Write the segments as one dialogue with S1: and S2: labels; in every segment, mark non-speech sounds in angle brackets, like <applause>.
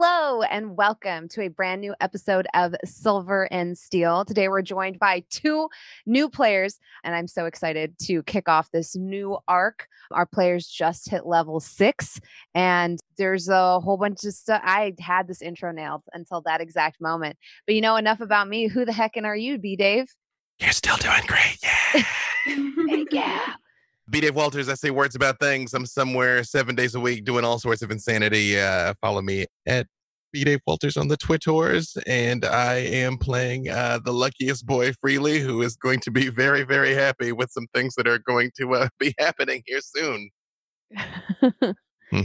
S1: Hello and welcome to a brand new episode of Silver and Steel. Today we're joined by two new players, and I'm so excited to kick off this new arc. Our players just hit level six, and there's a whole bunch of stuff. I had this intro nailed until that exact moment. But you know, enough about me. Who the heckin' are you, B Dave?
S2: You're still doing great. Yeah.
S1: Heck yeah.
S2: B. Dave Walters, I say words about things. I'm somewhere seven days a week doing all sorts of insanity. Uh, follow me at B. Dave Walters on the Twitters. And I am playing uh, the luckiest boy freely, who is going to be very, very happy with some things that are going to uh, be <laughs> happening here soon. Hmm.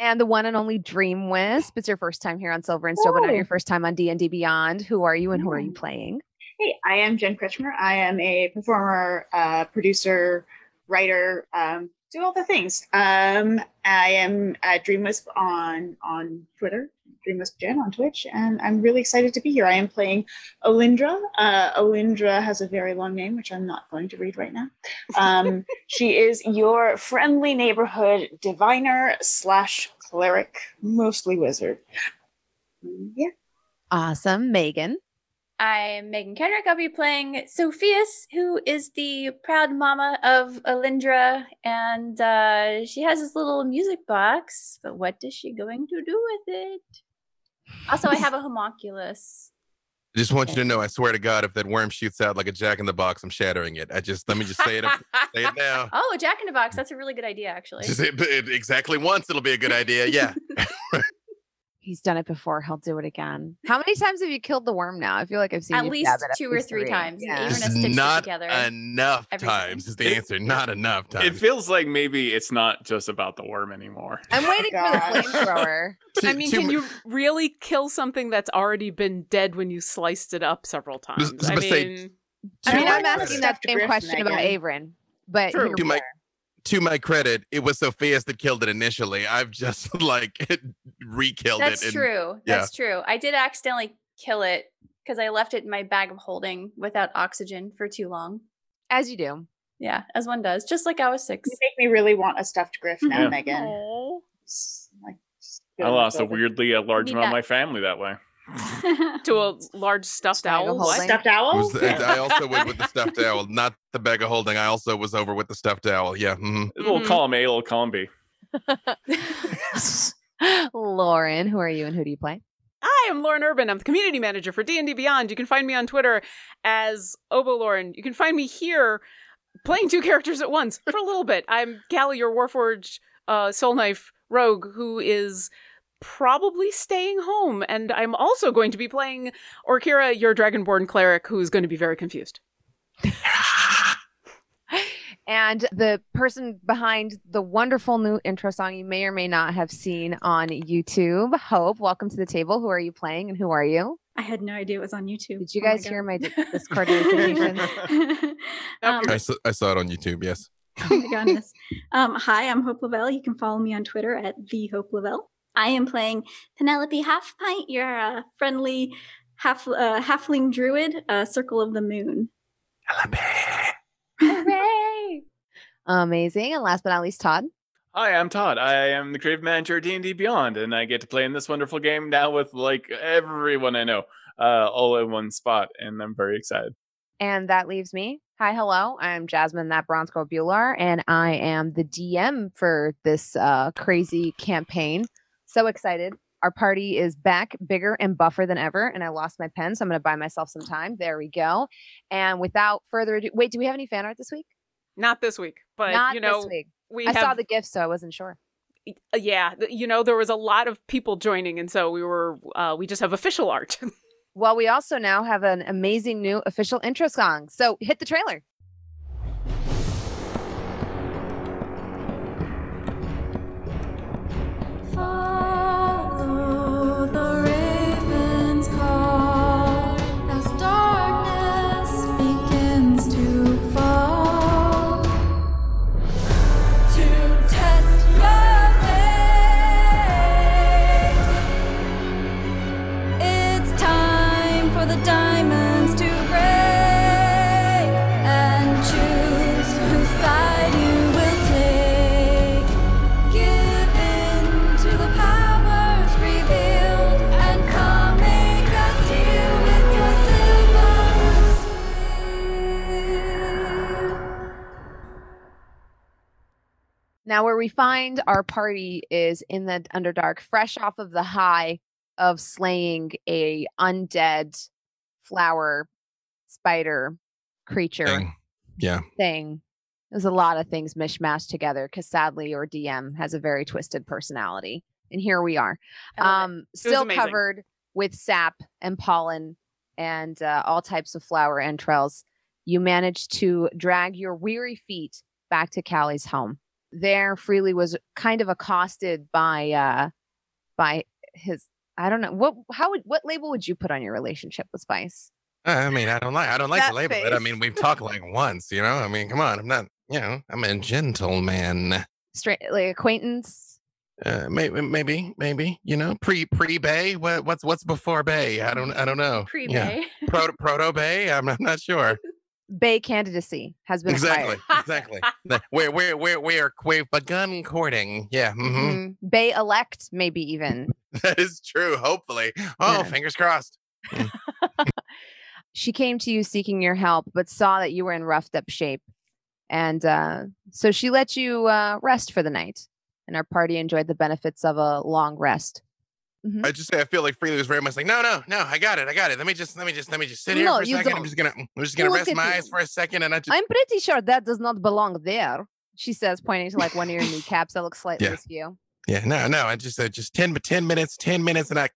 S1: and the one and only Dream Wisp. It's your first time here on Silver and Steel, but not
S3: Ooh.
S1: your first time on D and D Beyond. Who are you and who are you playing?
S3: Hey, I am Jen Kretschmer. I am a performer, uh, producer, writer, um, do all the things. Um, I am at DreamWisp on on Twitter, DreamWisp Jen on Twitch, and I'm really excited to be here. I am playing Olindra. Uh, Olindra has a very long name, which I'm not going to read right now. Um, she is your friendly neighborhood diviner slash cleric, mostly wizard. Yeah.
S1: Awesome, Megan.
S4: I'm Megan Kendrick. I'll be playing Sophias, who is the proud mama of Alindra, and uh, she has this little music box. But what is she going to do with it? Also, I have a homunculus.
S2: I just want you to know, I swear to God, if that worm shoots out like a jack in the box, I'm shattering it. I just, let me just <laughs> say it, up- say it <laughs> now.
S4: <laughs> oh, Jack in the Box. That's a really good idea, actually.
S2: Just say it- it exactly once, it'll be a good idea. <laughs> Yeah.
S1: He's done it before. He'll do it again. How many times have you killed the worm now? I feel like I've seen
S4: At
S1: you
S4: least
S1: stab it at
S4: two or
S1: least
S4: three times.
S1: Yeah.
S3: <laughs>
S4: Even
S2: Just
S4: Just sticks it
S2: not
S4: together.
S2: enough
S4: Everything.
S2: times is the answer. Not enough times.
S5: It feels like maybe it's not just about the worm anymore.
S1: I'm waiting for the
S3: God.
S1: flamethrower.
S6: I
S2: Too-
S6: mean,
S2: too
S6: can
S2: mu-
S6: you really kill something that's already been dead when you sliced it up several
S2: was
S6: times? I
S2: gonna say-
S6: mean,
S1: I
S3: Too
S1: mean, I'm
S3: much
S1: asking
S3: stuff
S1: that
S3: to
S1: same
S3: grift,
S1: question about
S3: Megan.
S1: Averin, but
S5: True.
S1: you're
S2: To my-
S1: better.
S2: to my credit, it was Sophia's that killed it initially. I've just <laughs> like re-killed
S4: That's
S2: it. and-
S4: true.
S2: yeah.
S4: That's true. I did accidentally kill it because I left it in my bag of holding without oxygen for too long.
S1: as you do. <gasps>
S4: Yeah, as one does, just like I was six.
S3: You make me really want a stuffed griff now,
S5: Yeah.
S3: Megan.
S6: aw.
S3: It's like, it's
S5: I
S3: good.
S5: lost a
S3: It's over.
S5: weirdly a large
S4: Need
S5: amount of
S4: that.
S5: my family that way.
S6: to a large stuffed
S1: Snaggle
S6: owl.
S1: holding.
S6: What?
S3: Oh, stuffed
S2: It
S3: owl.
S2: was- and I also went with the stuffed owl, not the bag of holding. I also was over with the stuffed owl. Yeah. mhm.
S5: Little
S6: Mhm.
S5: column A, little column B.
S1: Lauren, who are you and who do you play?
S6: <laughs> I am Lauren Urban. I'm the community manager for D&D Beyond. You can find me on Twitter as Obo Lauren. You can find me here playing two characters at once for a little bit. I'm Callie, your Warforged uh, Soul Knife rogue, who is probably staying home. And I'm also going to be playing Orkira, your Dragonborn cleric, who's going to be very confused.
S1: And the person behind the wonderful new intro song you may or may not have seen on YouTube, Hope. Welcome to the table. Who are you playing and who are you?
S7: I had no idea it was on YouTube. Oh
S1: Did you guys hear my
S7: <laughs>
S1: di- Discord notifications?
S7: um,
S2: I, saw, I saw it on YouTube. Yes.
S7: <laughs> oh my goodness. Um, hi, I'm Hope Lavelle. You can follow me on Twitter at the Hope Lavelle. I am playing Penelope Halfpint, your uh, friendly half uh, halfling druid, uh, Circle of the Moon. <laughs>
S4: Hooray!
S1: Amazing. And last but not least, Todd.
S5: Hi, I'm Todd. I am the creative manager at D&D Beyond, and I get to play in this wonderful game now with like everyone I know, uh, all in one spot, and I'm very excited.
S1: And that leaves me. Hi, hello. I'm Jasmine, that bronze girl Bular, and I am the DM for this uh, crazy campaign. So excited. Our party is back bigger and buffer than ever. And I lost my pen, so I'm going to buy myself some time. There we go. And without further ado, wait, do we have any fan art this week?
S6: Not this week, but
S1: Not
S6: you know,
S1: this week.
S6: we
S1: I
S6: have
S1: saw the gift, so I wasn't sure.
S6: uh, yeah, th- you know, there was a lot of people joining and so we were uh, we just have official art.
S1: Well, we also now have an amazing new official intro song. So hit the trailer.
S8: Follow the raven's call as darkness begins to fall. To test your faith, it's time for the diamonds to break.
S1: Now, where we find our party is in the Underdark, fresh off of the high of slaying a undead flower spider creature
S2: Dang. Yeah.
S1: thing. There's a lot of things mishmashed together because sadly, your DM has a very twisted personality. And here we are,
S6: I love
S1: um, still
S6: amazing.
S1: covered with sap and pollen and uh, all types of flower entrails. You manage to drag your weary feet back to Callie's home. There, Freely was kind of accosted by uh, by his. I don't know what how would what label would you put on your relationship with Spice?
S2: I mean, I don't like I don't like to
S6: That
S2: label it. I
S6: face.
S2: mean, we've talked like once, you know. I mean, come on, I'm not, you know, I'm a gentleman.
S1: Straight like acquaintance.
S2: Uh, maybe, maybe, maybe, you know, pre pre bay. What what's what's before bay? I don't I don't know.
S4: Pre
S2: Yeah.
S4: Bay.
S2: Proto proto bay. I'm, I'm
S1: <laughs>
S2: not sure.
S1: Bay candidacy has been acquired.
S6: <laughs>
S2: Exactly, exactly. The- We're we're we're we're we've begun courting. Yeah, mhm.
S1: Mhm. Bay elect, maybe even.
S2: <laughs> That is true. Hopefully. Oh,
S1: Yeah.
S2: fingers crossed.
S1: She came to you seeking your help, but saw that you were in roughed up shape. And uh, so she let you uh, rest for the night. And our party enjoyed the benefits of a long rest. Mhm.
S2: I just say I feel like Freely was very much like, no, no, no, I got it, I got it. Let me just let me just let me just sit here
S1: No,
S2: for a
S1: you
S2: 2nd
S1: don't.
S2: I'm just gonna I'm just gonna
S1: Look
S2: rest
S1: at
S2: my
S1: you.
S2: eyes for a second and I just
S1: I'm pretty sure that does not belong there, she says, pointing to like one
S6: <laughs>
S1: of your kneecaps that looks slightly
S2: Yeah.
S1: askew.
S2: Yeah, no, no. I just uh, just 10, 10 minutes, 10 minutes, and I.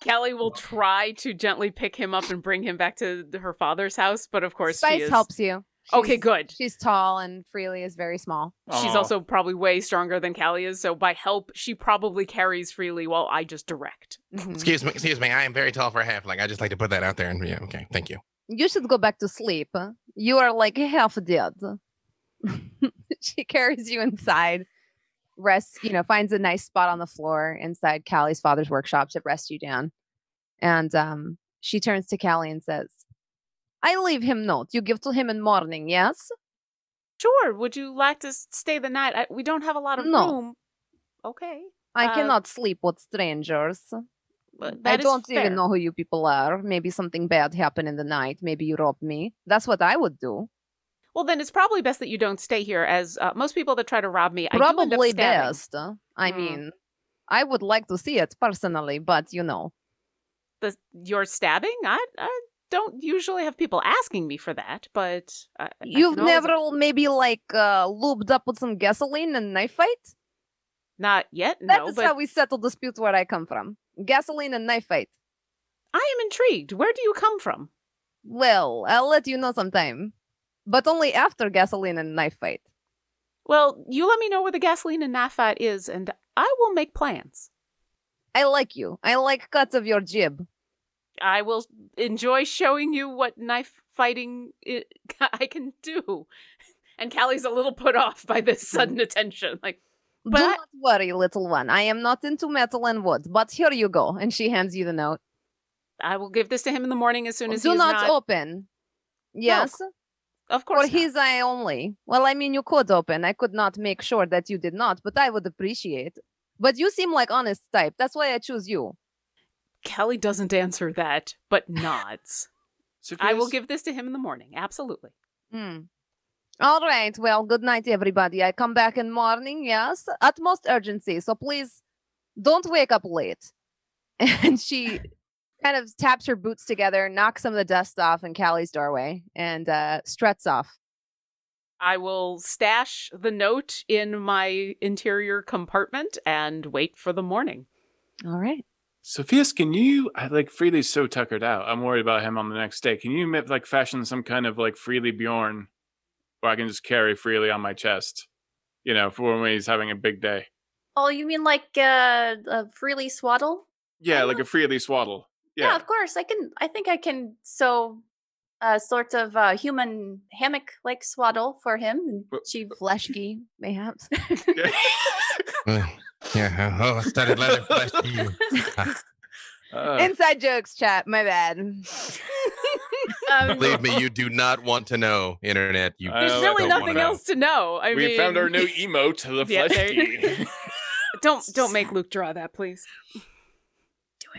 S6: Kelly will try to gently pick him up and bring him back to th- her father's house, but of course, she
S1: Spice
S6: is.
S1: helps you.
S6: Okay,
S1: She's-
S6: good.
S1: She's tall and Freely is very small.
S6: She's
S5: Aw.
S6: also probably way stronger than Callie is, so by help, she probably carries freely while I just direct.
S1: Mhm.
S2: excuse me, excuse me. I am very tall for a half. Like, I just like to put that out there. And yeah, okay, thank
S5: <laughs>
S2: you.
S1: you should go back to sleep. You are like half dead. <laughs> she carries you inside, rests, you know, finds a nice spot on the floor inside Callie's father's workshop to rest you down. And um, she turns to Callie and says, I leave him note. You give to him in morning, yes?
S6: Sure, would you like to s- stay the night? I, we don't have a lot of
S1: No.
S6: room. Okay.
S1: I
S6: Uh,
S1: cannot sleep with strangers.
S6: But
S1: I
S6: that is
S1: don't
S6: fair.
S1: even know who you people are. Maybe something bad happened in the night. Maybe you robbed me. That's what I would do.
S6: Well, then it's probably best that you don't stay here, as uh, most people that try to rob me, I do end up
S1: probably
S6: stabbing.
S1: best. uh, I
S6: Mm.
S1: mean, I would like to see it personally, but you know,
S6: The, your stabbing? I, I don't usually have people asking me for that, but I, I
S1: you've
S6: can always-
S1: never maybe like uh, lubed up with some gasoline and knife fight.
S6: not yet.
S1: That
S6: no,
S1: is
S6: but
S1: how we settle disputes where I come from. Gasoline and knife fight.
S6: I am intrigued. Where do you come from?
S1: Well, I'll let you know sometime, but only after gasoline and knife fight.
S6: Well, you let me know where the gasoline and knife fight is, and I will make plans.
S1: I like you. I like cuts of your jib.
S6: I will enjoy showing you what knife fighting i <laughs> I can do. And Callie's a little put off by this
S1: Hmm.
S6: sudden attention. Like, But
S1: Do
S6: I-
S1: not worry, little one. I am not into metal and wood, but here you go. And she hands you the note.
S6: I will give this to him in the morning as soon as
S1: Do
S6: he's
S1: not,
S6: not.
S1: open. Yes.
S6: of
S1: Or
S6: course, not.
S1: his eye only. Well, I mean, you could open. I could not make sure that you did not, but I would appreciate. But you seem like honest type. That's why I choose you.
S6: Kelly doesn't answer that, but nods.
S5: So
S6: I will
S5: Fias,
S6: give this to him in the morning. Absolutely.
S1: Hmm. All right. Well, good night, everybody. I come back in morning. Yes, utmost urgency. So please, don't wake up late. <laughs> And she kind of taps her boots together, knocks some of the dust off in Callie's doorway, and uh, struts off.
S6: I will stash the note in my interior compartment and wait for the morning.
S1: All right.
S5: Sophia's, can you? I like Freely's so tuckered out. I'm worried about him on the next day. Can you ma- like fashion some kind of like Freely Bjorn, where I can just carry Freely on my chest? You know, for when he's having a big day.
S4: Oh, you mean like uh, a freely swaddle?
S5: Yeah,
S4: I
S5: like a
S4: love-
S5: Freely swaddle.
S4: Yeah.
S5: Yeah.
S4: of course. I can. I think I can sew a sort of uh, human hammock-like swaddle for him. And
S5: Well-
S4: she
S1: Fleshkey, mayhaps.
S2: Uh, yeah. Oh, studded
S5: <laughs>
S2: leather. flesh to you.
S4: <laughs>
S5: Uh,
S1: <laughs> Inside jokes, chat. My bad.
S4: um,
S2: Believe me, you do not want to know, internet. You.
S5: I
S6: There's
S5: don't
S6: really
S5: wanna
S6: nothing
S2: know.
S6: else to know. I
S5: we
S6: mean,
S5: found our
S6: <laughs>
S5: new emote, the
S6: Yeah, <laughs>
S5: flesh
S6: there you-
S5: <laughs> key.
S6: don't don't make Luke draw that, please.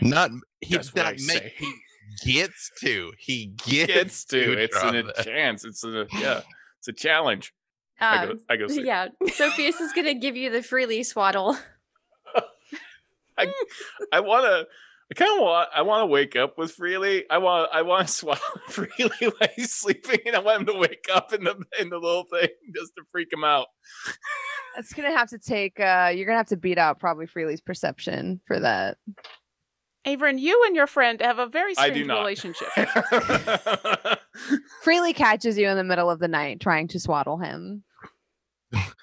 S2: Not. He
S5: That's what I
S2: not make,
S5: say. <laughs>
S2: gets to. He gets, <laughs>
S6: <laughs>
S5: Gets to. It's
S2: draw
S5: an, a
S2: that.
S5: chance. It's a yeah. It's a challenge.
S1: <laughs>
S5: I go,
S4: Um, <laughs>
S5: I go sleep.
S4: yeah, Sophius is gonna give you the freely swaddle.
S5: I want to. I kind of want. I want to wake up with Freely. I want. I want to <laughs> swallow Freely while he's sleeping, and I want him to wake up in the in the little thing just to freak him out. <laughs>
S1: It's gonna have to take. uh You're gonna have to beat out probably Freely's perception for that.
S6: Averin, you and your friend have a very
S5: I do
S6: strange
S5: not. <laughs>
S6: relationship.
S1: Freely catches you in the middle of the night trying to swaddle him.
S2: Ah,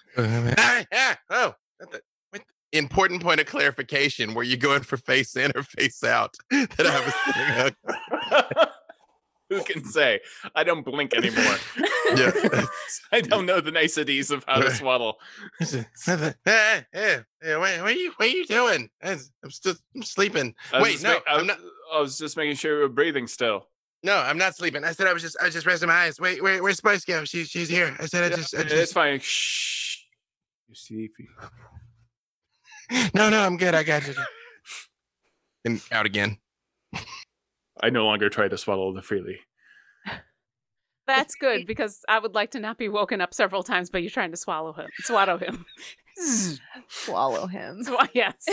S2: ah, oh, what the- what the- important point of clarification. Were you going for face in or face out? <laughs> That I was saying, uh,
S5: Who can say? I don't blink anymore. <laughs>
S2: Yeah. <laughs>
S5: I don't know the niceties of how to
S2: Right.
S5: swaddle.
S2: Ah, ah, ah, ah, What what are you? What are you doing? I'm still I'm sleeping.
S5: I was
S2: Wait,
S5: just
S2: no,
S5: ma- I,
S2: I'm not-
S5: I was just making sure we were breathing still.
S2: No, I'm not sleeping. I said I was just I was just resting my eyes. Wait, wait, where's Spice go? She's she's here. I said I
S5: Yeah,
S2: just I
S5: yeah, it's
S2: just
S5: fine. Shh. You're sleepy.
S2: <gasps> No, no, I'm good. I got you. And out again.
S5: I no longer try to swaddle the Freely.
S6: That's good because I would like to not be woken up several times by you trying to swallow him. Swallow him. <laughs>
S1: Swallow him.
S6: That's why- yes.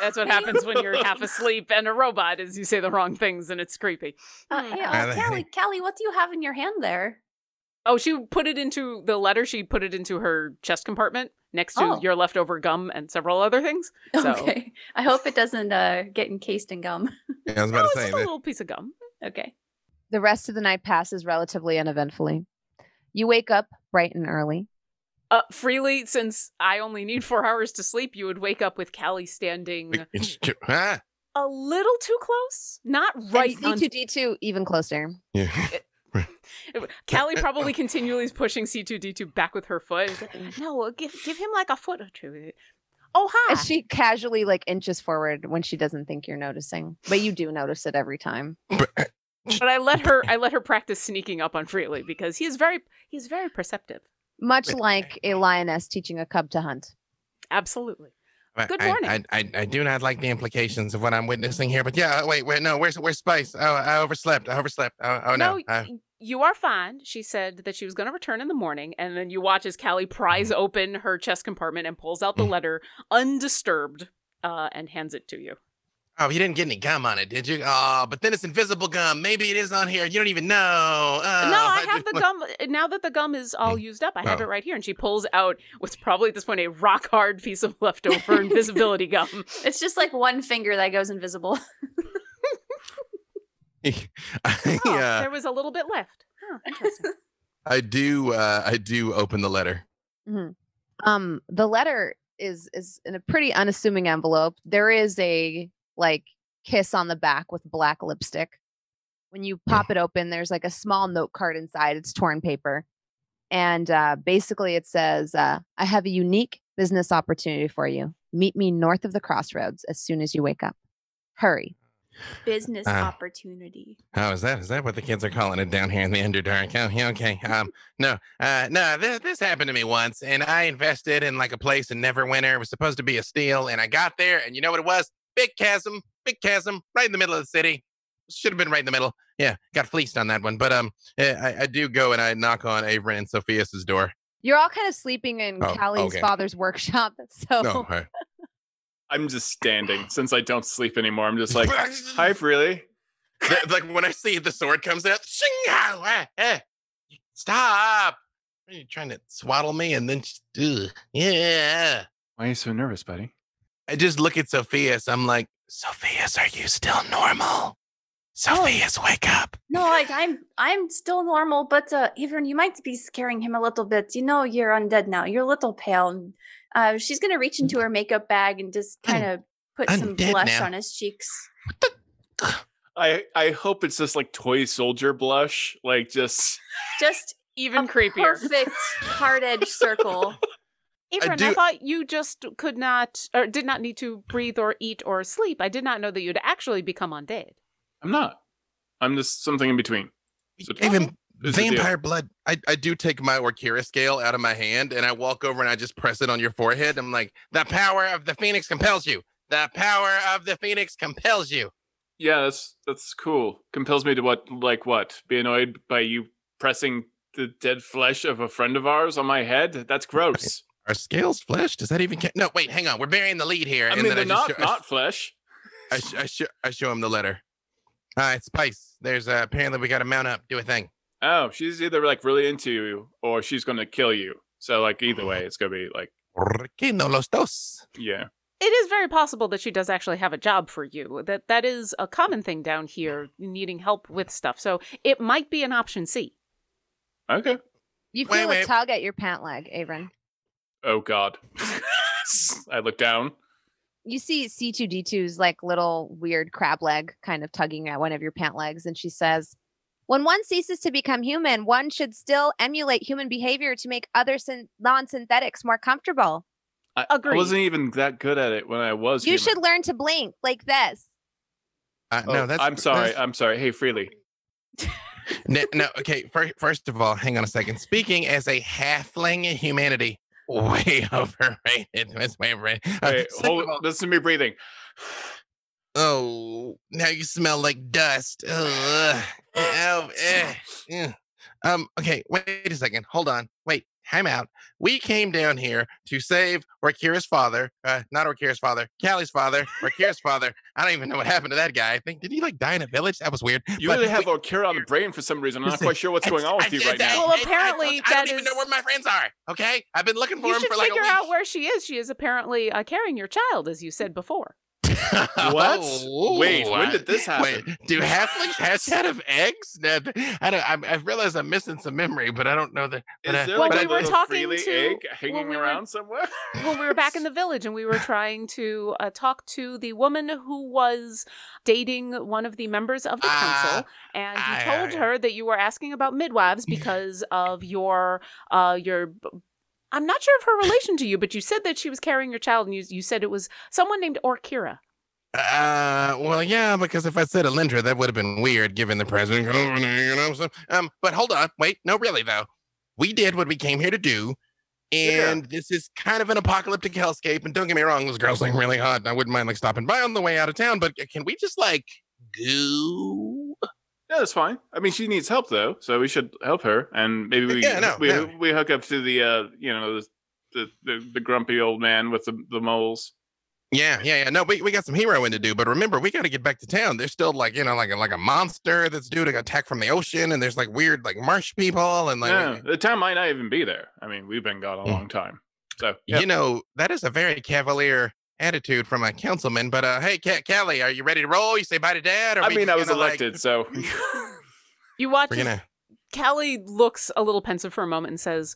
S6: That's what happens when you're
S4: <laughs>
S6: half asleep and a robot is you say the wrong things and it's creepy.
S4: Uh,
S7: Hmm.
S4: <laughs> yeah,
S2: I
S4: uh,
S2: like-
S4: Callie, Callie, what do you have in your hand there? <laughs>
S6: Oh, she put it into the letter, she put it into her chest compartment next to
S4: Oh.
S6: your leftover gum and several other things. So-
S4: Okay, I hope it doesn't uh, get encased in gum. <laughs>
S2: Yeah, I was
S6: Oh,
S2: about
S6: it's just a little piece of gum.
S4: Okay.
S1: The rest of the night passes relatively uneventfully. You wake up bright and early.
S6: Uh, freely, since I only need four hours to sleep, you would wake up with Callie standing
S2: that. <laughs> Ah,
S6: a little too close, not right
S2: <laughs>
S6: on
S1: D two D two even closer.
S6: <laughs>
S2: yeah.
S6: Callie probably continually is pushing C2D2 back with her foot. It's like, no, give give him like a foot or two. Oh hi.
S1: And she casually like inches forward when she doesn't think you're noticing, but you do notice it every time.
S2: uh,
S6: but I let her I let her practice sneaking up on Freely because he is very he is very perceptive.
S1: Much like a lioness teaching a cub to hunt.
S6: Absolutely.
S2: But
S6: Good
S2: I-
S6: morning.
S2: I, I, I do not like the implications of what I'm witnessing here. But yeah, uh, wait, wait, no, where's where's Spice? Oh, I overslept. I overslept. Oh, oh no. I-
S6: y- you are fine. She said that she was going to return in the morning, and then you watch as Callie pries open her chest compartment and pulls out the
S2: Mm-hmm. Mm.
S6: letter undisturbed uh, and hands it to you.
S2: oh, you didn't get any gum on it, did you? Oh, but then it's invisible gum. Maybe it is on here. You don't even know. Oh,
S6: no, I
S2: just
S6: have the
S2: want-
S6: gum. Now that the gum is all used up, I have
S2: Oh.
S6: it right here. And she pulls out what's probably at this point a rock hard piece of
S2: <laughs>
S6: leftover invisibility gum.
S4: It's just like one finger that goes invisible. <laughs>
S2: <laughs> I,
S6: Oh,
S2: uh,
S6: There was a little bit left. Huh, interesting.
S2: I do. Uh, I do open the letter.
S1: Um, the letter is is in a pretty unassuming envelope. There is a like kiss on the back with black lipstick. When you pop it open, there's like a small note card inside. It's torn paper, and uh, basically it says, uh, "I have a unique business opportunity for you. Meet me north of the crossroads as soon as you wake up. Hurry."
S4: Business
S2: Ah.
S4: opportunity.
S2: Oh, is that is that what the kids are calling it down here in the Underdark? Oh, yeah, okay. Um, no, uh, no, this this happened to me once, and I invested in like a place in Neverwinter. It was supposed to be a steal, and I got there, and you know what it was? Big chasm, big chasm, right in the middle of the city. Should have been right in the middle. Yeah, got fleeced on that one. But um, eh, I, I do go and I knock on Avery and Sophia's door.
S1: You're all kind of sleeping in
S2: Oh,
S1: Callie's
S2: okay.
S1: father's workshop, <laughs> so
S2: No, hi.
S5: I'm just
S2: <gasps>
S5: standing since I don't sleep anymore. I'm
S2: <laughs>
S5: just like, hi, Freely.
S2: Th- like when I see the sword comes out, shing, ow, ah, eh. stop. Are you trying to swaddle me? And then, just, ugh, yeah.
S5: Why are you so nervous, buddy?
S2: I just look at Sophia's. I'm like, Sophia's, are you still
S5: Oh.
S2: normal? Sophia's, wake up.
S4: No, I, I'm I'm still normal, but uh, Ivern, you might be scaring him a little bit. You know, you're undead now. You're a little pale. and, Uh, she's gonna reach into her makeup bag and just
S2: I'm-
S4: kind of put some
S2: undead
S4: blush
S2: now.
S4: on his cheeks.
S5: I I hope it's just like toy soldier blush, like just
S4: Just
S6: Even
S4: a
S6: creepier.
S4: perfect hard edge <laughs> circle.
S6: Ephraim, I,
S2: do-
S6: thought you just could not or did not need to breathe or eat or sleep. I did not know that you'd actually become undead.
S5: I'm not. I'm just something in between. So-
S2: Even
S5: This is the deal.
S2: vampire blood. I, I do take my Orkira scale out of my hand and I walk over and I just press it on your forehead. I'm like, the power of the phoenix compels you. The power of the phoenix compels you.
S5: Yeah, that's that's cool. Compels me to what like what? Be annoyed by you pressing the dead flesh of a friend of ours on my head?
S2: <laughs>
S5: That's gross.
S2: Our scales flesh? Does that even count? No, wait, hang on. We're burying the lead here.
S5: I mean, they're
S2: then
S5: not
S2: just show,
S5: not flesh.
S2: I, sh- I, sh- I show him the letter. All right, Spice. There's uh, apparently we got to mount up, do a thing.
S5: Oh, she's either like really into you or she's gonna kill you. So like either way, it's gonna be like
S2: Requino los dos.
S5: yeah.
S6: It is very possible that she does actually have a job for you. That that is a common thing down here, needing help with stuff. So it might be an option C.
S5: Okay.
S1: You
S2: Wait,
S1: feel a
S2: wait.
S1: tug at your pant leg, Avon.
S5: Oh God. <laughs> I look down.
S1: You see C2D2's like little weird crab leg kind of tugging at one of your pant legs, and she says, When one ceases to become human, one should still emulate human behavior to make other syn- non synthetics more comfortable.
S5: I, I
S6: Agreed.
S5: wasn't even that good at it when I was.
S1: You
S5: human.
S1: should learn to blink like this.
S2: Uh,
S5: Oh,
S2: no, that's.
S5: I'm sorry.
S2: that's-
S5: I'm sorry.
S2: <laughs>
S5: Hey, freely.
S2: no, no, okay. First, first of all, hang on a second. Speaking as a halfling in humanity, <laughs> way overrated. That's way overrated. Uh,
S5: Wait,
S2: second
S5: hold.
S2: of all-
S5: Listen to me breathing.
S2: Oh, now you smell like dust. Ugh. Oh, eh, eh. Um, okay, wait a second. Hold on. Wait, time out. We came down here to save Rakira's father. Uh, not Rakira's father, Callie's father, Rakira's father. I don't even know what happened to that guy. I think, did he like die in a village? That was weird.
S5: You
S2: But
S5: really have
S2: we-
S5: a cure on the brain for some reason. I'm not
S2: Listen,
S5: quite sure what's going on with you right now.
S6: Well, apparently
S2: I, don't- I
S6: that
S2: don't even know
S6: is-
S2: where my friends are. Okay, I've been looking for
S6: you
S2: him
S6: should
S2: for like a
S6: figure
S2: week.
S6: out where she is. She is apparently uh, carrying your child, as you said before.
S5: What?
S2: Oh,
S5: Wait, when
S2: I-
S5: did this happen?
S2: Wait, do
S5: <laughs>
S2: halflings hatch out of eggs? No, th- I don't. I'm, I realize I'm missing some memory, but I don't know that. But I-
S5: Is there
S6: Well,
S5: like
S6: we
S5: a
S6: were
S5: little
S6: talking
S5: Freely
S6: to-
S5: egg
S6: well,
S5: hanging
S6: we were-
S5: around somewhere?
S6: Well, we were back in the village and we were trying to uh, talk to the woman who was dating one of the members of the
S2: Ah,
S6: council, and you
S2: aye,
S6: told
S2: aye.
S6: her that you were asking about
S2: <laughs>
S6: midwives because of your uh, your. I'm not sure of her relation to you, but you said that she was carrying your child, and you you said it was someone named Orkira.
S2: uh, well, yeah, because if I said Alindra, that would have been weird, given the president. You know, so, <laughs> um, but hold on, wait, no, really though, we did what we came here to do.
S5: Yeah.
S2: And this is kind of an apocalyptic hellscape. And don't get me wrong, this girl's like really hot, and I wouldn't mind like stopping by on the way out of town. But uh, can we just like go?
S5: <laughs> Yeah, that's fine. I mean, she needs help though, so we should help her, and maybe we
S2: Yeah, no,
S5: we,
S2: no.
S5: we hook up to the uh, you know the the, the, the grumpy old man with the, the moles.
S2: Yeah, yeah, yeah. No, we, we got some heroing to do, but remember, we got to get back to town. There's still like you know, like a, like a monster that's due to attack from the ocean, and there's like weird like marsh people, and like
S5: yeah, the town might not even be there. I mean, we've been gone a
S2: Mm.
S5: long time, so yeah.
S2: you know, that is a very cavalier attitude from a councilman. But uh, hey, Ca Callie, are you ready to roll? You say bye to dad? Or
S5: I
S2: we
S5: mean, I
S2: just
S5: was
S2: gonna, like, Mm. <laughs>
S5: elected, so <laughs>
S6: You watch
S2: we're
S6: as
S2: gonna.
S6: Callie looks a little pensive for a moment and says,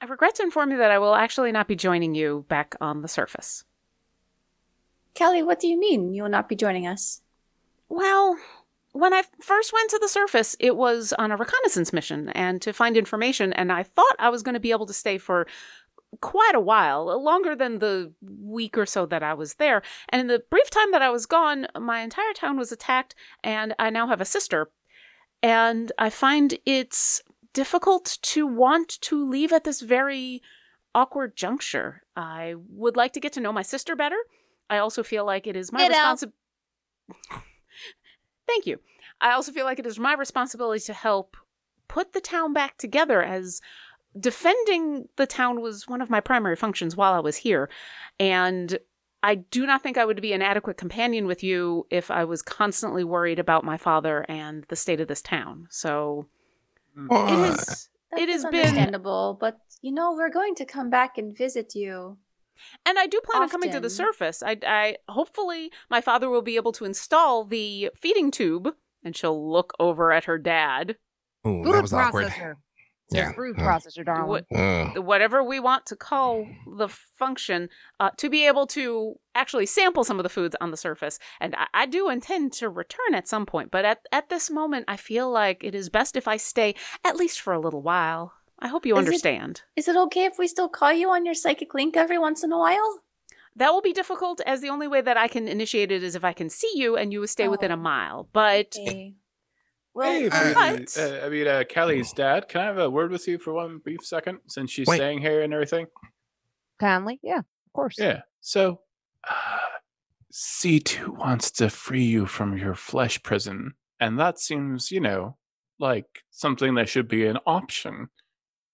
S6: "I regret to inform you that I will actually not be joining you back on the surface."
S4: Kelly, what do you mean you will not be joining us?
S6: Well, when I f- first went to the surface, it was on a reconnaissance mission and to find information, and I thought I was going to be able to stay for quite a while, longer than the week or so that I was there. And in the brief time that I was gone, my entire town was attacked, and I now have a sister. And I find it's difficult to want to leave at this very awkward juncture. I would like to get to know my sister better. I also feel like it is my
S1: Ditto.
S6: responsibility. <laughs> Thank you. I also feel like it is my responsibility to help put the town back together as defending the town was one of my primary functions while I was here. And I do not think I would be an adequate companion with you if I was constantly worried about my father and the state of this town. So it
S2: Uh,
S6: is. It has been-
S4: understandable, but you know we're going to come back and visit you.
S6: And I do plan on coming to the
S4: Often.
S6: surface. I, I hopefully my father will be able to install the feeding tube, and she'll look over at her dad.
S2: Ooh,
S1: Food
S2: that was awkward.
S1: processor. It's
S2: Yeah.
S1: a food
S2: uh,
S1: processor, darling.
S6: What-
S2: uh.
S6: whatever we want to call the function uh, to be able to actually sample some of the foods on the surface. And I, I do intend to return at some point, but at, at this moment, I feel like it is best if I stay at least for a little while. I hope you
S4: Is it-
S6: understand.
S4: Is it okay if we still call you on your psychic link every once in a while?
S6: That will be difficult, as the only way that I can initiate it is if I can see you and you will stay within a
S4: Oh.
S6: mile. But
S4: Okay.
S5: Hey,
S2: uh,
S5: Freely,
S6: but-
S5: uh, I mean, uh, Callie's dad. Can I have a word with you for one brief second, since she's
S2: Wait.
S5: staying here and everything?
S1: Conley? Yeah, of course.
S5: Yeah. So, uh, C2 wants to free you from your flesh prison. And that seems, you know, like something that should be an option.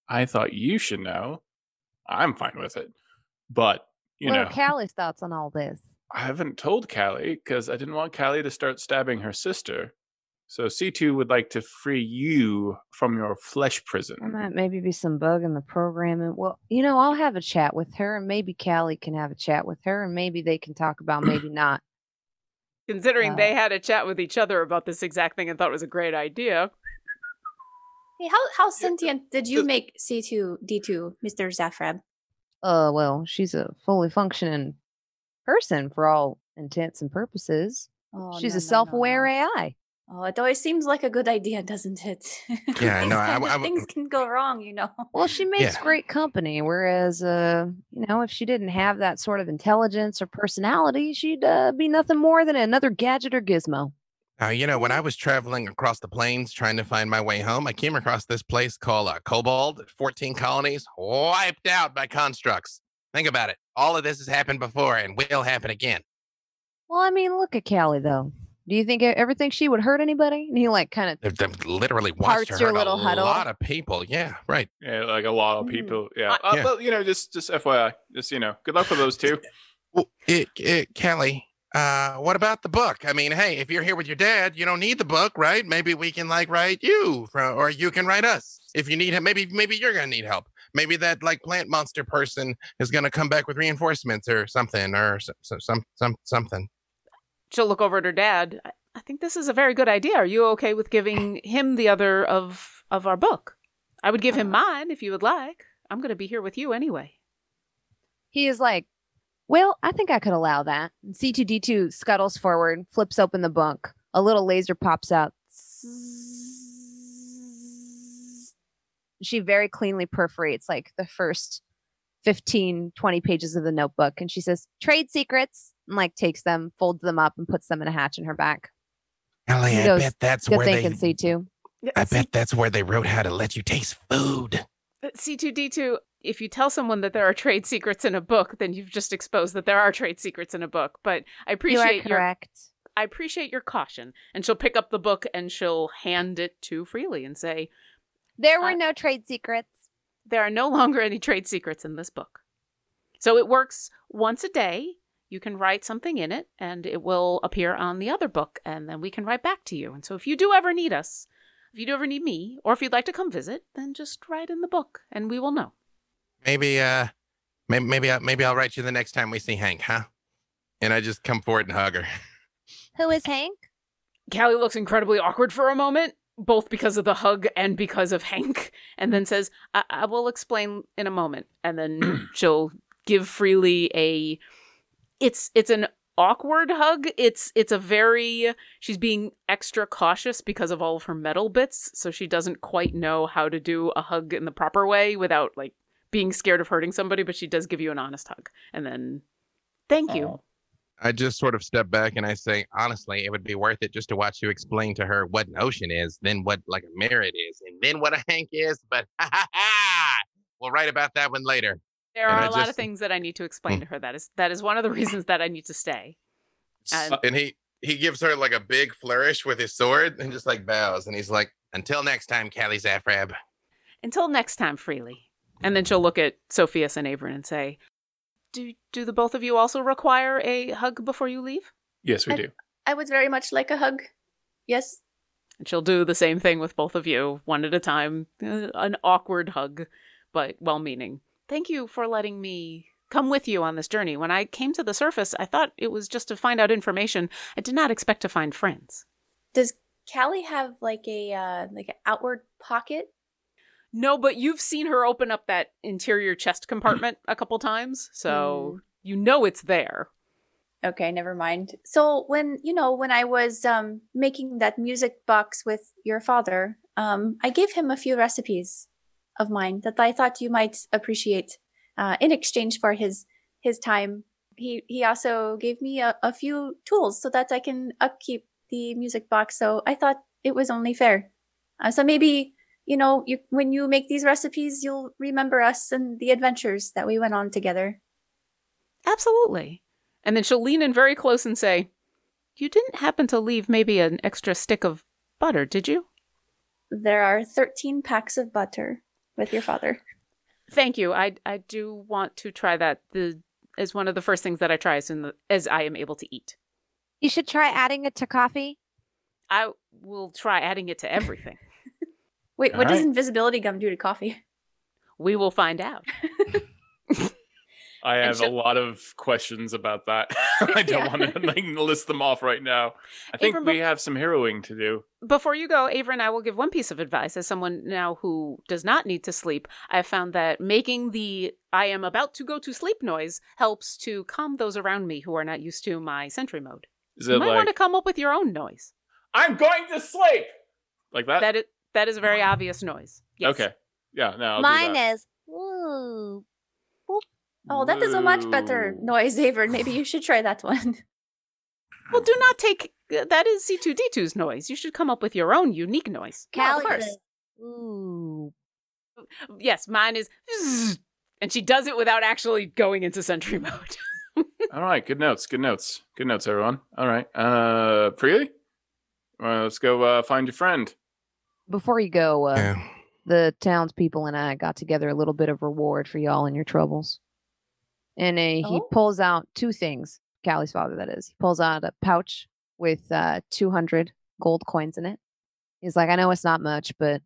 S5: I thought you should know. I'm fine with it. But, you
S1: what
S5: know,
S1: are Callie's thoughts on all this?
S5: I haven't told Callie because I didn't want Callie to start stabbing her sister. So C2 would like to free you from your flesh prison.
S1: There might maybe be some bug in the programming. Well, you know, I'll have a chat with her, and maybe Callie can have a chat with her, and maybe they can talk about maybe not.
S6: Considering
S1: Uh,
S6: they had a chat with each other about this exact thing and thought it was a great idea.
S4: Hey, how how
S2: uh,
S4: sentient did you
S2: the-
S4: make C two D two, Mister Zafrab?
S1: Uh, well, she's a fully functioning person for all intents and purposes.
S4: Oh,
S1: she's
S4: no, no, no,
S1: a
S4: no.
S1: self-aware AI.
S4: Oh, it always seems like a good idea, doesn't it?
S2: Yeah,
S4: These <laughs>
S2: no, I-
S4: kind of
S2: I- I-
S4: things can go wrong, you know.
S1: Well, she makes
S2: Yeah.
S1: great company, whereas, uh, you know, if she didn't have that sort of intelligence or personality, she'd uh, be nothing more than another gadget or gizmo.
S2: Uh, you know, when I was traveling across the plains trying to find my way home, I came across this place called uh, Cobalt, 14 colonies wiped out by constructs. Think about it. All of this has happened before and will happen again.
S1: Well, I mean, look at Callie though. Do you think e- ever think she would hurt anybody? And he like kind of
S2: They've, they've literally watched
S1: Parts
S2: her
S1: your
S2: hurt
S1: little
S2: a
S1: huddle.
S2: lot of people. Yeah, right.
S5: Yeah, like a lot of
S6: Mm.
S5: people. Yeah.
S2: I-
S5: uh,
S2: Yeah.
S5: Well, you know, just just FYI, just you know, good luck with those two.
S2: Well, it, it, Kelly, uh, what about the book? I mean, hey, if you're here with your dad, you don't need the book, right? Maybe we can like write you, fro- or you can write us if you need him. Maybe maybe you're gonna need help. Maybe that like plant monster person is gonna come back with reinforcements or something, or some some some, some something.
S6: She'll look over at her dad. "I- I think this is a very good idea. Are you okay with giving him the other of of our book? I would give him mine if you would like. I'm going to be here with you anyway.
S1: he is like, "Well, I think I could allow that." And C2D2 scuttles forward, flips open the bunk. A little laser pops out. She very cleanly perforates like the first 15, 20 pages of the notebook and she says, "Trade secrets." And like takes them, folds them up and puts them in a hatch in her back.
S2: Kelly,
S1: He
S2: I
S1: goes,
S2: bet that's
S1: Good
S2: where
S1: thinking,
S2: they.
S1: C2.
S6: Yeah,
S2: I bet that's where they wrote how to let you taste food.
S6: uh, C- C2D2, if you tell someone that there are trade secrets in a book, then you've just exposed that there are trade secrets in a book. But I
S1: you
S6: appreciate
S1: are
S6: your
S1: correct.
S6: I appreciate your caution. And she'll pick up the book and she'll hand it to Freely and say,
S1: There were
S6: I-
S1: no trade secrets.
S6: There are no longer any trade secrets in this book. So it works once a day. You can write something in it and it will appear on the other book and then we can write back to you. And so if you do ever need us, if you do ever need me, or if you'd like to come visit, then just write in the book and we will know.
S2: Maybe uh, maybe maybe I, maybe I'll write you the next time we see Hank, huh? And I just come forward and hug her.
S1: Who is Hank?
S6: Callie looks incredibly awkward for a moment, both because of the hug and because of Hank, and then says, I, I will explain in a moment. And then she'll give freely a it's it's an awkward hug. It's it's a very she's being extra cautious because of all of her metal bits, so she doesn't quite know how to do a hug in the proper way without like being scared of hurting somebody, but she does give you an honest hug. And then thank you.
S2: I just sort of step back and I say, honestly, it would be worth it just to watch you explain to her what an ocean is, then what like a merit is, and then what a hank is. But <laughs> ha ha ha! We'll write about that one later.
S6: There
S2: And
S6: are
S2: I
S6: a lot of
S2: just- Hmm.
S6: things that I need to explain to her. That is that is one of the <laughs> reasons that I need to stay. And-
S5: Uh,
S2: and he he gives her like a big flourish with his sword and just like bows, and he's like, until next time, Callie Zafrab.
S6: Until next time, freely. And then she'll look at Sophias and Averin and say, "Do do the both of you also require a hug before you leave?"
S5: Yes, we
S4: I-
S5: do.
S4: I would very much like a hug. Yes.
S6: And she'll do the same thing with both of you, one at a time, uh, an awkward hug, but well-meaning. Thank you for letting me come with you on this journey. When I came to the surface, I thought it was just to find out information. I did not expect to find friends.
S4: Does Callie have like a uh, like an outward pocket?
S6: No, but you've seen her open up that interior chest compartment a couple times, so you know it's there.
S4: Okay, never mind. So when you know when I was um, making that music box with your father, um, I gave him a few recipes of mine that I thought you might appreciate. Uh, in exchange for his his time, he he also gave me a, a few tools so that I can upkeep the music box. So I thought it was only fair. Uh, so maybe you know you when you make these recipes, you'll remember us and the adventures that we went on together.
S6: Absolutely. And then she'll lean in very close and say, You didn't happen to leave maybe an extra stick of butter, did you?
S4: There are thirteen packs of butter. with your father.
S6: Thank you. I I do want to try that. The is one of the first things that I try as soon as I am able to eat.
S1: You should try adding it to coffee.
S6: I will try adding it to everything.
S4: Wait,
S5: All
S4: what does
S5: right.
S4: invisibility gum do to coffee?
S6: we will find out.
S5: I have a
S4: so-
S5: lot of questions about that. <laughs> I don't
S4: Yeah.
S5: want to like list them off right now. I think
S6: Abram,
S5: we
S6: bef-
S5: have some harrowing to do.
S6: Before you go, Ava and I will give one piece of advice as someone now who does not need to sleep. I found that making the I am about to go to sleep noise helps to calm those around me who are not used to my sentry mode.
S5: Is
S6: You
S5: it
S6: might
S5: like
S6: want to come up with your own noise.
S5: I'm going to sleep like that?
S6: That is that is a very obvious noise. Yes.
S5: Uh, Okay. Yeah. No. I'll do
S1: Mine
S5: that.
S1: is woo.
S4: Oh, that is a much better
S5: Woo.
S4: noise, Avern. Maybe you should try that one. <laughs>
S6: Well, do not take uh, that is C2D2's noise. You should come up with your own unique noise.
S4: Yeah,
S1: Callie
S4: of course.
S1: says, ooh.
S6: Yes, mine is "Zzz," and she does it without actually going into sentry <laughs> mode.
S5: All right. Good notes. Good notes. Good notes, everyone. All right. Uh, Preely, uh, let's go uh, find your friend.
S1: Before you go, uh,
S2: Yeah.
S1: the townspeople and I got together a little bit of reward for y'all and your troubles. And uh, he
S4: Oh.
S1: pulls out two things. Callie's father, that is. He pulls out a pouch with uh, 200 gold coins in it. He's like, I know it's not much, but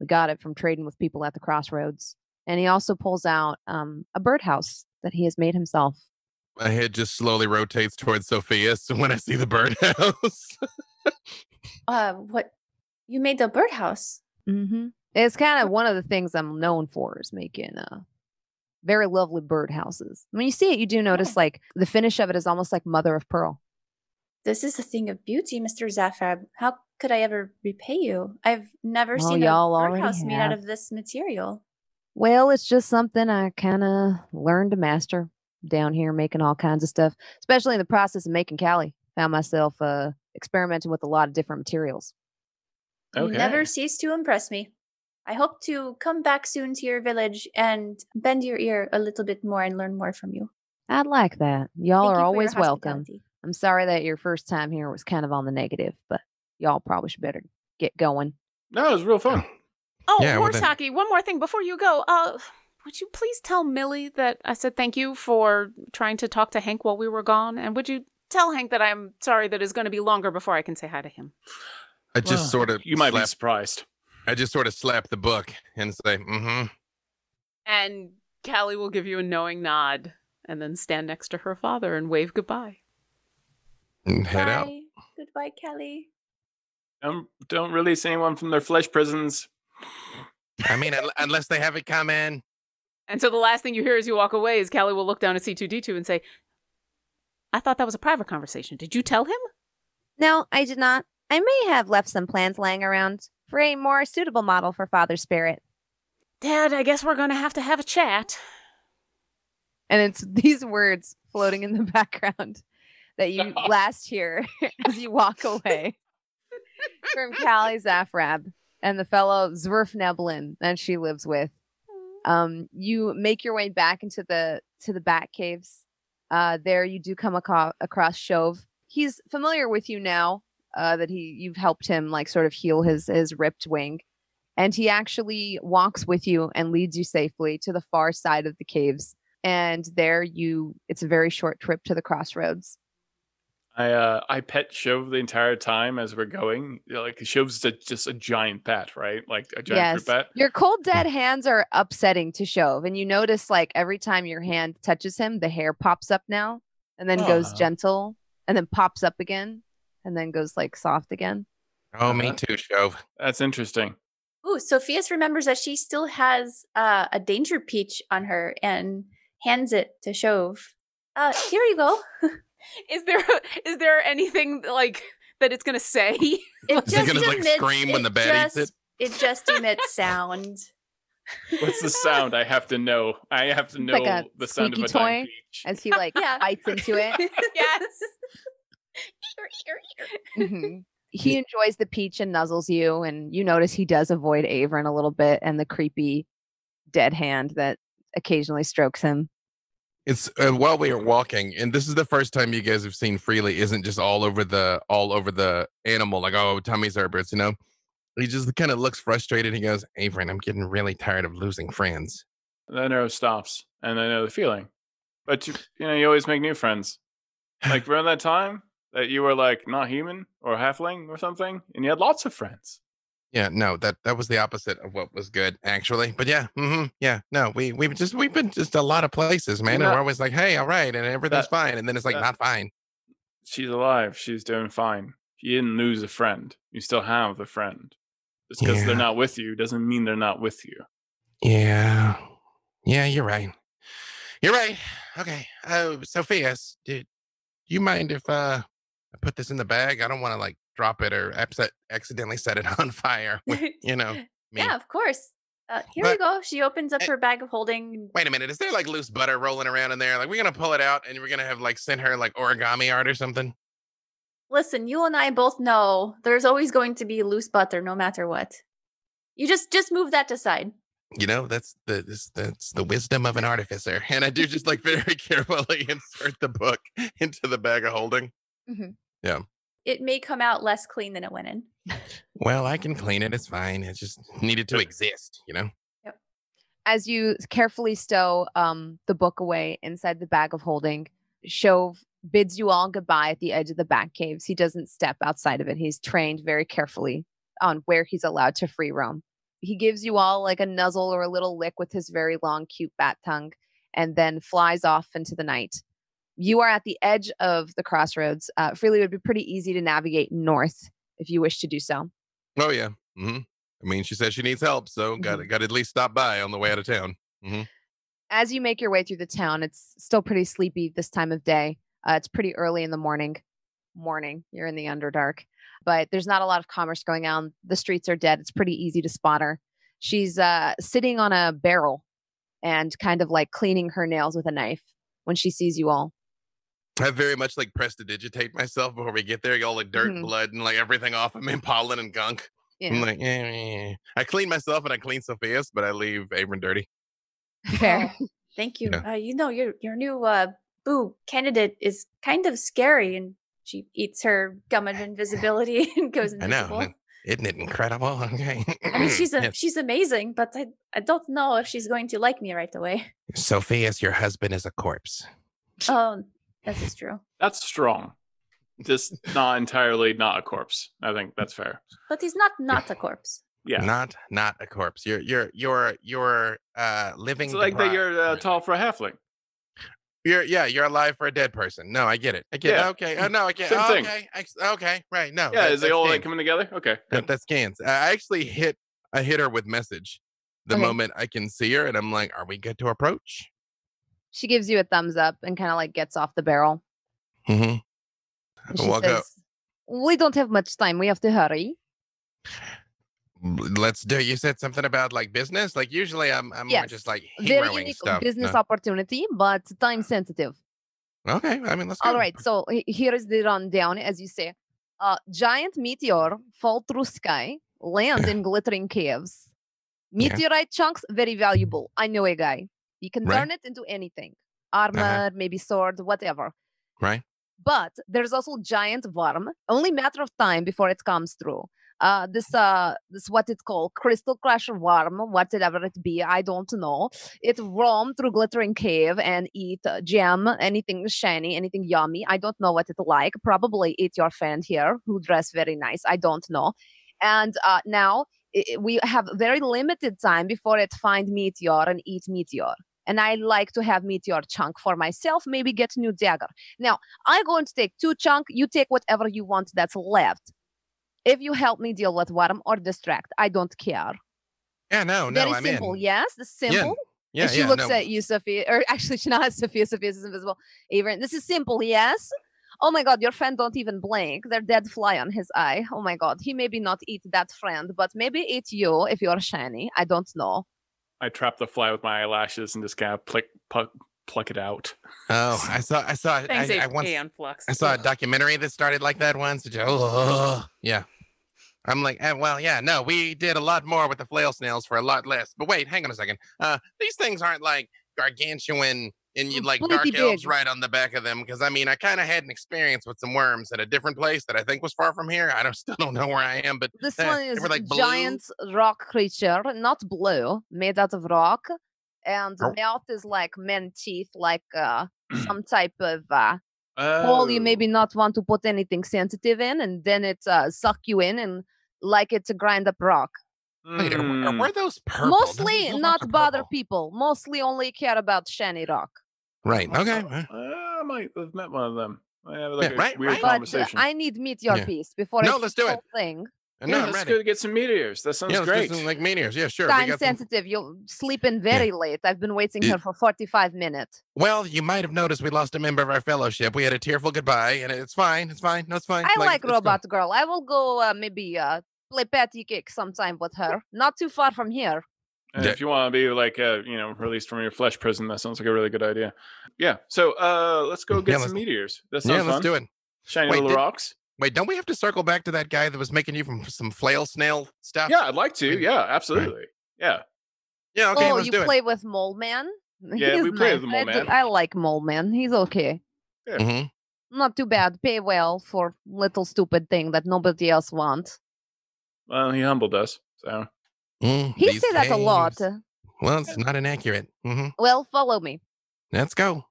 S1: we got it from trading with people at the crossroads. And he also pulls out um, a birdhouse that he has made himself.
S2: My head just slowly rotates towards Sophia <laughs> so when I see the birdhouse. <laughs>
S4: Uh, what? You made the birdhouse.
S1: Mm-hmm. It's kind of one of the things I'm known for is making uh, very lovely birdhouses. When you see it, you do notice like the finish of it is almost like mother of pearl.
S4: This is a thing of beauty, Mr. Zaphab. How could I ever repay you? I've never
S1: Well,
S4: seen a
S1: y'all already
S4: birdhouse made out
S1: have.
S4: of this material.
S1: Well, it's just something I kind of learned to master down here, making all kinds of stuff, especially in the process of making Cali. Found myself uh, experimenting with a lot of different materials.
S5: Okay.
S4: You never cease to impress me. I hope to come back soon to your village and bend your ear a little bit more and learn more from you.
S1: I'd like that. Y'all
S4: Thank you for
S1: are
S4: your
S1: always welcome.
S4: hospitality.
S1: I'm sorry that your first time here was kind of on the negative, but y'all probably should better get going.
S5: No, it was real fun.
S6: Oh,
S2: Yeah, well,
S6: horse
S2: then-
S6: hockey. One more thing before you go. Uh, would you please tell Millie that I said thank you for trying to talk to Hank while we were gone? And would you tell Hank that I'm sorry that it's going to be longer before I can say hi to him?
S2: I just
S5: Well,
S2: sort of
S5: You might be
S2: Oh, slap,
S5: surprised.
S2: I just sort of slap the book and say, mm-hmm.
S6: And Callie will give you a knowing nod and then stand next to her father and wave goodbye.
S2: And head out.
S4: Bye. Goodbye, Kelly.
S5: Don't, don't release anyone from their flesh prisons.
S2: I mean, un- unless they have it come in.
S6: And so the last thing you hear as you walk away is Callie will look down at C2D2 and say, I thought that was a private conversation. Did you tell him?
S1: No, I did not. I may have left some plans lying around for a more suitable model for Father's spirit.
S6: Dad, I guess we're going to have to have a chat.
S1: And it's <laughs> these words floating in the background that you last hear <laughs> as you walk away from Callie Zafrab and the fellow Zwerf Neblin that she lives with. Um, you make your way back into the to the Bat Caves. Uh, there you do come aco- across Shove. He's familiar with you now uh, that he you've helped him like sort of heal his his ripped wing, and he actually walks with you and leads you safely to the far side of the caves and there you it's a very short trip to the crossroads
S5: I uh, I pet Shove the entire time as we're going. You know, Like Shove's a, just a giant pet, right? Like a giant fruit pet.
S1: your cold dead hands are upsetting to shove and you notice like every time your hand touches him the hair pops up now and then goes
S5: Aw.
S1: gentle and then pops up again and then goes like soft again
S2: Oh, me
S5: Uh-huh.
S2: too, Shove.
S5: That's interesting.
S4: Ooh, Sophia's remembers that she still has uh, a danger peach on her and hands it to Shove. Uh, here
S2: <laughs>
S4: you go.
S6: Is there is there anything like that it's going to say? <laughs>
S4: It
S2: Is it gonna, like, scream when the bat eats
S4: just- It just
S2: <laughs>
S4: emits sound.
S5: What's
S1: <laughs>
S5: the sound? I have to know. I have to know
S1: like a
S5: the sound of a
S1: squeaky
S5: dying
S1: toy.
S5: peach.
S1: as he like
S4: Yeah.
S1: bites into it
S4: <laughs>
S6: Yes.
S1: Mhm. he enjoys the peach and nuzzles you and you notice he does avoid avern a little bit and the creepy dead hand that occasionally strokes him
S2: It's uh, while we are walking, and this is the first time you guys have seen freely. Isn't just all over the all over the animal like oh tummy serpents, you know. He just kind of looks frustrated. He goes, Avrin, I'm getting really tired of losing friends.
S5: The arrow stops, and I know the feeling. But you, you know, you always make new friends.
S1: <laughs>
S5: Like around that time that you were like not human or halfling or something, and you had lots of friends.
S2: Yeah, no, that that was the opposite of what was good, actually. But yeah, hmm yeah, no, we we've just we've been just a lot of places, man, and
S5: Yeah.
S2: we're always like, hey, all right, and everything's
S5: That-
S2: fine, and then it's like
S5: that-
S2: not fine.
S5: She's alive. She's doing fine. You didn't lose a friend. You still have a friend. Just because
S2: Yeah.
S5: they're not with you doesn't mean they're not with you.
S2: Yeah, yeah, you're right, you're right. Okay, uh, Sophia, s- did you mind if uh I put this in the bag? I don't want to like drop it or upset accidentally set it <laughs> on fire. with, you know, me.
S4: Yeah, of course. Uh, here we
S2: But-
S4: go. She opens up
S2: Eh.
S4: her bag of holding.
S2: Wait a minute, is there like loose butter rolling around in there? Like we're gonna pull it out and we're gonna have like sent her like origami art or something.
S4: Listen, you and I both know there's always going to be loose butter, no matter what. You just just move that aside.
S2: you know that's the this, that's the wisdom of an artificer and i do just like <laughs> very carefully insert the book into the bag of holding
S4: It may come out less clean than it went in.
S2: well i can clean it it's fine it just <laughs> needed to exist you know
S1: as you carefully stow um, the book away inside the bag of holding, Shove bids you all goodbye at the edge of the back caves. He doesn't step outside of it. He's trained very carefully on where he's allowed to free roam. He gives you all like a nuzzle or a little lick with his very long, cute bat tongue and then flies off into the night. You are at the edge of the crossroads. Uh, freely would be pretty easy to navigate north if you wish to do so.
S2: oh yeah hmm i mean she said she needs help so got to got to at least stop by on the way out of town
S1: as you make your way through the town, it's still pretty sleepy this time of day. Uh, it's pretty early in the morning. Morning, you're in the underdark, but there's not a lot of commerce going on. The streets are dead. It's pretty easy to spot her. She's uh, sitting on a barrel and kind of like cleaning her nails with a knife when she sees you all.
S2: i very much like prestidigitate myself before we get there all like dirt
S1: Mhm.
S2: and blood and like everything off of me <laughs> pollen and gunk i'm
S1: Yeah,
S2: like eh, eh, eh. i clean myself and i clean sophia's but i leave Abram dirty
S1: fair.
S4: Oh, thank you.
S2: Yeah.
S4: Uh, you know your your new uh, boo candidate is kind of scary, and she eats her gum of invisibility <laughs> and goes
S2: I know, Mm,
S4: invisible. I,
S2: isn't it incredible <laughs> okay
S4: mean, she's a,
S2: Yes.
S4: she's amazing, but I I don't know if she's going to like me right away. <laughs>
S2: Sophia's your husband is a corpse.
S4: Oh, this is true.
S5: That's strong. Just not entirely not a corpse. I think that's fair.
S4: But he's not not a corpse.
S5: Yeah.
S2: Not not a corpse. You're you're you're you're uh living
S5: It's like that
S2: deprived
S5: you're uh,
S2: person.
S5: tall for a halfling.
S2: You're yeah, you're alive for a dead person. No, I get it. I get
S5: Yeah.
S2: it. Okay.
S1: <laughs>
S2: Oh no, I get
S5: Same
S2: oh,
S5: thing.
S2: okay. Ex- okay. Right. No.
S5: Yeah,
S2: Oh, that-
S5: is they
S2: that
S5: all like
S2: scans.
S5: coming together? Okay.
S2: that,
S5: good.
S2: that scans. I actually hit I hit her with message the
S1: Okay.
S2: moment I can see her and I'm like, are we good to approach?
S1: She gives you a thumbs up and kind of like gets off the barrel.
S2: Mm-hmm.
S1: And she
S2: Walk
S1: says,
S2: up.
S1: We don't have much time. We have to hurry.
S2: Let's do you said something about like business? Like usually I'm I'm more just
S1: Yes.
S2: like
S1: Very
S2: heroing
S1: unique
S2: stuff. Uh,
S1: business
S2: No.
S1: opportunity, but time sensitive.
S2: Okay. I mean let's go.
S1: All right, so he- here is the rundown, as you say. Uh, giant meteor fall through sky, land in glittering caves.
S2: Yeah.
S1: Meteorite chunks very valuable. I know a guy. You can
S2: Right.
S1: turn it into anything, armor, maybe sword, whatever.
S2: Right.
S1: But there's also giant worm. Only matter of time before it comes through. Uh, this uh, this what it's called, crystal crusher worm, whatever it be, I don't know it roam through glittering cave and eat uh, gem anything shiny anything yummy i don't know what it like probably eat your friend here who dress very nice i don't know and uh, now i i- we have very limited time before it find meteor and eat meteor and I like to have meteor chunk for myself, maybe get new dagger. Now, I'm going to take two chunk, you take whatever you want that's left. If you help me deal with worm or distract, I don't care.
S2: Yeah, no, Oh, no,
S1: Very
S2: I'm
S1: simple,
S2: in.
S1: yes? The simple.
S2: Yeah,
S1: and she
S2: yeah,
S1: looks
S2: no.
S1: at you, Sophia, or <laughs> actually, she not Sophia. Sophia's is invisible. Averin, this is simple, yes. Oh my God, your friend don't even blink. There's dead fly on his eye. Oh my God, he maybe not eat that friend, but maybe eat you if you're shiny. I don't know.
S5: I trap the fly with my eyelashes and just kind of pluck, pluck, pluck it out.
S2: Oh, I saw, I saw,
S6: Thanks,
S2: I, I
S6: H-
S2: once,
S6: and Flux.
S2: I saw a
S6: Ugh.
S2: documentary that started like that once. It's just, Oh, yeah. I'm like, eh, well, yeah, no, we did a lot more with the flail snails for a lot less. But wait, hang on a second. Uh, these things aren't like gargantuan and you'd like dark
S1: Completely
S2: elves
S1: big.
S2: right on the back of them. Because I mean, I kind of had an experience with some worms at a different place that I think was far from here. I don't <laughs> still don't know where I am, but
S1: This
S2: eh,
S1: one
S2: they
S1: is
S2: were, like, blue.
S1: giant rock creature, not blue, made out of rock, and
S2: Oh.
S1: mouth is like man teeth, like uh,
S2: <clears throat>
S1: some type of uh, hole you
S5: Oh.
S1: maybe not want to put anything sensitive in, and then it uh, suck you in and like it to grind up rock.
S2: Wait, are, are-
S5: Mm.
S2: were those purple? Those
S1: Mostly
S2: little
S1: not
S2: ones are
S1: bother
S2: purple.
S1: people. Mostly only care about shiny rock.
S2: Right. Okay. eh.
S5: Uh, I might have met one of them. I have like
S2: Yeah,
S5: a
S2: right,
S5: weird
S2: right.
S1: But uh,
S5: conversation.
S1: I need meet your
S2: Yeah.
S1: piece before
S2: No,
S1: it's
S2: let's do it.
S1: thing.
S2: No,
S5: yeah,
S2: I'm
S5: let's
S2: ready.
S5: go get some meteors. That sounds
S2: yeah, let's do
S5: great.
S2: some, like meteors. Yeah, sure. we
S1: Time
S2: got some-
S1: sensitive. You'll sleep in very late. I've been waiting
S2: Yeah.
S1: here for 45 minutes.
S2: Well, you might have noticed we lost a member of our fellowship. We had a tearful goodbye, and it's fine. It's fine. No, it's fine.
S1: I like
S2: it's fine.
S1: Robot Girl. I will go uh, maybe uh, play patty cake sometime with her. Not too far from here.
S5: And
S2: Yeah.
S5: If you want to be like, uh, you know, released from your flesh prison, that sounds like a really good idea. Yeah. So uh, let's go get
S2: Yeah,
S5: some
S2: let's-
S5: meteors. That sounds
S2: Yeah, let's
S5: fun.
S2: do it.
S5: Shiny
S2: Wait,
S5: little
S2: did-
S5: rocks.
S2: Wait, don't we have to circle back to that guy that was making you from some flail snail stuff?
S5: Yeah, I'd like to.
S2: uh, Wait.
S5: Yeah, absolutely. Yeah.
S2: Yeah. Okay.
S1: oh,
S2: let's
S1: you
S2: do
S1: play with Mole Man? <laughs>
S5: Yeah,
S1: He's
S5: we play with
S1: nice.
S5: Mole
S1: I, do-
S5: Man.
S1: I like Mole Man. He's okay.
S2: it. Mhm.
S1: Not too bad. Pay well for little stupid thing that nobody else wants.
S5: Well, he humbled us. So
S2: Mm,
S1: He
S2: these
S1: say that a lot.
S2: caves. Well, it's not inaccurate. hmm
S1: Well, follow me.
S2: Let's go.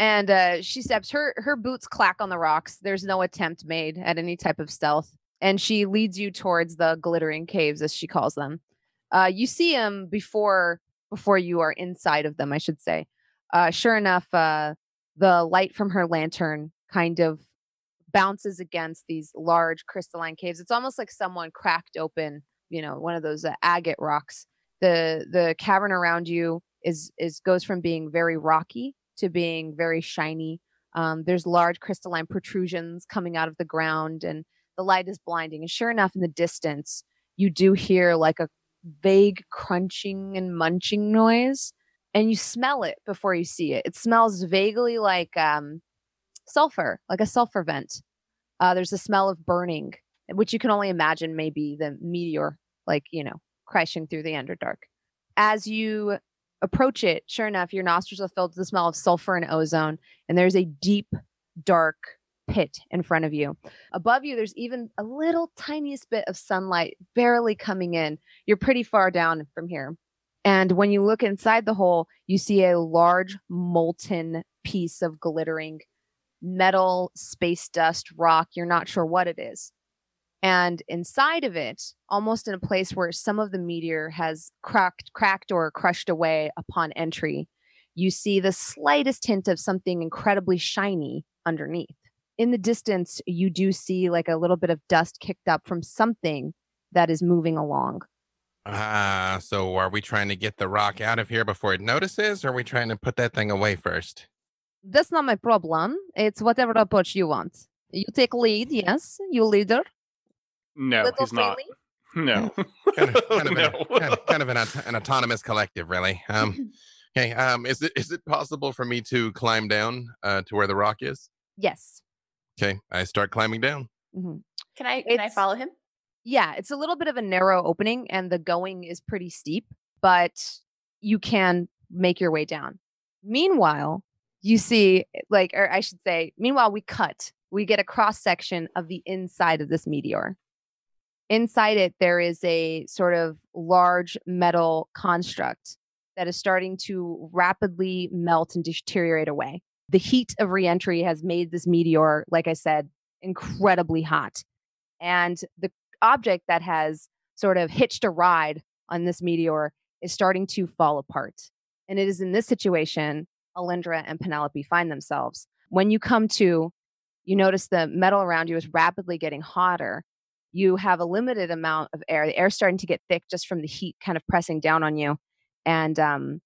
S1: and uh, she steps her her boots clack on the rocks there's no attempt made at any type of stealth and she leads you towards the glittering caves as she calls them uh, you see them before before you are inside of them i should say uh, sure enough uh, the light from her lantern kind of bounces against these large crystalline caves it's almost like someone cracked open you know one of those uh, agate rocks the the cavern around you is is goes from being very rocky to being very shiny. Um, there's large crystalline protrusions coming out of the ground, and the light is blinding. And sure enough, in the distance, you do hear like a vague crunching and munching noise, and you smell it before you see it. It smells vaguely like um, sulfur, like a sulfur vent. Uh, there's a smell of burning, which you can only imagine maybe the meteor, like, you know, crashing through the Underdark. As you approach it, sure enough, your nostrils are filled with the smell of sulfur and ozone, and there's a deep, dark pit in front of you. Above you, there's even a little tiniest bit of sunlight barely coming in. You're pretty far down from here. And when you look inside the hole, you see a large, molten piece of glittering metal, space dust, rock. You're not sure what it is. And inside of it, almost in a place where some of the meteor has cracked, cracked or crushed away upon entry, you see the slightest hint of something incredibly shiny underneath. In the distance, you do see like a little bit of dust kicked up from something that is moving along.
S2: Ah, so are we trying to get the rock out of here before it notices, or are we trying to put that thing away first?
S1: That's not my problem. It's whatever approach you want. You take lead, yes, you leader.
S5: no,
S1: little
S5: he's not.
S1: freely.
S5: No.
S2: Hmm. Kind
S5: <laughs>
S2: of, kind of,
S5: No.
S2: an, kind of, kind of an, aut- an autonomous collective, really. Um, okay. Um, is it is it possible for me to climb down uh, to where the rock is?
S1: Yes.
S2: Okay, I start climbing down.
S1: hmm
S4: Can I can I
S1: It's-
S4: follow him?
S1: yeah, it's a little bit of a narrow opening and the going is pretty steep, but you can make your way down. Meanwhile, you see, eh, like, or I should say, meanwhile, we cut, we get a cross section of the inside of this meteor. Inside it, there is a sort of large metal construct that is starting to rapidly melt and deteriorate away. The heat of reentry has made this meteor, like I said, incredibly hot. And the object that has sort of hitched a ride on this meteor is starting to fall apart. And it is in this situation Alindra and Penelope find themselves. When you come to, you notice the metal around you is rapidly getting hotter. You have a limited amount of air. The air's starting to get thick just from the heat kind of pressing down on you. And um,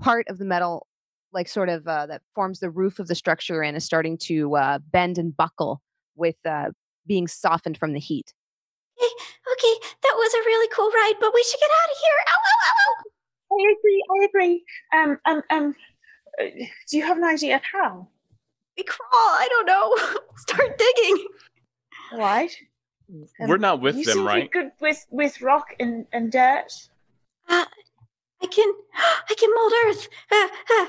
S1: part of the metal, like sort of uh, that forms the roof of the structure you're in, is starting to uh, bend and buckle with uh, being softened from the heat.
S7: Hey, okay, that was a really cool ride, but we should get out of here. Ow, ow, ow, ow.
S3: I agree. I agree. Um, um, um, uh, do you have an idea of how?
S7: We crawl. I don't know. <laughs> Start digging.
S3: Right?
S5: <laughs> We're not with
S3: you
S5: them,
S3: seem to be
S5: right?
S3: Good with with rock and and dirt.
S7: <gasps> Uh, I can, I can mold earth. Uh, uh.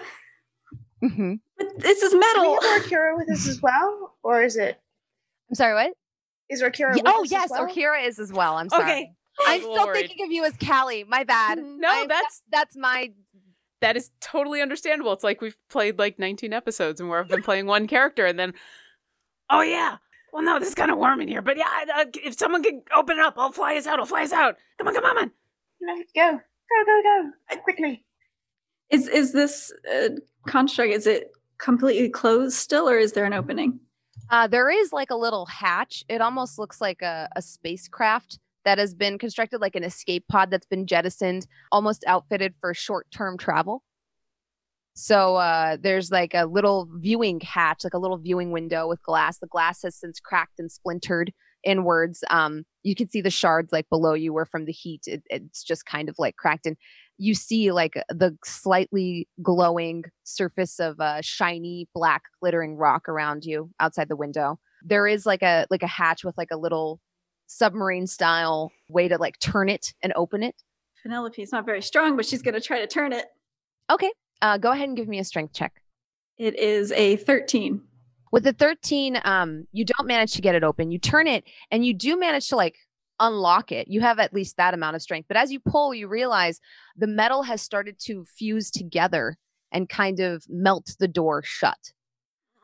S1: Mhm.
S7: But this is
S3: Can we
S7: metal.
S3: have Orkira with us as well, or is it
S1: I'm sorry, what?
S3: is Orkira?
S1: Ye-
S3: with
S1: oh
S3: us as
S1: yes,
S3: well?
S1: Orkira is as well. I'm sorry.
S6: Okay.
S1: I'm still
S6: Lord.
S1: thinking of you as Callie. My bad.
S6: No,
S1: I'm-
S6: that's-
S1: that's my
S6: That is totally understandable. It's like we've played like 19 episodes and where I've been playing one character and then, oh yeah, well no, this is kind of warm in here. But yeah, I, I, if someone can open it up, I'll fly us out. I'll fly us out. Come on, come on, man.
S3: No, Go, go, go, go! Uh, Quickly.
S7: Is is this uh, construct? Is it completely closed still, or is there an opening?
S1: Uh, there is like a little hatch. It almost looks like a, a spacecraft that has been constructed, like an escape pod that's been jettisoned, almost outfitted for short term travel. So uh, there's like a little viewing hatch, like a little viewing window with glass. The glass has since cracked and splintered inwards. Um, you can see the shards like below you where from the heat. It, it's just kind of like cracked. And you see like the slightly glowing surface of a shiny black glittering rock around you outside the window there is like a like a hatch with like a little submarine style way to like turn it and open it
S7: Penelope is not very strong, but she's going to try to turn it.
S1: okay uh, go ahead and give me a strength check
S7: It is a thirteen.
S1: with the 13 um you don't manage to get it open you turn it and you do manage to like unlock it you have at least that amount of strength but as you pull you realize the metal has started to fuse together and kind of melt the door shut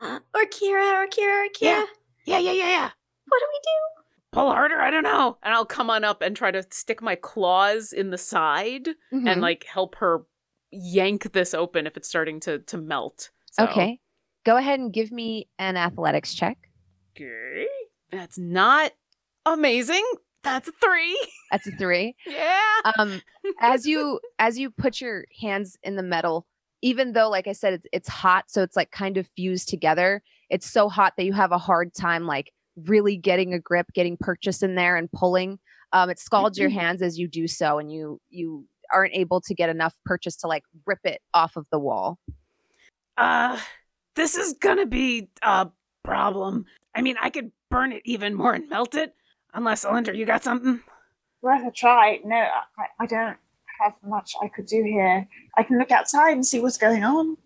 S7: Uh, Orkira, Orkira, Orkira.
S6: Yeah. Yeah, yeah, yeah, yeah.
S7: What do we do?
S6: Pull harder. I don't know. And I'll come on up and try to stick my claws in the side
S1: Mm-hmm.
S6: and like help her yank this open if it's starting to to melt. So,
S1: Okay. Go ahead and give me an athletics check.
S6: okay. That's not amazing. That's a three. <laughs>
S1: That's a three.
S6: Yeah.
S1: Um, as you as you put your hands in the metal, even though, like I said, it's, it's hot, so it's like kind of fused together. It's so hot that you have a hard time like really getting a grip, getting purchase in there, and pulling. Um, it scalds your hands as you do so, and you you aren't able to get enough purchase to like rip it off of the wall.
S9: Uh, this is gonna be a problem. I mean, I could burn it even more and melt it. Unless, Alinder, you got something?
S3: Worth a try. No, I, I don't have much I could do here. I can look outside and see what's going on. Do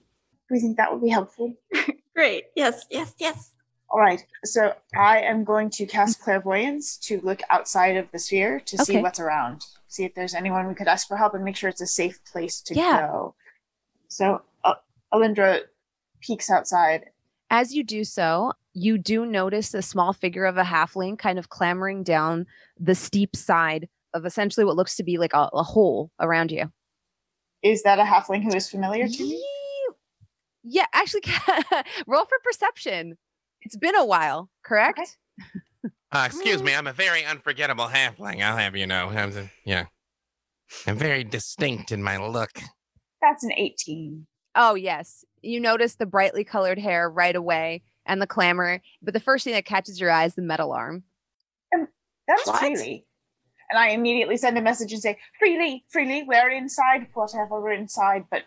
S3: we think that would be helpful?
S7: <laughs> Great. Yes, yes, yes.
S3: All right. So I am going to cast clairvoyance to look outside of the sphere to see
S1: Okay.
S3: what's around. See if there's anyone we could ask for help and make sure it's a safe place to
S1: Yeah.
S3: go. So uh, Alindra peeks outside.
S1: As you do so, you do notice a small figure of a halfling kind of clambering down the steep side of essentially what looks to be like a, a hole around you.
S3: Is that a halfling who is familiar to me?
S1: Yee- Yeah, actually, <laughs> roll for perception. It's been a while, correct?
S2: Uh, excuse me, I'm a very unforgettable halfling. I'll have you know. I'm, the- yeah, I'm very distinct in my look.
S3: That's an 18.
S1: Oh, yes. You notice the brightly colored hair right away and the clamor, but the first thing that catches your eye is the metal arm.
S3: That's
S9: What?
S3: freely. And I immediately send a message and say, freely, freely, we're inside, whatever, we're inside, but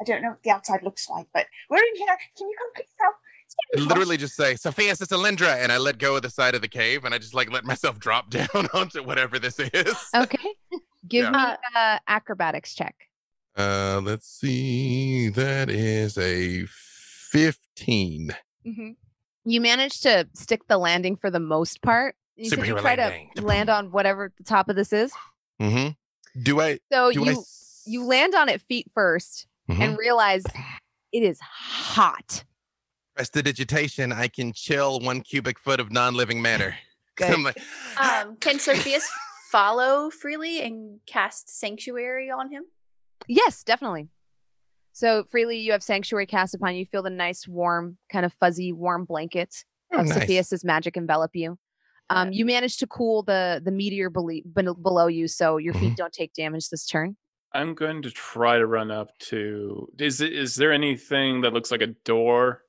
S3: I don't know what the outside looks like, but we're in here. Can you come please help? It's
S2: I
S3: getting hot."
S2: literally just say, Sophia, sister Lindra, and I let go of the side of the cave and I just like let myself <laughs> drop down onto whatever this is.
S1: Okay. Give
S2: Yeah.
S4: Uh,
S1: me an acrobatics check.
S2: Uh, let's see. That is a 15. Mm-hmm.
S1: Mhm. You managed to stick the landing for the most part. You said you
S2: Superhero
S1: try
S2: landing.
S1: to
S2: <laughs>
S1: land on whatever the top of this is.
S2: Mm-hmm. Do I?
S1: So
S2: do
S1: Oh, you
S2: I s-
S1: you land on it feet 1st
S2: Mhm.
S1: and realize it is hot.
S2: prestidigitation? I can chill one cubic foot of non-living matter. <laughs>
S1: Good.
S2: I'm like, "Oh,
S4: Um, can Sophia's follow freely and cast sanctuary on him?
S1: Yes, definitely. So freely you have sanctuary cast upon you. You feel the nice warm, kind of fuzzy, warm blanket
S2: oh,
S1: of
S2: nice.
S1: Cepheus's magic envelop you. Um, you manage to cool the the meteor bele- ben- below you, so your feet
S2: Mhm.
S1: don't take damage this turn.
S5: I'm going to try to run up to. Is it- is there anything that looks like a door?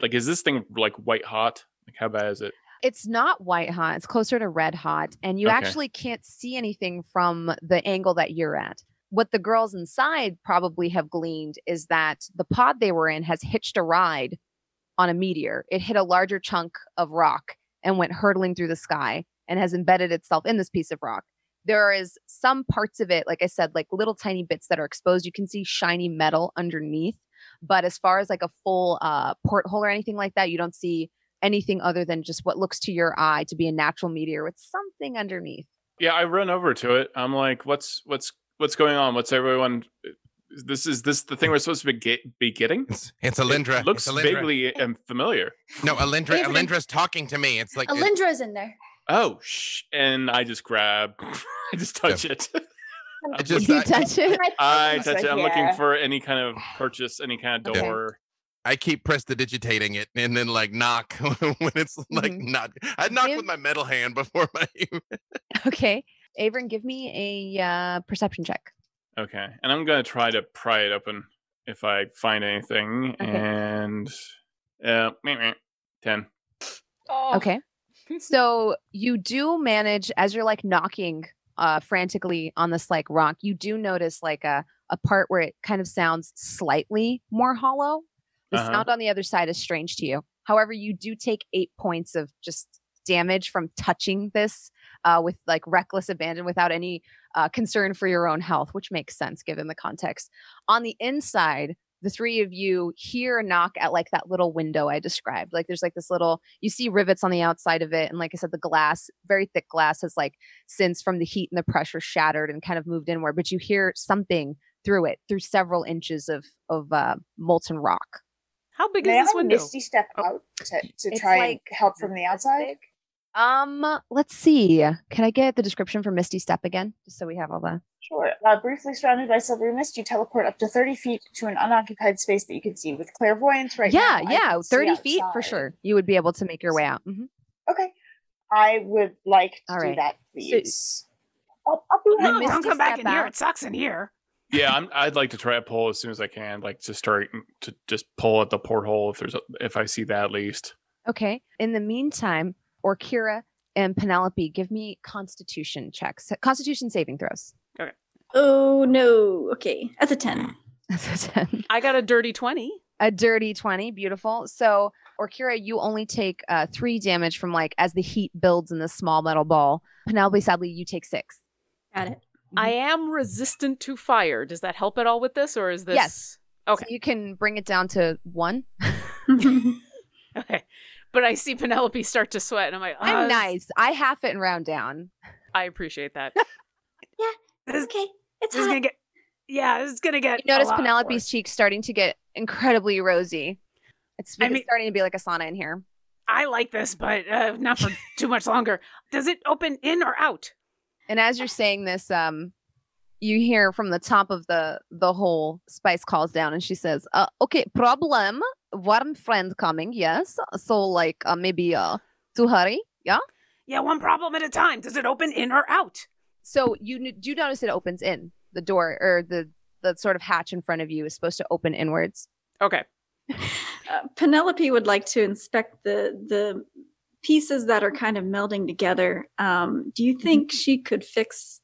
S5: Like, is this thing like white hot? Like, how bad is it?
S1: It's not white hot; it's closer to red hot, and you
S5: Okay.
S1: actually can't see anything from the angle that you're at. What the girls inside probably have gleaned is that the pod they were in has hitched a ride on a meteor. It hit a larger chunk of rock and went hurtling through the sky and has embedded itself in this piece of rock. There is some parts of it, like I said, like little tiny bits that are exposed. You can see shiny metal underneath, But as far as like a full uh, porthole or anything like that, you don't see anything other than just what looks to your eye to be a natural meteor with something underneath. <laughs>
S5: Yeah, I run over to it. I'm like, "What's what's what's going on? What's everyone? This is this the thing we're supposed to be get, be getting?
S2: It's, it's
S5: It
S2: Alindra. It's
S5: looks
S2: Alindra.
S5: vaguely um, familiar.
S2: No, Alindra.
S4: Favorite-
S2: Alindra's talking to me. It's like it-
S4: Alindra's in
S9: <laughs>
S4: there.
S5: Oh, shh. and I just grab, <laughs> I just touch it. <laughs> I'm
S2: It just-
S5: looking-
S1: you touch it. <laughs>
S9: Uh,
S5: I touch it. I'm looking
S3: Yeah.
S5: for any kind of purchase, any kind of
S3: Okay.
S5: door.
S2: I keep press the digitating it and then like knock <laughs> when it's like
S1: Mhm.
S2: not. I knock
S1: Give-
S2: with my metal hand before my. <laughs>
S1: Okay. Averin, give me a uh, perception check.
S5: Okay, and I'm gonna try to pry it open if I find anything.
S1: Okay.
S5: And uh, meh, meh, ten.
S6: Oh.
S1: Okay. so you do manage as you're like knocking uh frantically on this like rock, you do notice like a a part where it kind of sounds slightly more hollow. The
S5: Uh-huh.
S1: sound on the other side is strange to you. However, you do take 8 points of just damage from touching this uh with like reckless abandon without any uh concern for your own health, which makes sense given the context. On the inside, the three of you hear a knock at like that little window I described. Like there's like this little you see rivets on the outside of it and like I said the glass, very thick glass has like since from the heat and the pressure shattered and kind of moved inward, but you hear something through it through several inches of of uh, molten rock.
S6: How big
S3: May I
S6: is this window? Oh.
S3: Misty step out to, to
S1: It's
S3: try and
S1: like-
S3: help from the outside?
S1: Um, let's see. Can I get the description for Misty Step again just so we have all the
S3: Sure. Uh, briefly surrounded by silvery mist, you teleport up to 30 feet to an unoccupied space that you can see with clairvoyance right
S1: Yeah,
S3: now, I
S1: yeah,
S3: can see
S1: 30 feet for
S3: outside.
S1: sure. You would be able to make your way out. Mhm.
S3: Okay. I would like to
S1: All
S3: do
S1: right.
S3: that, please. I'll, I'll be right
S1: Let
S9: No,
S1: Misty
S9: don't come back
S1: step
S9: in here.
S1: out.
S9: It sucks in here.
S5: Yeah, I'm, I'd like to try a pull as soon as I can, like to start mm, to just pull at the porthole if there's a, if I see that at least.
S1: Okay. In the meantime, Orkira and Penelope, give me constitution checks, constitution saving throws. <laughs>
S7: Oh no. Okay. That's a 10.
S1: That's a 10.
S6: I got a dirty 20.
S1: A dirty 20. Beautiful. So, Orkira, you only take uh, three damage from like as the heat builds in this small metal ball. Penelope, sadly, you take six.
S7: Got it.
S1: Mm-hmm.
S6: I am resistant to fire. Does that help at all with this, or is this?
S1: Yes.
S6: Okay.
S1: So you can bring it down to one.
S6: <laughs> Okay. But I see Penelope start to sweat, and I'm like,
S9: Uh,
S1: I'm
S6: "Ah,
S1: nice. I half it and round down.
S6: I appreciate
S1: <laughs>
S6: that.
S9: This,
S7: okay. It's
S9: this is
S7: hot.
S9: gonna get. Yeah, this is gonna get.
S1: You notice
S9: a lot
S1: Penelope's
S9: worse.
S1: cheeks starting to get incredibly rosy. It's,
S9: I
S1: it's
S9: mean-
S1: starting to be like a sauna in here.
S9: I like this, but uh, not
S1: <laughs>
S9: for too much longer. Does it open in or out?
S1: And as you're saying this, um, you hear from the top of the the hole, Spice calls down and she says, uh, "Okay, problem. One friend coming. Yes. So like uh, maybe uh, to hurry. Yeah.
S9: Yeah, one problem at a time. Does it open in or out?
S1: So you n- do notice it opens in the door or the the sort of hatch in front of you is supposed to open inwards.
S6: Okay.
S7: Uh, Penelope would like to inspect the the pieces that are kind of melding together. Um, do you think she could fix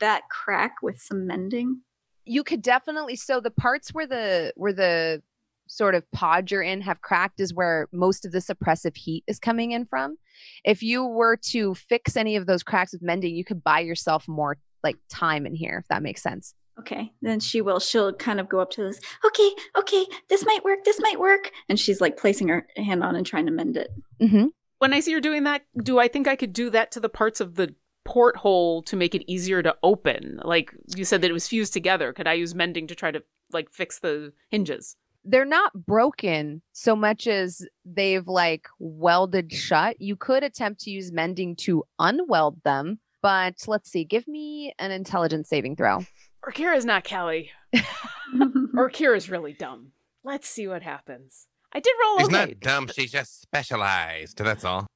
S7: that crack with some mending?
S1: You could definitely. So the parts where the where the sort of pod you're in have cracked is where most of the suppressive heat is coming in from. If you were to fix any of those cracks with mending, you could buy yourself more like time in here, if that makes sense.
S7: Okay, then she will. She'll kind of go up to this. Okay, okay, this might work. This might work. And she's like placing her hand on and trying to mend it. <laughs>
S1: Mm-hmm.
S6: When I see her doing that, do I think I could do that to the parts of the porthole to make it easier to open? Like you said that it was fused together. Could I use mending to try to like fix the hinges?
S1: They're not broken so much as they've like welded shut. You could attempt to use mending to unweld them, but let's see. Give me an intelligence saving throw.
S6: Or Kira's not Kelly.
S9: Hmm.
S6: Or Kira's really dumb. Let's see what happens. I did roll
S2: She's
S6: Oh, okay.
S2: not dumb. She's just specialized. That's all.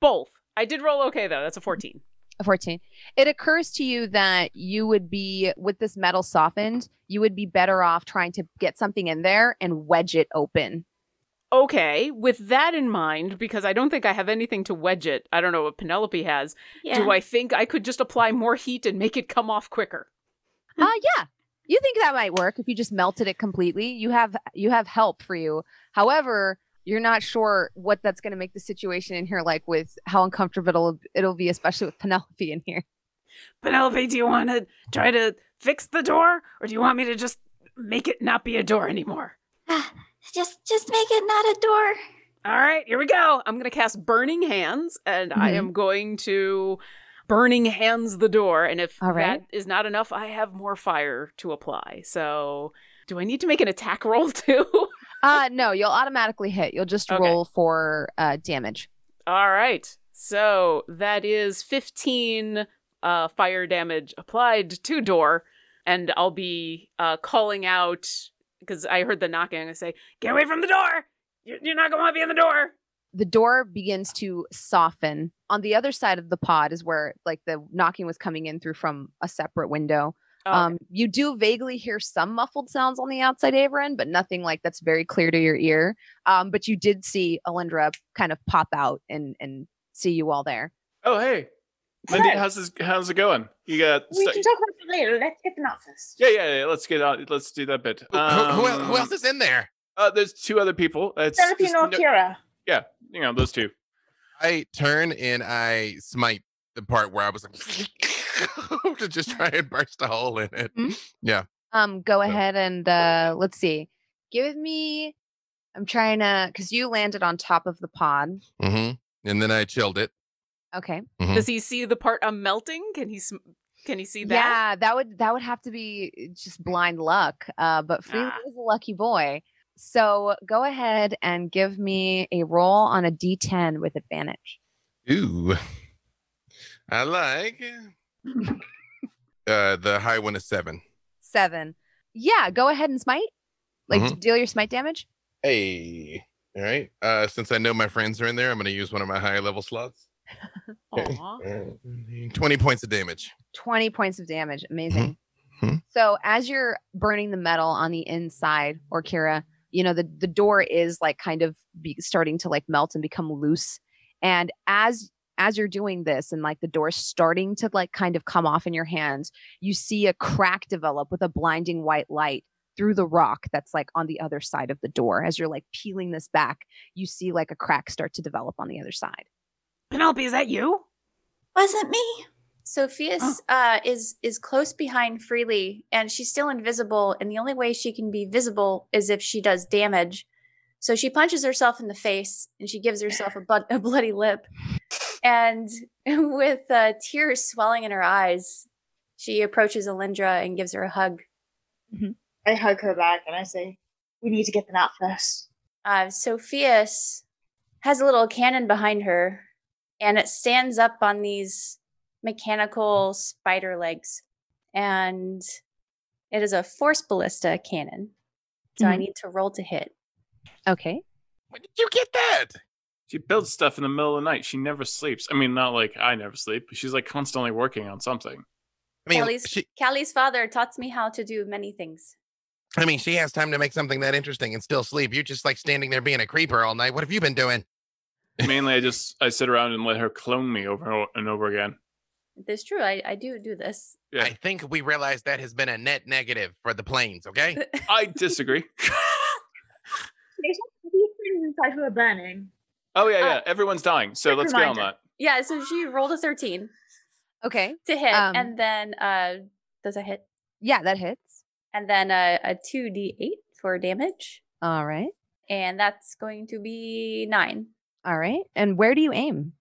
S6: Both. I did roll okay though. That's a 14.
S1: a 14 it occurs to you that you would be with this metal softened you would be better off trying to get something in there and wedge it open
S6: Okay, with that in mind, because I don't think I have anything to wedge it. I don't know what Penelope has.
S7: yeah.
S6: Do I think I could just apply more heat and make it come off quicker?
S1: uh yeah you think that might work if you just melted it completely you have you have help for you however you're not sure what that's going to make the situation in here like with how uncomfortable it'll, it'll be especially with penelope in here
S9: Penelope, do you want to try to fix the door, or do you want me to just make it not be a door anymore?
S7: Ah, just just make it not a door.
S6: All right, here we go. I'm going to cast Burning Hands, and I
S1: Mm-hmm.
S6: am going to Burning Hands the door. And if
S1: All right.
S6: that is not enough, I have more fire to apply. So, do I need to make an attack roll <laughs> too?
S1: Uh, no, you'll automatically hit. You'll just
S6: Okay.
S1: roll for uh, damage.
S6: All right. So, that is 15 uh, fire damage applied to door. And I'll be uh, calling out because I heard the knocking. I say,
S9: Get away from the door! You're, you're not going to want to be in the door.
S1: The door begins to soften. On the other side of the pod is where like the knocking was coming in through from a separate window.
S6: oh,
S1: Um, you do vaguely hear some muffled sounds on the outside, Averin, but nothing like that's very clear to your ear. Um, but you did see Alindra kind of pop out and and see you all there.
S5: Oh, hey, Lindy,
S3: Hey.
S5: how's this, how's it going? You got?
S3: We
S5: st-
S3: can talk about it later. Let's get them out first.
S5: yeah, yeah, yeah. Let's get out. Let's do that bit.
S2: Who- who, who, el-
S5: Um,
S2: who else is in there?
S5: Uh, there's two other people. It's
S3: Serapino
S5: it's no-
S3: Kira.
S5: you know those two.
S2: I turn and I smite the part where I was like, <laughs> to just try and burst a hole in it.
S1: Um, go
S2: Yeah.
S1: ahead and uh, let's see. Give me. I'm trying to because you landed on top of the pod.
S2: hmm And then I chilled it.
S1: Okay.
S6: Does he see the part I'm melting? Can he sm- can he see that?
S1: Yeah, that would that would have to be just blind luck. Uh, but Freely
S9: Ah.
S1: is a lucky boy. So go ahead and give me a roll on a D10 with advantage.
S2: Ooh. <laughs> I like. Uh, the high one is seven.
S1: Seven. Yeah, go ahead and smite. Like
S2: Mhm.
S1: deal your smite damage.
S2: Hey. All right. Uh, since I know my friends are in there, I'm going to use one of my higher level slots. Okay.
S1: Oh.
S6: Aw.
S2: Uh, 20 points of damage.
S1: 20 points of damage. Amazing.
S2: Mhm.
S1: So as you're burning the metal on the inside, or Kira, you know, the, the door is like kind of be starting to like melt and become loose. And as as you're doing this and like the door starting to like kind of come off in your hands, you see a crack develop with a blinding white light through the rock that's like on the other side of the door. As you're like peeling this back, you see like a crack start to develop on the other side.
S9: Penelope, is that you?
S7: Wasn't me.
S4: Sophia's uh, is is close behind Freely, and she's still invisible. And the only way she can be visible is if she does damage. So she punches herself in the face, and she gives herself a, blood, <laughs> a bloody lip. And <laughs> with uh, tears swelling in her eyes, she approaches Alindra and gives her a hug.
S3: I hug her back and I say, "We need to get them out first.
S4: Uh, Sophia's has a little cannon behind her, and it stands up on these mechanical spider legs, and it is a force ballista cannon. So I
S1: Mhm.
S4: need to roll to hit.
S1: Okay.
S2: When did you get that?
S5: She builds stuff in the middle of the night. She never sleeps. I mean, not like I never sleep, but she's like constantly working on something.
S2: I mean,
S4: Callie's,
S2: she,
S4: Callie's father taught me how to do many things.
S2: I mean, she has time to make something that interesting and still sleep. You're just like standing there being a creeper all night. What have you been doing?
S5: Mainly, I just I sit around and let her clone me over and over again.
S4: It's true. I, I do do this.
S5: Yeah,
S2: I think we realize that has been a net negative for the
S1: <laughs>
S2: planes, okay?
S5: I disagree.
S3: These things inside who are burning.
S5: Oh yeah,
S4: Uh,
S5: yeah. Everyone's dying, so
S3: quick
S5: let's get on
S3: reminder.
S5: that.
S4: <laughs> Yeah, so she rolled a 13
S1: Okay.
S4: to hit,
S1: Um,
S4: and then uh, does a hit,
S1: Yeah, that hits.
S4: and then uh, a, a 2d8 for damage,
S1: All right.
S4: and that's going to be nine.
S1: All right. And where do you aim?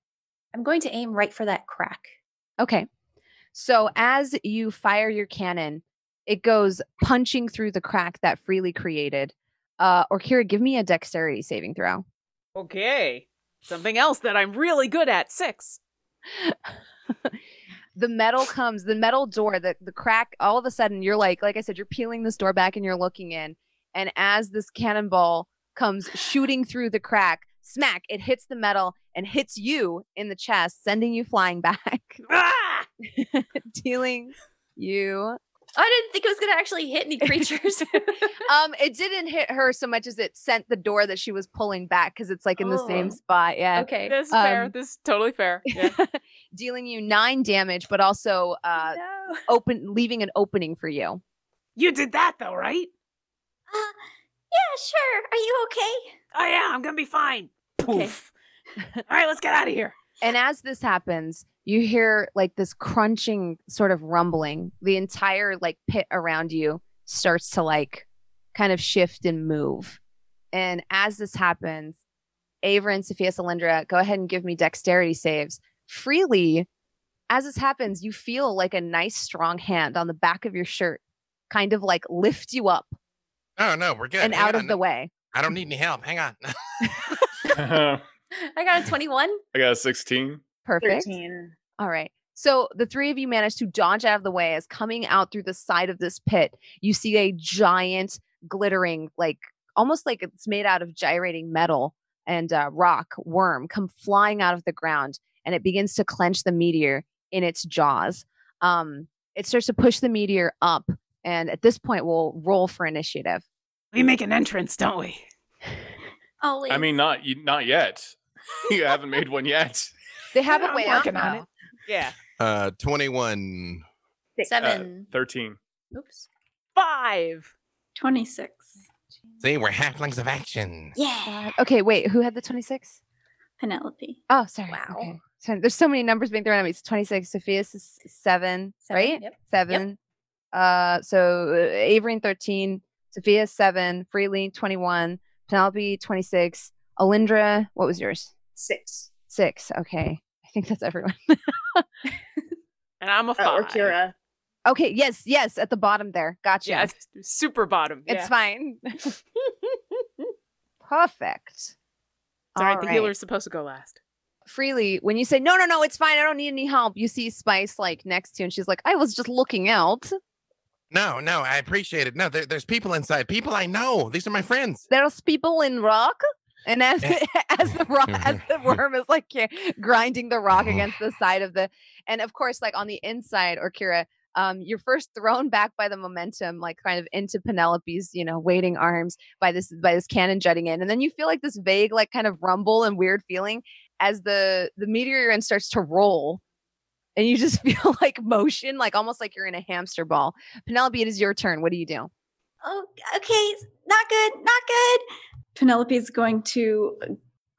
S4: I'm going to aim right for that crack.
S1: Okay. So as you fire your cannon, it goes punching through the crack that freely created. Uh, or Kira, give me a dexterity saving throw.
S6: Okay. Something else that I'm really good at. Six.
S1: The metal comes, the metal door, the, the crack, all of a sudden you're like, like I said, you're peeling this door back and you're looking in. And as this cannonball comes shooting through the crack, smack, it hits the metal and hits you in the chest, sending you flying <laughs> back,
S9: Ah!
S1: <laughs> dealing you
S4: I didn't think it was going to actually hit any creatures.
S1: um it didn't hit her so much as it sent the door that she was pulling back because it's like in the
S4: Oh.
S1: same spot yeah
S4: <laughs> okay. <laughs>
S6: This is
S1: Um,
S6: fair. This is totally fair.
S1: <laughs>
S6: Yeah.
S1: dealing you nine damage but also uh
S4: No.
S1: open leaving an opening for you
S9: You did that, though, right?
S7: Uh, yeah, sure. Are you okay?
S9: Oh, yeah, I'm going to be fine.
S4: Okay.
S9: Poof. All right, let's get out of here.
S1: and as this happens you hear like this crunching sort of rumbling the entire like pit around you starts to like kind of shift and move. And as this happens, Ava and Sophia Solyndra, go ahead and give me dexterity saves freely. As this happens, you feel like a nice strong hand on the back of your shirt, kind of like lift you up
S2: Oh no, we're good.
S1: and
S2: Hang
S1: out of
S2: on.
S1: the way.
S2: I don't need any help. Hang on. <laughs>
S5: <laughs> I
S4: I got a 21.
S5: got a 16.
S1: Perfect.
S3: Thirteen.
S1: All right. So the three of you manage to dodge out of the way as coming out through the side of this pit, you see a giant glittering, like almost like it's made out of gyrating metal and uh, rock worm come flying out of the ground and it begins to clench the meteor in its jaws. Um, it starts to push the meteor up. And at this point, we'll roll for initiative.
S9: We make an entrance, don't we?
S7: Always.
S5: I mean, not you- not yet. <laughs> you haven't made one yet.
S1: They have a
S9: I'm
S1: way out.
S9: working on
S1: now.
S9: it. Yeah.
S2: Uh, twenty-one.
S3: uh,
S4: Seven.
S5: 13.
S4: Oops.
S6: Five.
S7: 26.
S2: See, we're halflings of action.
S7: Yeah.
S1: Okay, wait, who had the 26?
S7: Penelope.
S1: Oh, sorry.
S4: Wow.
S1: Okay. So There's so many numbers being thrown at me. It's 26. Sophia's is seven,
S4: Seven,
S1: right?
S4: Yep.
S1: Seven. Uh, so uh, Avery 13, Sophia seven, Freely 21, Penelope 26, Alindra, what was yours?
S3: Six.
S1: Six. Okay. I think that's everyone. <laughs>
S6: And I'm a
S3: Uh,
S6: five.
S3: or Kira.
S1: okay. Yes. Yes. At the bottom there. Gotcha.
S6: Yeah. it's Super bottom.
S1: It's
S6: yeah.
S1: fine. <laughs> Perfect.
S6: It's all right.
S1: All
S6: The healer's supposed to go last.
S1: freely when you say no no no it's fine i don't need any help you see spice like next to you and she's like i was just looking out
S2: No, no, I appreciate it. No, there, there's people inside. People I know. These are my friends.
S1: there's people in rock and as <laughs> as the rock as the worm is like yeah, grinding the rock against the side of the and of course like on the inside or kira um, you're first thrown back by the momentum, like kind of into Penelope's, you know, waiting arms by this by this cannon jutting in, and then you feel like this vague, like kind of rumble and weird feeling as the the meteor you're in starts to roll, and you just <laughs> feel like motion, like almost like you're in a hamster ball. Penelope, it is your turn. What do you do?
S7: Oh, okay. Not good. Not good. Penelope's going to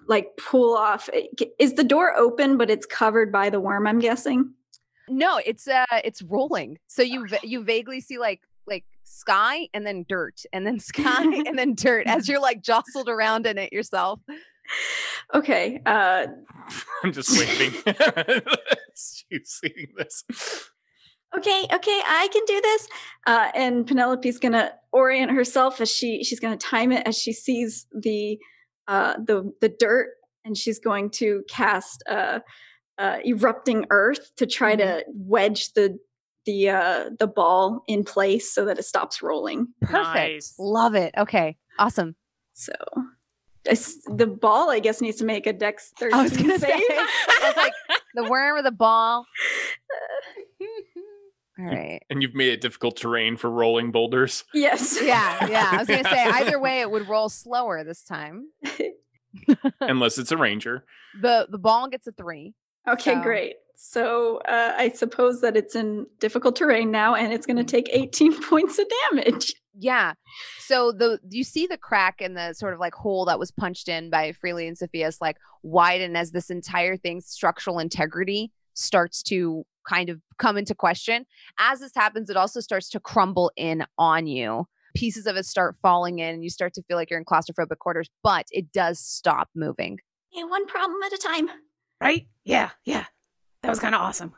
S7: like pull off. Is the door open, but it's covered by the worm, I'm guessing?
S1: No, it's uh it's rolling. So you va- you vaguely see like like sky and then dirt and then <laughs> sky and then dirt as you're like jostled around in it yourself.
S7: Okay. Uh,
S5: I'm just <laughs> waving. She's seeing this.
S7: okay okay i can do this uh, and penelope's gonna orient herself as she she's gonna time it as she sees the uh, the the dirt and she's going to cast uh, uh, erupting earth to try
S1: Mm-hmm.
S7: to wedge the the uh, the ball in place so that it stops rolling
S1: Perfect.
S6: Nice.
S1: Love it. Okay. Awesome.
S7: so I s- the ball i guess needs to make a dex 13
S1: I was gonna
S7: save.
S1: say. I was like, the worm or the ball. All right.
S5: And you've made it difficult terrain for rolling boulders.
S7: <laughs> yes
S1: Yeah, yeah. I was gonna say either way, it would roll slower this time.
S7: <laughs>
S5: Unless it's a ranger.
S1: the The ball gets a three.
S7: Okay,
S1: So-
S7: great. So uh, I suppose that it's in difficult terrain now, and it's going to take 18 <laughs> points of damage.
S1: Yeah. So the you see the crack and the sort of like hole that was punched in by Freely and Sophia's like widen as this entire thing's structural integrity starts to kind of come into question. As this happens, it also starts to crumble in on you. Pieces of it start falling in and you start to feel like you're in claustrophobic quarters, but it does stop moving.
S7: Yeah, one problem at a time.
S9: Right? Yeah, yeah. That was kind of awesome.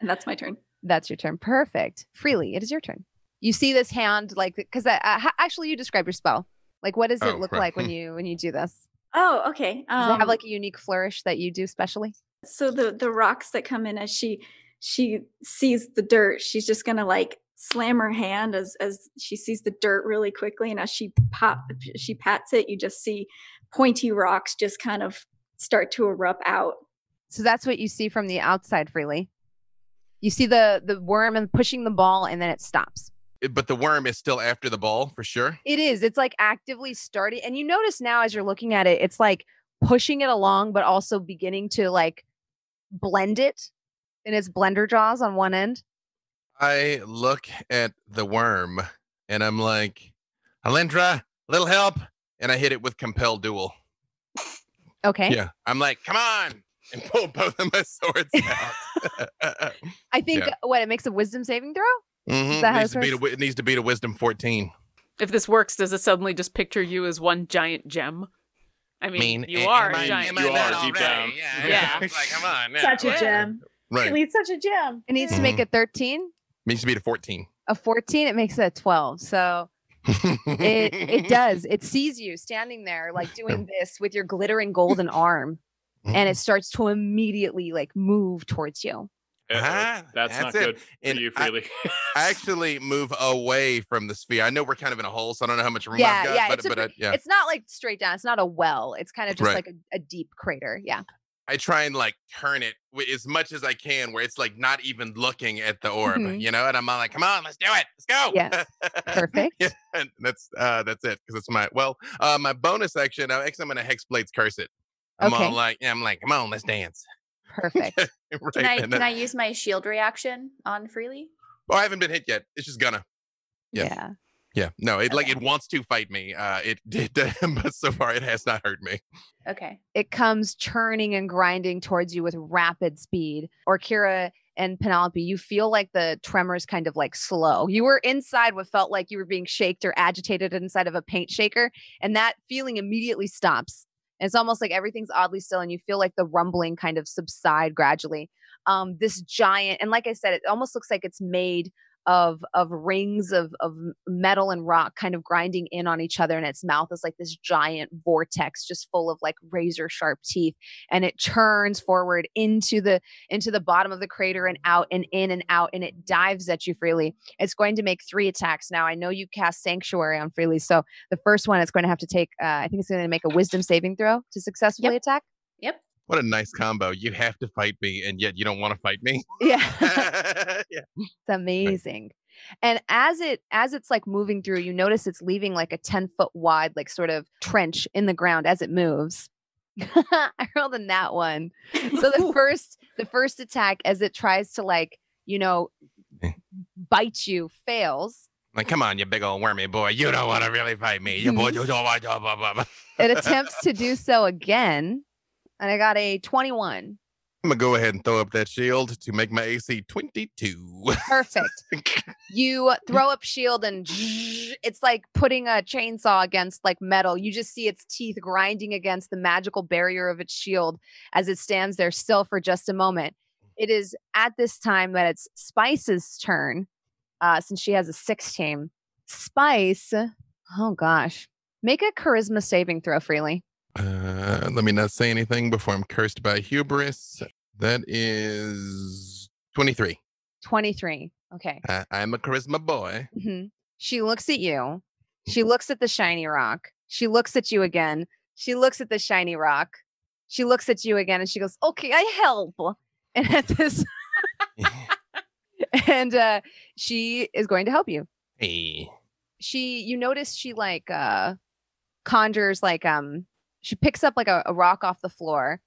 S7: And that's my turn.
S1: That's your turn. Perfect. Freely, it is your turn. You see this hand like because uh, ha- actually you describe your spell. Like what does it
S2: Oh,
S1: look
S2: crap.
S1: like
S2: <laughs>
S1: when you when you do this?
S7: Oh, okay.
S1: Does it
S7: Um,
S1: have like a unique flourish that you do specially?
S7: so the the rocks that come in as she she sees the dirt, she's just going to like slam her hand as as she sees the dirt really quickly, and as she pop she pats it, you just see pointy rocks just kind of start to erupt out.
S1: So that's what you see from the outside freely. You see the the worm and pushing the ball and then it stops.
S2: It- Eh, But the worm is still after the ball for sure.
S1: It is. It's like actively starting and you notice now as you're looking at it it's like pushing it along but also beginning to like blend it in its blender jaws on one end.
S2: I look at the worm and I'm like, Alindra, little help. And I hit it with compel duel.
S1: Okay.
S2: Yeah. I'm like, come on. And pull both of my
S6: <laughs>
S2: swords out. <laughs>
S1: I think
S2: Yeah.
S1: what it makes a wisdom saving throw?
S2: Mhm,
S1: that how
S2: needs,
S1: it
S2: to beat a,
S1: works?
S2: wi- it needs to beat a wisdom 14.
S6: If this works, does it suddenly just picture you as one giant gem? I mean, you
S2: a-
S6: are
S2: am I-
S6: a giant.
S2: am I
S5: You
S2: not
S5: are, deep
S2: already?
S5: down.
S2: <laughs> Yeah,
S6: Yeah.
S2: it's like come on, yeah,
S3: Such a
S2: right,
S3: gem.
S2: Right,
S3: Really, such a gem.
S1: It needs to
S2: Mm.
S1: make a 13.
S2: needs to be to fourteen.
S1: A 14, it makes it a 12. So it it
S2: <laughs>
S1: does. It sees you standing there like doing this with your glittering golden arm and
S2: Mm-hmm.
S1: it starts to immediately like move towards you.
S5: Uh-oh.
S2: Ah,
S5: That's,
S2: that's
S5: not
S2: it.
S5: good
S2: And
S5: for you,
S2: I-
S5: Freely.
S2: I actually move away from the sphere. I know we're kind of in a hole, so I don't know how much room
S1: yeah,
S2: I've got.
S1: yeah,
S2: but
S1: it's a
S2: but I,
S1: bit-
S2: yeah,
S1: It's not like straight down. It's not a well. It's kind of just
S2: Right.
S1: like a, a deep crater.
S2: <laughs>
S1: Yeah.
S2: I try and like turn it wi- as much as I can, where it's like not even looking at the orb,
S1: Mhm.
S2: you know. And I'm all like, "Come on, let's do it. Let's go."
S1: Yes. Perfect.
S2: yeah, <laughs> and that's uh, that's it because it's my well, uh, my bonus action. Uh, actually, I'm gonna hex blades curse it. I'm all
S1: Okay.
S2: like, yeah, I'm like, come on, let's dance. <laughs>
S1: Perfect.
S2: right.
S4: Can I
S2: and
S4: can
S2: then-
S4: I use my shield reaction on freely?
S2: oh, I haven't been hit yet. It's just gonna. Yeah.
S1: yeah.
S2: Yeah. No, it like
S4: Okay.
S2: it wants to fight me. Uh, it <laughs> did, but so far it has not hurt me.
S4: Okay.
S1: it comes churning and grinding towards you with rapid speed. Or Kira and Penelope, you feel like the tremors kind of like slow. You were inside what felt like you were being shaked or agitated inside of a paint shaker, and that feeling immediately stops. And it's almost like everything's oddly still, and you feel like the rumbling kind of subside gradually. Um, this giant, and like I said, it almost looks like it's made of of rings of of metal and rock kind of grinding in on each other and its mouth is like this giant vortex just full of like razor sharp teeth and it churns forward into the into the bottom of the crater and out and in and out and it dives at you freely it's going to make three attacks now i know you cast sanctuary on freely so the first one it's going to have to take uh, i think it's going to make a wisdom saving throw to successfully attack
S4: Yep.
S2: What a nice combo. You have to fight me, and yet you don't want to fight me. <laughs>
S1: yeah
S2: yeah.
S1: It's amazing. And as it as it's like moving through, you notice it's leaving like a 10 foot wide, like sort of trench in the ground as it moves. <laughs> I rolled in that one. <laughs> So the
S6: <laughs>
S9: <laughs>
S1: first the first attack as it tries to like, you know,
S2: Eh.
S1: bite you fails.
S2: Like, come on, you big old wormy boy. You don't want to really fight me. You boy, you don't want to. Blah, blah, blah.
S1: It
S2: <laughs>
S1: attempts to do so again. And I got a 21.
S2: I'm going to go ahead and throw up that shield to make my AC 22.
S1: Perfect. You throw up shield and it's like putting a chainsaw against like metal. You just see its teeth grinding against the magical barrier of its shield as it stands there still for just a moment. It is at this time that it's Spice's turn, uh, since she has a 16. Spice, oh gosh, make a charisma saving throw freely.
S2: <laughs> Uh, let me not say anything before I'm cursed by hubris. That is 23.
S1: 23. Okay.
S2: I- I'm a charisma boy. <laughs>
S1: hmm She looks at you. She looks at the shiny rock. She looks at you again. She looks at the shiny rock. She looks at you again and she goes, Okay, I help. <laughs> And at this, and uh, she is going to help you.
S2: hey.
S1: She, you notice she like uh, conjures, like, um, she picks up like a, a rock off the floor,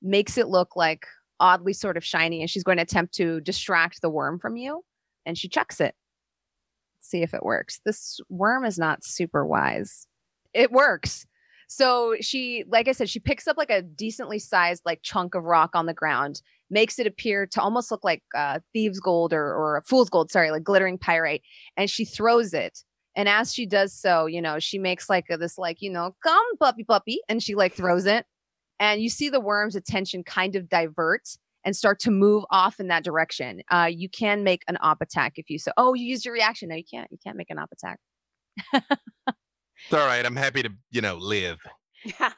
S1: makes it look like oddly sort of shiny, and she's going to attempt to distract the worm from you. And she checks it see if it works. This worm is not super wise. It works. So she, like I said, she picks up like a decently sized like chunk of rock on the ground, makes it appear to almost look like uh, thieves' gold or or fool's gold, sorry, like glittering pyrite, and she throws it. And as she does so, you know, she makes like a, this like you know, come puppy puppy, and she like throws it, and you see the worm's attention kind of divert and start to move off in that direction. Uh, you can make an op attack if you so. Oh, you used your reaction. No, you can't. You can't make an op attack. <laughs>
S2: It's all right. I'm happy to, you know, live.
S9: Oh,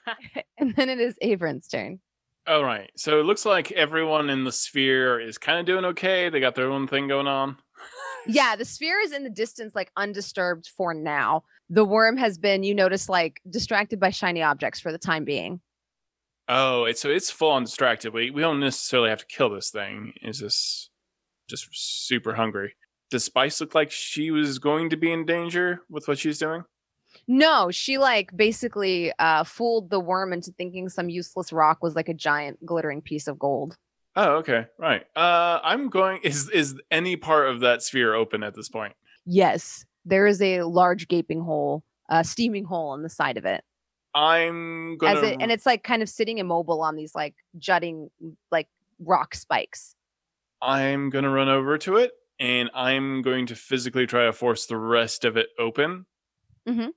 S1: And then it is Avron's turn.
S5: All right. So it looks like everyone in the sphere is kind of doing okay. They got their own thing going on.
S1: Yeah, the sphere is in the distance, like undisturbed for now. The worm has been, you notice, like distracted by shiny objects for the time being.
S5: Oh, it's so it's full on distracted. We we don't necessarily have to kill this thing. Is this just super hungry? Does Spice look like she was going to be in danger with what she's doing?
S1: No, she like basically uh, fooled the worm into thinking some useless rock was like a giant glittering piece of gold.
S5: Oh, okay, right. Uh, I'm going. Is is any part of that sphere open at this point?
S1: Yes, there is a large gaping hole, a steaming hole on the side of it.
S5: I'm gonna
S1: as it and it's like kind of sitting immobile on these like jutting like rock spikes.
S5: I'm gonna run over to it and I'm going to physically try to force the rest of it open
S1: Mhm.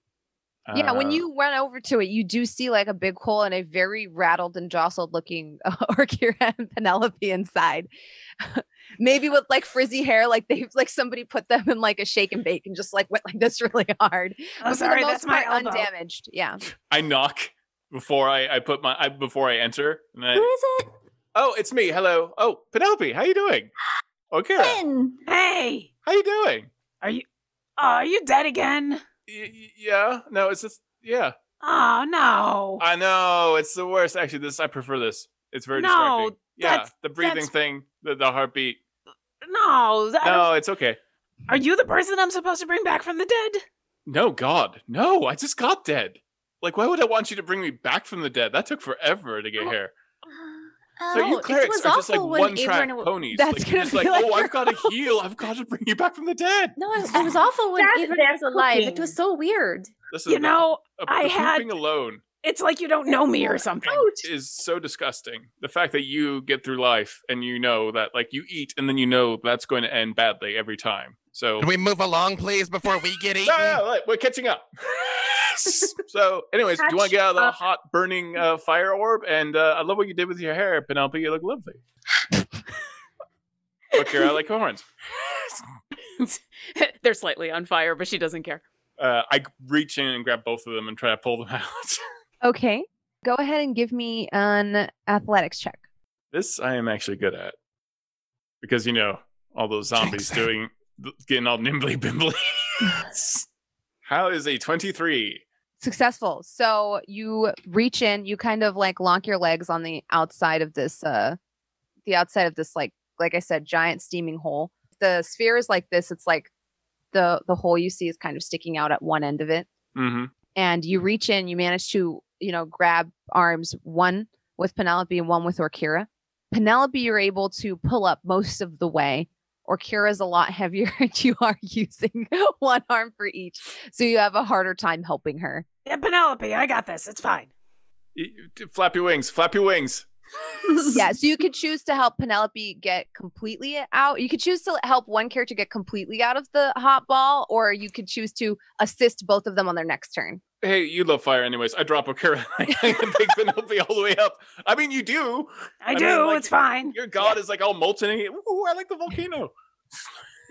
S1: yeah, when
S5: Uh,
S1: you run over to it, you do see like a big hole and a very rattled and jostled looking <laughs> Orkira and Penelope inside. <laughs> Maybe with like frizzy hair, like they've like somebody put them in like a shake and bake and just like went like this <laughs> really hard.
S9: Oh,
S1: But
S9: sorry,
S1: for the
S9: that's
S1: most
S9: my
S1: part,
S9: elbow.
S1: undamaged. Yeah.
S5: I knock before I, I put my I, before I enter. And
S7: Who
S5: I,
S7: is <laughs> it?
S5: oh, it's me. Hello. Oh, Penelope, how you doing? Okay,
S7: Finn.
S9: Hey,
S5: how you doing?
S9: oh, are you dead again?
S5: Y- y- yeah. No, it's just yeah.
S9: Oh no.
S5: I know it's the worst. Actually, this I prefer this. It's very
S9: No,
S5: distracting. Yeah,
S9: that's-
S5: the breathing
S9: that's-
S5: thing, the, the heartbeat.
S9: no. that-
S5: No, it's okay.
S9: Are you the person I'm supposed to bring back from the dead?
S5: No, God, no! I just got dead. Like, why would I want you to bring me back from the dead? That took forever to get
S4: Oh,
S5: here.
S7: Oh,
S5: so you
S4: it
S5: clerics
S4: was
S5: are just like
S4: awful when
S5: one-track
S4: Averyn wa-
S5: ponies.
S1: That's
S5: like, you're
S1: gonna
S5: just
S1: be
S5: like,
S1: like
S5: oh,
S1: your-
S5: I've got to heal. I've got to bring you back from the dead.
S4: No, it, it was awful when
S3: That's
S4: Averyn
S3: their
S4: was alive. It
S3: cooking.
S4: was so weird.
S5: Listen,
S9: You know,
S5: the,
S9: I
S5: the poop
S9: had-
S5: being alone
S9: it's like you don't know me or something.
S5: is so disgusting. The fact that you get through life and you know that, like, you eat and then you know that's going to end badly every time. So
S2: Can we move along, please, before we get eaten?
S5: <laughs> No, no, no, like, we're catching up. <laughs> so, anyways, do you want to get out of the
S3: Catch up.
S5: hot burning uh, fire orb? And uh, I love what you did with your hair, Penelope. You look lovely. Look here, I like horns.
S9: <laughs>
S6: They're slightly on fire, but she doesn't care.
S5: Uh, I reach in and grab both of them and try to pull them <laughs> out.
S1: Okay. Go ahead and give me an athletics check.
S5: this I am actually good at because you know all those zombies doing getting all nimbly bimbly. How is a twenty-three?
S1: successful. So you reach in, you kind of like lock your legs on the outside of this uh the outside of this like like I said giant steaming hole. The sphere is like this, it's like the the hole you see is kind of sticking out at one end of it
S5: Mm-hmm.
S1: and you reach in, you manage to, you know, grab arms one with Penelope and one with Orkira. Penelope, you're able to pull up most of the way. Orkira's a lot heavier, <laughs> and you are using one arm for each. So you have a harder time helping her.
S9: Yeah, Penelope, I got this. It's fine.
S5: Flap your wings, flap your wings.
S7: <laughs>
S1: yeah so you could choose to help penelope get completely out you could choose to help one character get completely out of the hot ball or you could choose to assist both of them on their next turn
S5: Hey, you love fire, anyways. I drop <laughs> Okura. I can pick Penelope all the way up. I mean, you do.
S9: I,
S5: I
S9: do.
S5: mean, like-
S9: it's fine.
S5: Your god is like all molten. Ooh, I like the volcano.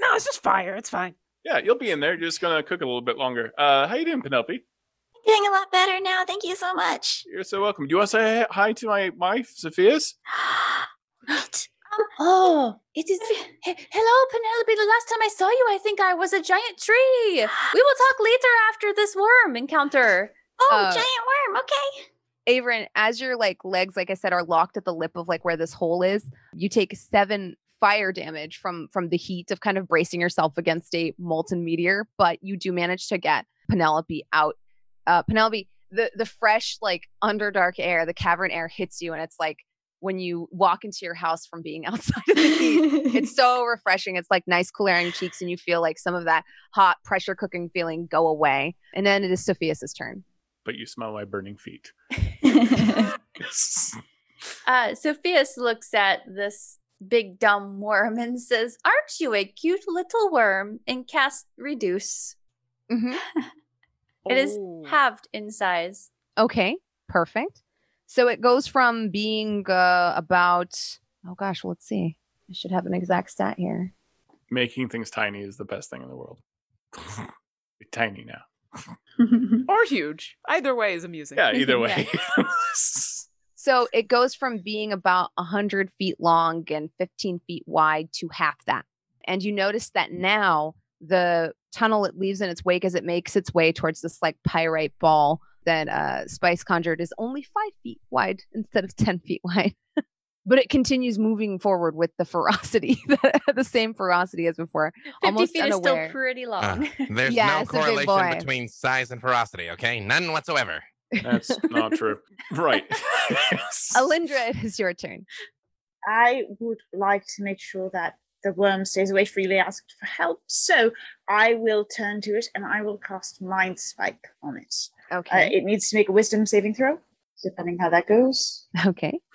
S9: No, it's just fire. It's fine.
S5: Yeah, you'll be in there. You're just gonna cook a little bit longer. Uh, how you doing, Penelope?
S7: Doing a lot better now. Thank you so much.
S5: You're so welcome. Do you want to say hi to my wife, Sophia's?
S7: Right. Um,
S4: Oh, it is. He- Hello, Penelope. The last time I saw you, I think I was a giant tree. We will talk later after this worm encounter.
S7: Oh,
S1: Uh,
S7: giant worm. Okay.
S1: Averin, as your like legs like i said are locked at the lip of like where this hole is you take seven fire damage from from the heat of kind of bracing yourself against a molten meteor but you do manage to get penelope out uh penelope the the fresh like underdark air the cavern air hits you and it's like when you walk into your house from being <laughs> outside of the heat <laughs>
S7: <laughs>
S1: it's <laughs> so refreshing. It's like nice cool air on your cheeks, and you feel like some of that hot pressure cooking feeling go away. And then it is Sophia's turn.
S5: But you smell my burning feet. <laughs>
S4: Uh, Sophia's looks at this big dumb worm and says, Aren't you a cute little worm? and cast reduce. It is
S6: Oh.
S4: halved in size.
S1: Okay, perfect. So it goes from being uh, about oh gosh, let's see. I should have an exact stat here.
S5: Making things tiny is the best thing in the
S6: <laughs>
S5: world. You're tiny now.
S6: Or huge. Either way is amusing.
S5: Yeah.
S6: <laughs>
S5: Either way.
S1: So it goes from being about 100 feet long and 15 feet wide to half that. And you notice that now the tunnel it leaves in its wake as it makes its way towards this like pyrite ball that uh, Spice conjured is only five feet wide <laughs> instead of 10 feet wide. <laughs> but it continues moving forward with the ferocity, <laughs> the same ferocity as before.
S4: 50
S1: Almost
S4: feet
S1: unaware.
S4: is still pretty
S2: Uh,
S4: long.
S2: There's
S1: Yeah,
S2: no
S1: it's a big
S2: correlation
S1: boy.
S2: between size and ferocity, okay? None whatsoever.
S5: <laughs> That's not true.
S6: <laughs>
S5: Right. <laughs>
S1: Alindra, it is your turn.
S3: I would like to make sure that the worm stays away freely asked for help, so I will turn to it and I will cast Mind Spike on it.
S1: Okay.
S3: Uh, it needs to make a Wisdom saving throw, depending how that
S4: <laughs>
S3: goes.
S1: <laughs> okay.
S6: <laughs>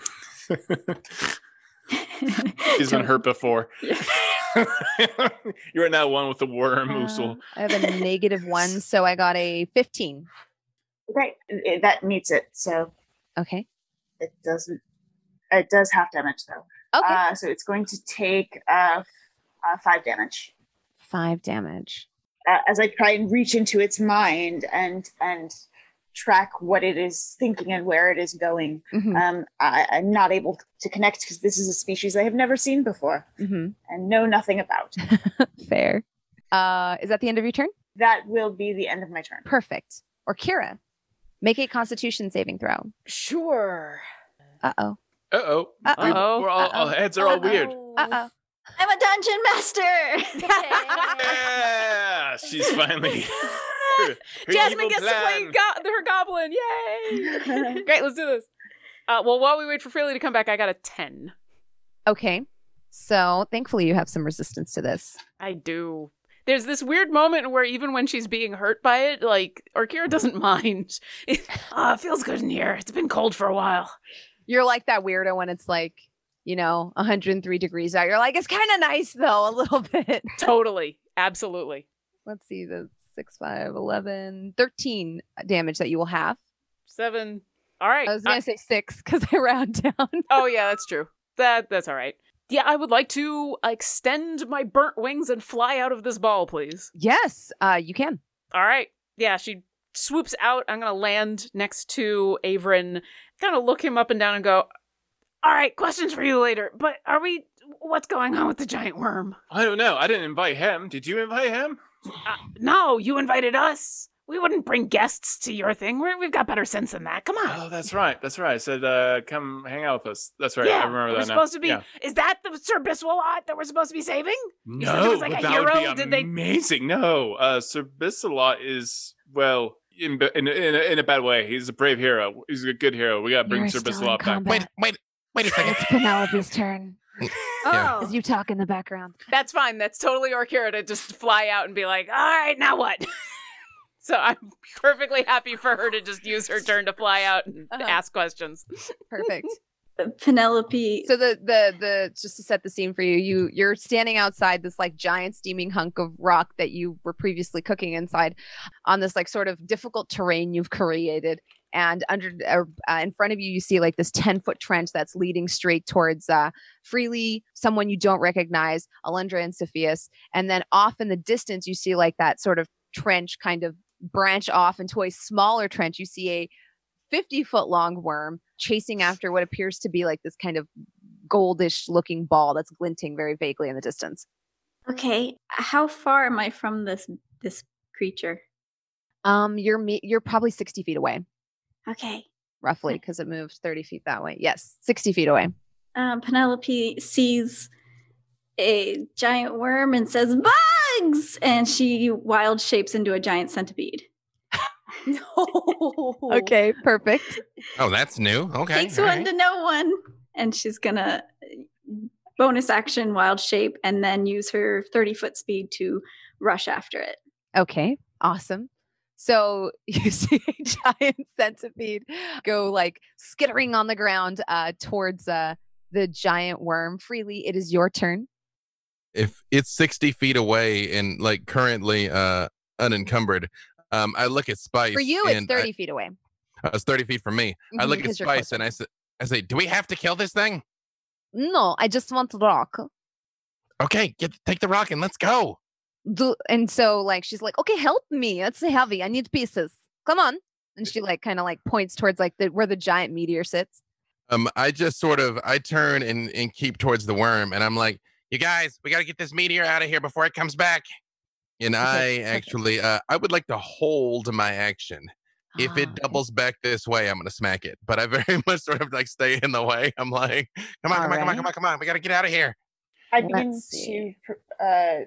S5: <laughs> She's been hurt before. you are now one with the worm,
S1: Uh,
S5: Usul.
S1: I have a negative one, so I got a 15.
S3: Great. Uh, That meets it. So
S1: Okay.
S3: it doesn't. It does half damage though.
S1: Okay.
S3: Uh, so it's going to take uh, f- uh, five damage
S1: Five damage.
S3: uh, as I try and reach into its mind and and track what it is thinking and where it is going.
S1: Mhm,
S3: Um, I, I'm not able to connect because this is a species I have never seen before
S1: mhm.
S3: and know nothing about.
S1: Fair. Uh, is that the end of your turn?
S3: that will be the end of my turn.
S1: Perfect. Or Kira, make a constitution saving throw.
S6: Sure.
S1: Uh oh.
S5: Uh oh.
S6: Uh-oh.
S5: We're all, all
S1: Uh-oh.
S5: heads are all weird.
S1: Uh
S4: <laughs>
S1: oh.
S7: I'm a dungeon
S1: <laughs>
S7: master.
S5: Yeah, she's finally. <laughs> her
S6: <laughs> Jasmine
S5: evil
S6: gets to play
S5: plan.
S6: go- her
S4: <laughs>
S6: goblin. Yay! Great, let's do this. Uh, well, while we wait for Freely to come back, I got a 10.
S1: Okay. So thankfully you have some resistance to this.
S6: I do. There's this weird moment where even when she's being hurt by it, like, Orkira doesn't <laughs> mind.
S9: Ah, it feels good in here. It's been cold for a while.
S1: You're like that weirdo when it's like, you know, 103 degrees out. You're like, it's kind of nice though, a little <laughs> bit.
S6: totally. Absolutely.
S1: Let's see the 6, 5, 11, 13 damage that you will have.
S6: Seven. All right. Uh,
S1: I was going to say 6 because <laughs> I round down.
S6: oh yeah, that's true. That that's all right. Yeah, I would like to extend my burnt wings and fly out of this ball, please.
S1: Yes, uh, you can.
S6: All right. Yeah, she swoops out. I'm gonna land next to Averin. Kind of look him up and down and go.
S9: All right, questions for you later. But are we? What's going on with the giant worm?
S5: I don't know. I didn't invite him. Did you invite him?
S9: Uh, no, you invited us. We wouldn't bring guests to your thing. We're, we've got better sense than that. Come on.
S5: Oh, that's right. That's right. I said, uh, come hang out with us. That's right.
S9: yeah,
S5: I remember
S9: we're
S5: that now.
S9: supposed to be.
S5: Yeah.
S9: Is that the Sir Biswalot that we're supposed to be saving? said there
S5: No,
S9: was, like,
S5: but
S9: a
S5: that
S9: hero?
S5: would be
S9: Did they-
S5: amazing. No, uh, Sir Bissalot is well in in in a, in a bad way. He's a brave hero. He's a good hero. We gotta bring
S8: You're
S5: Sir
S8: still in
S5: Bissalot back.
S2: Wait, wait, wait
S1: <laughs>
S2: a second.
S8: It's Penelope's turn.
S1: Oh.
S2: Yeah.
S8: As you talk in the background.
S6: That's fine. That's totally Orkira to just fly out and be like, all right, now what? <laughs> so I'm perfectly happy for her to just use her turn to fly
S9: <laughs>
S6: out and
S1: Uh-huh.
S6: ask questions.
S1: Perfect.
S7: Penelope.
S1: so the the the just to set the scene for you you you're standing outside this like giant steaming hunk of rock that you were previously cooking inside on this like sort of difficult terrain you've created and under uh, uh, in front of you you see like this 10 foot trench that's leading straight towards uh freely someone you don't recognize alundra and cepheus and then off in the distance you see like that sort of trench kind of branch off into a smaller trench you see a 50 foot long worm chasing after what appears to be like this kind of goldish looking ball that's glinting very vaguely in the distance.
S7: okay, how far am I from this this creature?
S1: Um, you're me- you're probably 60 feet away,
S7: Okay.
S2: Mm.
S1: roughly, because it moved 30 feet that way. Yes, 60 feet away.
S7: Um, Penelope sees a giant worm and says bugs, and she wild shapes into a
S1: <laughs>
S7: giant centipede.
S6: No.
S1: Okay,
S2: <laughs>
S1: perfect.
S2: Oh, that's new. Okay.
S7: Takes
S2: all
S7: one
S2: right.
S7: to know one, and she's gonna bonus action wild shape, and then use her thirty foot speed to rush after it.
S1: Okay, awesome. So <laughs> you see a giant <laughs> centipede go like skittering on the ground uh, towards uh, the giant worm. Freely, it is your turn.
S2: if it's 60 feet away and like currently uh unencumbered um i look at spice
S1: For you, it's
S2: and I-
S1: 30 feet away.
S2: uh, it's 30 feet from me i
S1: Mhm,
S2: look at
S1: 'cause you're
S2: spice and
S1: closer.
S2: i say i say do we have to kill this thing
S1: No, I just want rock.
S2: okay get take the rock and let's go
S1: do and so like she's like okay help me that's heavy i need pieces come on and she like kind of like points towards like the where the giant meteor sits
S2: um i just sort of i turn and and keep towards the worm and i'm like you guys we got to get this meteor out of here before it comes back
S1: <laughs>
S2: and
S1: Okay,
S2: i
S1: perfect.
S2: actually uh i would like to hold my action if
S1: Ah,
S2: it
S1: okay.
S2: doubles back this way, I'm gonna smack it. But I very <laughs> much sort of like stay in the way. I'm like, come on, come on, come on, come on, come on. We gotta get out of here.
S3: I
S1: Let's
S3: begin to
S1: see.
S3: pre- uh,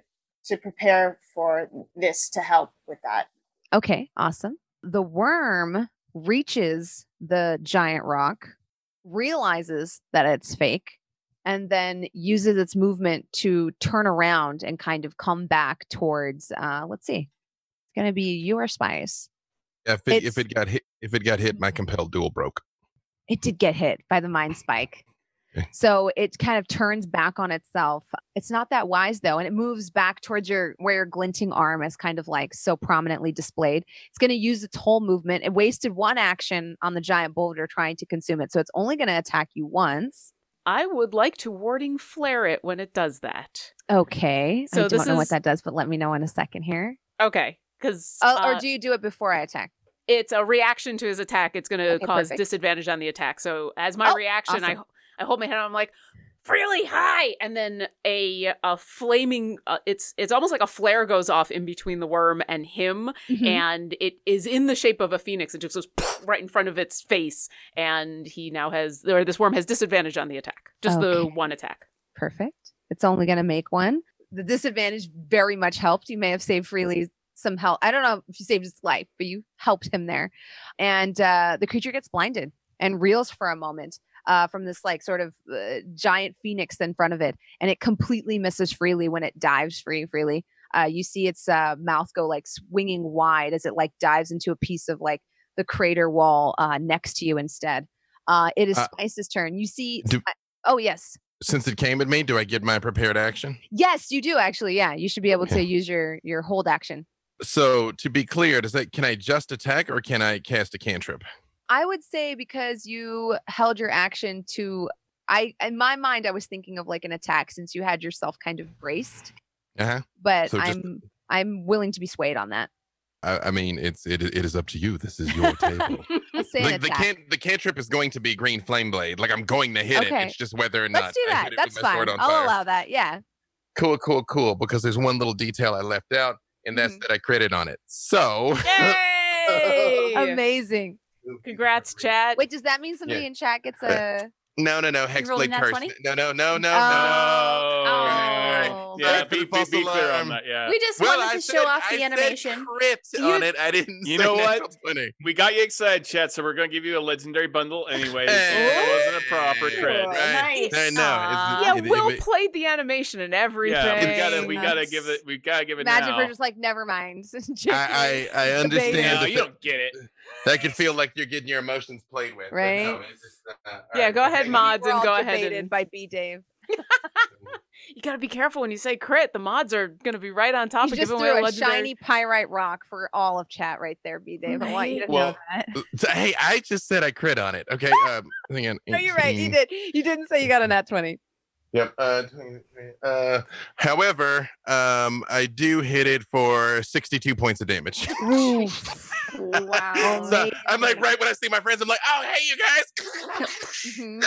S3: to prepare for this to help with that.
S1: okay awesome the worm reaches the giant rock realizes that it's fake and then uses its movement to turn around and kind of come back towards uh let's see it's gonna be your spice
S2: Yeah, If it,
S1: It's-
S2: if
S1: Mm-hmm.
S2: it got hit, if it got hit, my compelled duel broke.
S1: it did get hit by the mind spike
S2: Okay.
S1: So it kind of turns back on itself. It's not that wise though, and it moves back towards your where your glinting arm is kind of like so prominently displayed. It's going to use its whole movement. It wasted one action on the giant boulder trying to consume it, so it's only going to attack you once.
S6: I would like to warding flare it when it does that.
S1: Okay.
S6: So
S1: I
S6: this
S1: don't know what
S6: is-
S1: that does, but let me know in a second here.
S6: Okay, because
S9: Uh,
S1: Oh, or do you do it before I attack?
S6: it's a reaction to his attack. It's going to
S1: Okay,
S6: cause
S1: perfect.
S6: disadvantage on the attack. So as my
S1: Oh,
S6: reaction,
S1: awesome.
S6: I I hold my head. Out, I'm like really high, and then a a flaming. Uh, it's it's almost like a flare goes off in between the worm and him,
S1: Mm-hmm.
S6: and it is in the shape of a phoenix and just goes right in front of its face, and he now has or this worm has disadvantage on the attack. Just the
S1: Okay.
S5: <laughs>
S6: one attack.
S1: Perfect. It's only going to make one. The disadvantage very much helped. You may have saved Freely some help. I don't know if you saved his life, but you helped him there. And uh, the creature gets blinded and reels for a moment uh, from this like sort of uh, giant phoenix in front of it, and it completely misses Freely when it dives free Freely. Uh, you see its uh, mouth go like swinging wide as it like dives into a piece of like the crater wall uh, next to you instead. Uh, it is
S2: Uh,
S1: Spice's turn. You see,
S2: do-
S1: Spi- oh yes,
S2: Since it came at me, do I get my prepared action?
S1: Yes, you do actually. Yeah, you should be able
S2: Yeah.
S1: to use your your hold action.
S2: So to be clear, does that can I just attack or can I cast a cantrip?
S1: I would say because you held your action to I in my mind I was thinking of like an attack since you had yourself kind of braced,
S2: Uh huh.
S1: but
S2: So just-
S1: I'm I'm willing to be swayed on that.
S2: I, I mean, it's it, it is up to you. This is your table.
S1: Let's say an
S2: the, the,
S1: attack.
S2: can, the cantrip is going to be green flame blade. Like I'm going to hit
S1: Okay.
S2: it. It's just whether or not
S1: Let's do
S2: I
S1: that.
S2: hit it with
S1: That's
S2: my
S1: fine.
S2: sword
S1: I'll
S2: on fire.
S1: allow that. Yeah.
S2: Cool, cool, cool. Because there's one little detail I left out, and that's
S1: Mhm.
S2: that I credit on it. So
S6: Yay!
S1: <laughs> Amazing.
S6: Congrats, chat.
S1: Wait, does that mean somebody in chat gets a
S2: No, no, no. Hexblade
S4: rolling that
S2: curse.
S4: 20?
S2: No, no, no, no, no.
S5: Right,
S1: Oh.
S5: right. Yeah,
S2: Right,
S5: be,
S2: the
S5: be,
S2: false
S5: be clear
S2: alarm.
S5: on that.
S4: <laughs>
S5: Yeah.
S4: We just wanted to show
S2: said-
S4: off the
S2: I said
S4: animation. <laughs>
S2: Crit
S4: You-
S2: on it. I didn't.
S5: You
S2: say
S5: know what?
S2: natural 20.
S5: We got you excited, chat, so we're going to give you a legendary bundle anyway. so
S2: Hey.
S5: it wasn't a proper
S3: Right.
S5: crit.
S2: Right.
S3: Nice.
S2: No, I
S6: yeah,
S2: know. It's- it- it-
S6: Will
S2: it-
S6: played the animation and everything.
S5: Yeah, we gotta, we
S1: Dang.
S5: gotta give it, we gotta give it
S1: magic
S5: now.
S1: we're just like never mind. <laughs>
S6: <laughs>
S2: I, I, I
S1: Debating.
S2: understand
S5: no,
S2: that,
S5: you don't get it.
S2: that could feel like you're getting your emotions played with. but No,
S1: Right?
S2: it's just, uh, all
S6: Yeah,
S2: right,
S6: go ahead,
S2: okay.
S6: Mod.
S1: We're
S6: and
S1: all
S6: go ahead
S1: debated
S6: and-
S1: by B Dave.
S6: You gotta be careful when you say crit. The mods are gonna be right on top
S1: You
S6: of
S1: just
S6: giving away
S1: threw a
S6: legendary.
S1: shiny pyrite rock for all of chat right there, B Dave. I want you to
S2: Well,
S1: know that.
S2: So, hey, I just said I crit on it. Okay. Um, hang on.
S1: <laughs> No, you're right. You
S2: 18.
S1: did. You didn't say you got a nat twenty.
S2: Yep. Uh, 20, uh, however, um, I do hit it for 62 points of damage. <laughs>
S1: Oh,
S4: Wow.
S2: so I'm like, right when I see my friends, I'm like, oh, hey, you <laughs> guys.
S1: Mhm.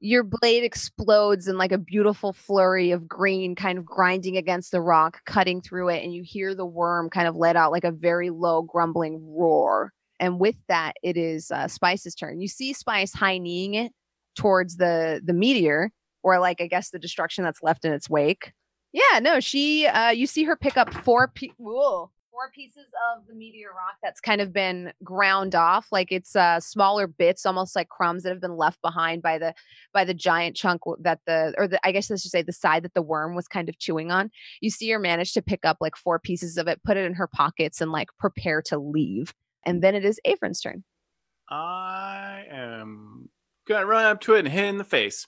S1: Your blade explodes in like a beautiful flurry of green, kind of grinding against the rock, cutting through it, and you hear the worm kind of let out like a very low grumbling roar. And with that, it is uh, Spice's turn. You see Spice high kneeing it towards the the meteor, or like I guess the destruction that's left in its wake. Yeah, no, she. Uh, you see her pick up four pe- whoa, four pieces of the meteor rock that's kind of been ground off, like it's uh, smaller bits, almost like crumbs that have been left behind by the by the giant chunk w- that the or the, I guess I should say the side that the worm was kind of chewing on. You see her manage to pick up like four pieces of it, put it in her pockets, and like prepare to leave. And then it is Avron's turn.
S5: I am gonna run up to it and hit it in the face.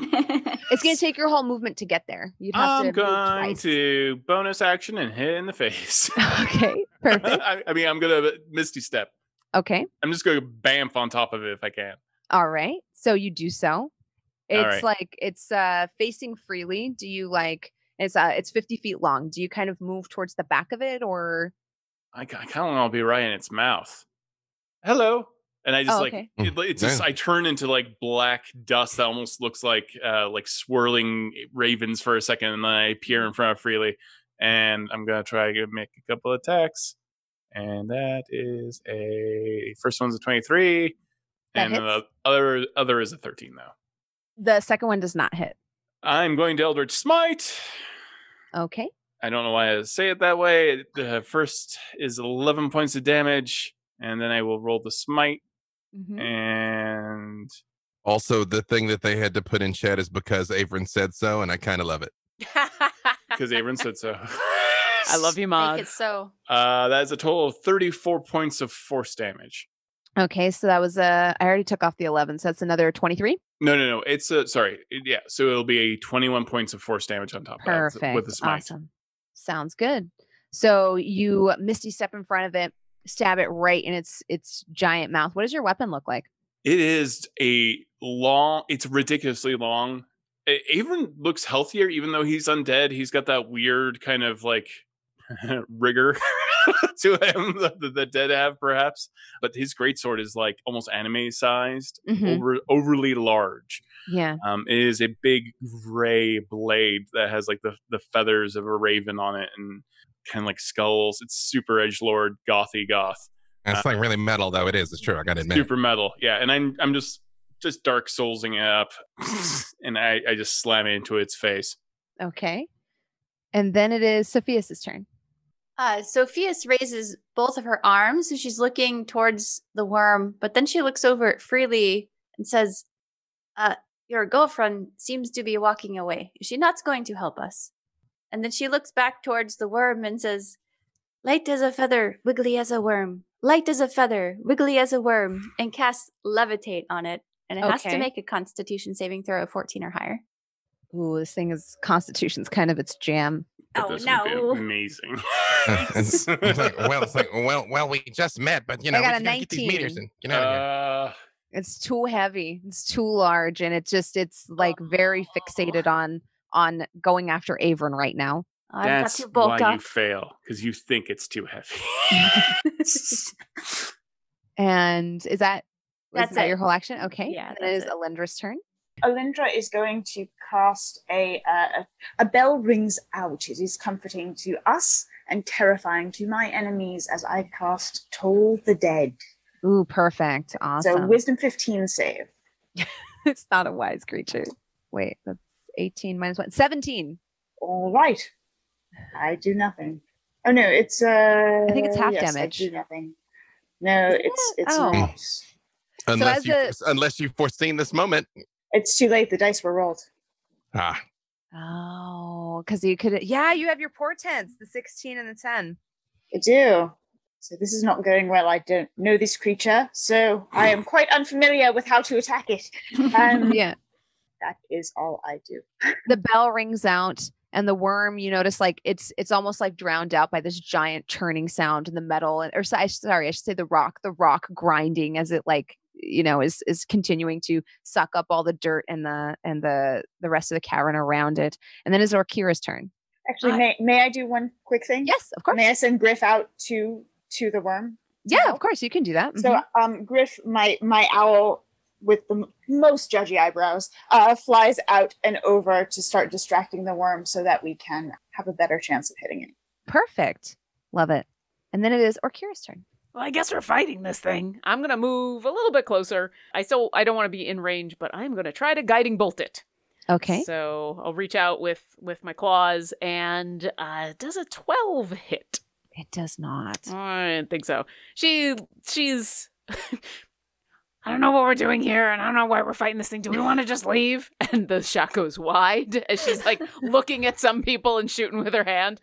S1: It's going to take your whole movement to get there. You'd have to
S5: I'm
S1: move
S5: going
S1: twice.
S5: to bonus action and hit it in the face.
S1: <laughs>
S5: <laughs>
S1: Okay, perfect.
S5: I, I mean, I'm gonna misty step.
S1: Okay,
S5: I'm just gonna bamf on top of it if I can.
S1: all right. So you do so.
S5: All
S1: It's
S5: right.
S1: like it's uh facing freely. Do you like it's uh it's 50 feet long. Do you kind of move towards the back of it or
S5: I, kind of want to be right in its mouth. Hello. And I just
S1: Oh,
S5: like
S1: okay.
S5: it, like, it's just
S2: Yeah.
S5: I turn into like black dust that almost looks like uh like swirling ravens for a second, and then I appear in front of Freely, and I'm gonna try to make a couple attacks, and that is a first one's a 23,
S1: That
S5: and the
S1: hits.
S5: other other is a 13 though.
S1: the second one does not hit?
S5: I'm going to Eldritch Smite.
S1: Okay.
S5: I don't know why I say it that way. The first is 11 points of damage, and then I will roll the smite.
S1: Mhm.
S5: and
S2: also, the thing that they had to put in chat is because Avron said so, and I kind of love it.
S5: because Avron said so.
S6: I love you,
S4: Make it
S6: mods.
S4: so.
S5: Uh, that is a total of 34 points of force damage.
S1: Okay, so that was a. I already took off the eleven, so that's another twenty-three.
S5: No, no, no. It's a sorry. Yeah, so it'll be 21 points of force damage on top of
S1: Perfect.
S5: that Oh, with the smite.
S1: Awesome. Sounds good. So you misty step in front of it, stab it right in its its giant mouth. What does your weapon look like?
S5: It is a long. It's ridiculously long. A- Avon looks healthier, even though he's undead. He's got that weird kind of like <laughs> rigor <laughs> to him <laughs> that the, the dead have, perhaps. But his greatsword is like almost anime sized,
S1: Mhm.
S5: over overly large.
S1: Yeah.
S5: Um, it is a big gray blade that has like the, the feathers of a raven on it and kind of like skulls. It's super edge lord, gothy goth,
S1: Uh,
S2: It's like really metal though. It is. It's true. I gotta admit.
S5: super metal. Yeah, and I'm I'm just just dark soulsing it up, <laughs> and I I just slam it into its face.
S1: Okay. And then it is Sophia's turn.
S4: Uh, Sophia's raises both of her arms, so she's looking towards the worm, but then she looks over at Freely and says, uh, Your girlfriend seems to be walking away. Is she not going to help us? And then she looks back towards the worm and says, Light as a feather, wiggly as a worm. Light as a feather, wiggly as a worm, and casts levitate on it. And it has
S1: Okay.
S4: to make a constitution saving throw of 14 or higher.
S1: Ooh, this thing is Constitution's kind of its jam.
S5: But
S4: Oh,
S5: this would be
S4: no.
S5: amazing.
S4: <laughs>
S5: <laughs>
S2: it's, <laughs> it's like, well, it's like, well, well, we just met, but you
S1: I
S2: know, we
S1: got a
S2: gotta get these meters
S1: 19.
S2: and get out of here.
S5: Uh,
S1: It's too heavy. It's too large, and it just it's like very fixated on on going after Avern right now.
S4: I've got
S5: that's
S4: to bulk
S5: why you
S4: up.
S5: fail because you think it's
S4: <laughs>
S5: too heavy.
S1: And is that is
S4: That's
S1: that
S4: it.
S1: your whole action? Okay.
S4: Yeah,
S1: And it is
S4: that's it.
S1: Alendra's turn.
S3: Alindra is going to cast a, uh, a a bell rings out. It is comforting to us and terrifying to my enemies as I cast Toll the Dead.
S1: Ooh, perfect.
S3: So
S1: Awesome.
S3: Wisdom 15 save.
S1: <laughs> it's not a wise creature. Wait, that's 18 minus one. 17.
S3: All right. I do nothing. Oh no, it's uh.
S1: think it's half
S3: yes,
S1: damage.
S3: I do nothing. No,
S1: Isn't
S3: it's
S1: it?
S3: it's
S1: Oh.
S3: not.
S2: Unless
S1: as
S2: you
S1: a-
S2: unless you've foreseen this moment.
S3: It's too late. The dice were rolled.
S2: Ah,
S1: <laughs> Oh, because you could. Yeah, you have your portents, the 16 and the
S4: <laughs>
S1: 10.
S3: I do. So this is not going well. I don't know this creature, so I am quite unfamiliar with how to
S1: <laughs>
S3: attack it. Um,
S1: Yeah.
S3: that is all I do.
S1: The bell rings out. And the worm, you notice, like it's it's almost like drowned out by this giant churning sound in the metal, and or so- I- sorry, I should say the rock, the rock grinding as it like you know is is continuing to suck up all the dirt and the and the the rest of the cavern around it. And then is Orkira's turn.
S3: Actually,
S9: I-
S3: may may I do one quick thing?
S1: Yes, of course.
S3: May I send Griff out to to the worm?
S1: Yeah, Mm-hmm. of course you can do that.
S3: So um, Griff, my my owl with the m- most judgy eyebrows, uh, flies out and over to start distracting the worm so that we can have a better chance of hitting it.
S1: Mm-hmm. Perfect. Love it. And then it is Orkira's turn.
S9: Well, I guess we're fighting this thing.
S6: I'm gonna move a little bit closer. I still I don't want to be in range, but I'm gonna try to guiding bolt it.
S1: Okay.
S6: So I'll reach out with with my claws and uh, does a twelve hit.
S1: It does not.
S6: <laughs> I don't think so. She she's <laughs>
S9: I don't know what we're doing here, and I don't know why we're fighting this thing. Do we
S1: <laughs>
S9: want to just leave?
S6: <laughs> and the shot goes wide as she's like looking at some people and shooting with her hand.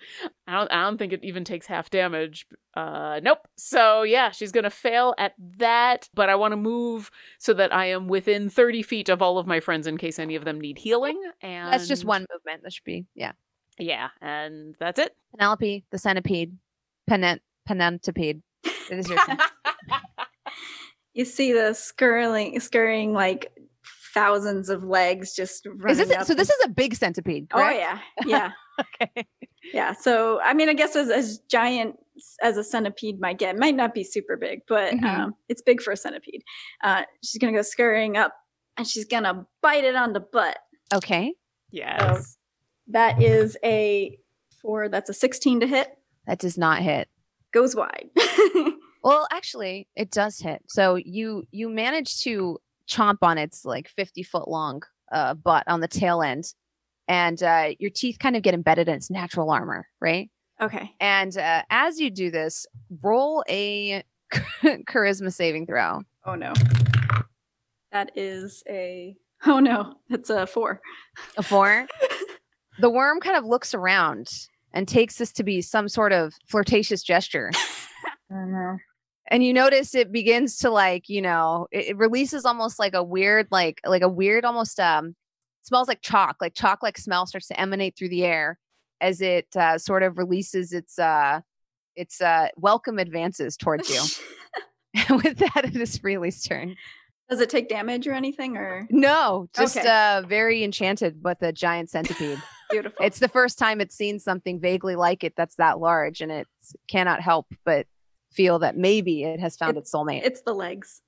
S6: I don't I don't think it even takes half damage. Uh nope. So yeah, she's gonna fail at that, but I wanna move so that I am within thirty feet of all of my friends in case any of them need healing. And
S1: That's just one movement. That should be yeah.
S6: Yeah, and that's it.
S1: Oh. Penelope, the centipede, penant penantipede. It
S7: <laughs>
S1: is your turn.
S7: You see the scurrying, scurrying like thousands of legs just
S1: Is
S7: running.
S1: this a-
S7: up
S1: so? This
S7: and-
S1: is a big centipede.
S7: Oh
S1: Correct?
S7: yeah, yeah,
S1: Okay.
S7: yeah. So I mean, I guess as as giant as a centipede might get, it might not be super big, but
S1: Mhm.
S7: um, it's big for a centipede. Uh, she's gonna go scurrying up, and she's gonna bite it on the butt.
S1: Okay.
S6: Yes.
S7: That is a four. That's a sixteen to hit.
S1: That does not hit.
S7: Goes wide. <laughs>
S1: Well, actually, it does hit. So you you manage to chomp on its like fifty foot long uh, butt on the tail end, and uh, your teeth kind of get embedded in its natural armor, right?
S7: okay.
S1: And uh, as you do this, roll a <laughs> charisma saving throw.
S7: Oh no. That is a. Oh no. That's a four.
S1: A four. <laughs> the worm kind of looks around and takes this to be some sort of flirtatious gesture.
S3: Oh no.
S1: and you notice it begins to like you know it, it releases almost like a weird like like a weird almost um smells like chalk like chalk like smell starts to emanate through the air as it uh, sort of releases its uh its uh welcome advances towards <laughs> you And with that it is freely's turn
S7: Does it take damage or anything? Or
S1: no just
S7: Okay.
S1: uh very enchanted with a giant centipede
S7: beautiful.
S1: it's the first time it's seen something vaguely like it that's that large and it cannot help but feel that maybe it has found its soulmate
S7: it's the legs.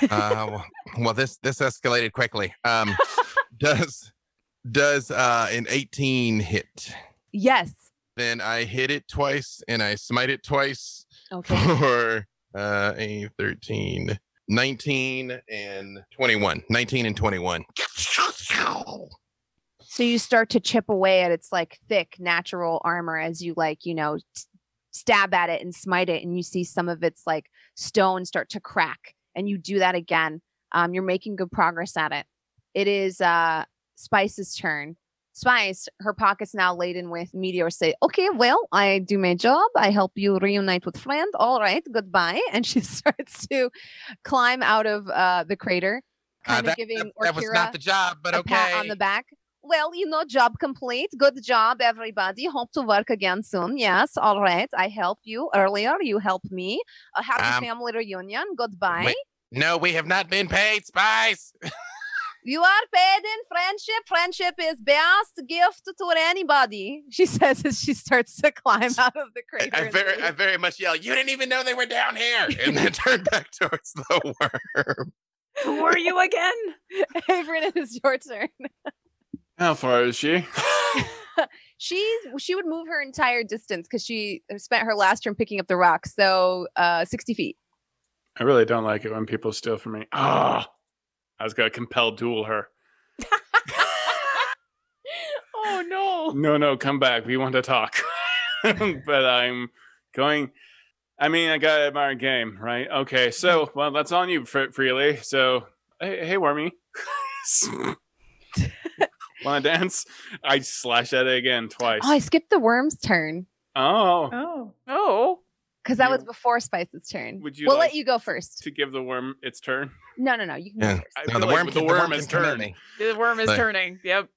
S2: uh, well- well, this this escalated quickly.
S1: <laughs>
S2: Um, does does uh, an eighteen hit?
S1: yes
S2: Then I hit it twice and I smite it twice
S1: okay
S2: for uh, a 13, 19, and 21. 19 and 21.
S1: so you start to chip away at its like thick natural armor as you like you know s- stab at it and smite it and you see some of its like stone start to crack and you do that again um, you're making good progress at it it is uh spice's turn spice her pockets now laden with meteors say okay well i do my job i help you reunite with friend all right goodbye <laughs> and she starts to climb out of uh the crater
S2: Uh,
S1: kind of
S2: that,
S1: giving
S2: that- that was
S1: Orkira-
S2: not the job, but
S1: a pat
S2: okay.
S1: on the back. Well, you know, job complete. Good job, everybody. Hope to work again soon. Yes, all right. I helped you earlier. You helped me. A happy
S2: Um,
S1: family reunion. Goodbye.
S2: wait. no, we have not been paid, Spice. <laughs>
S1: You are paid in friendship. Friendship is best gift to anybody. <laughs> She says as she starts to climb out of the
S2: I,
S1: crater.
S2: I
S1: and
S2: very,
S1: leave. <laughs>
S2: I very much yell. You didn't even know they were down here, and then <laughs> turn back towards the worm.
S9: Who are you again?
S1: Averin, it is your
S2: <gasps>
S1: turn. <laughs>
S5: How far is she?
S1: She's she would move her entire distance because she spent her last turn picking up the rock. So uh, sixty feet.
S5: I really don't like it when people steal from me. Ah, I was gonna compel duel her.
S6: oh no.
S5: <laughs> No, no, come back. We want to talk. <laughs> but I'm going. I mean, I got my game, right? Okay, so
S1: Mm-hmm.
S5: well, that's on you, Fr- Freely. So, hey, hey, Wormy, <laughs> want to dance? I slash at it again twice.
S1: Oh, I skipped the worm's turn.
S5: oh,
S7: Oh,
S6: Oh.
S1: Because that
S5: You-
S1: was before Spice's turn.
S5: Would you
S1: we'll
S5: like
S1: let you go first.
S5: to Uh, give the worm its turn.
S1: No, no, no. You can
S2: Yeah.
S1: go first.
S5: <laughs> I
S2: No,
S5: feel
S2: the
S5: like
S2: worm.
S5: the
S2: can-
S5: worm
S2: can
S5: is
S2: come at
S5: turned.
S2: me.
S6: The worm is
S2: Like-
S6: turning. Yep.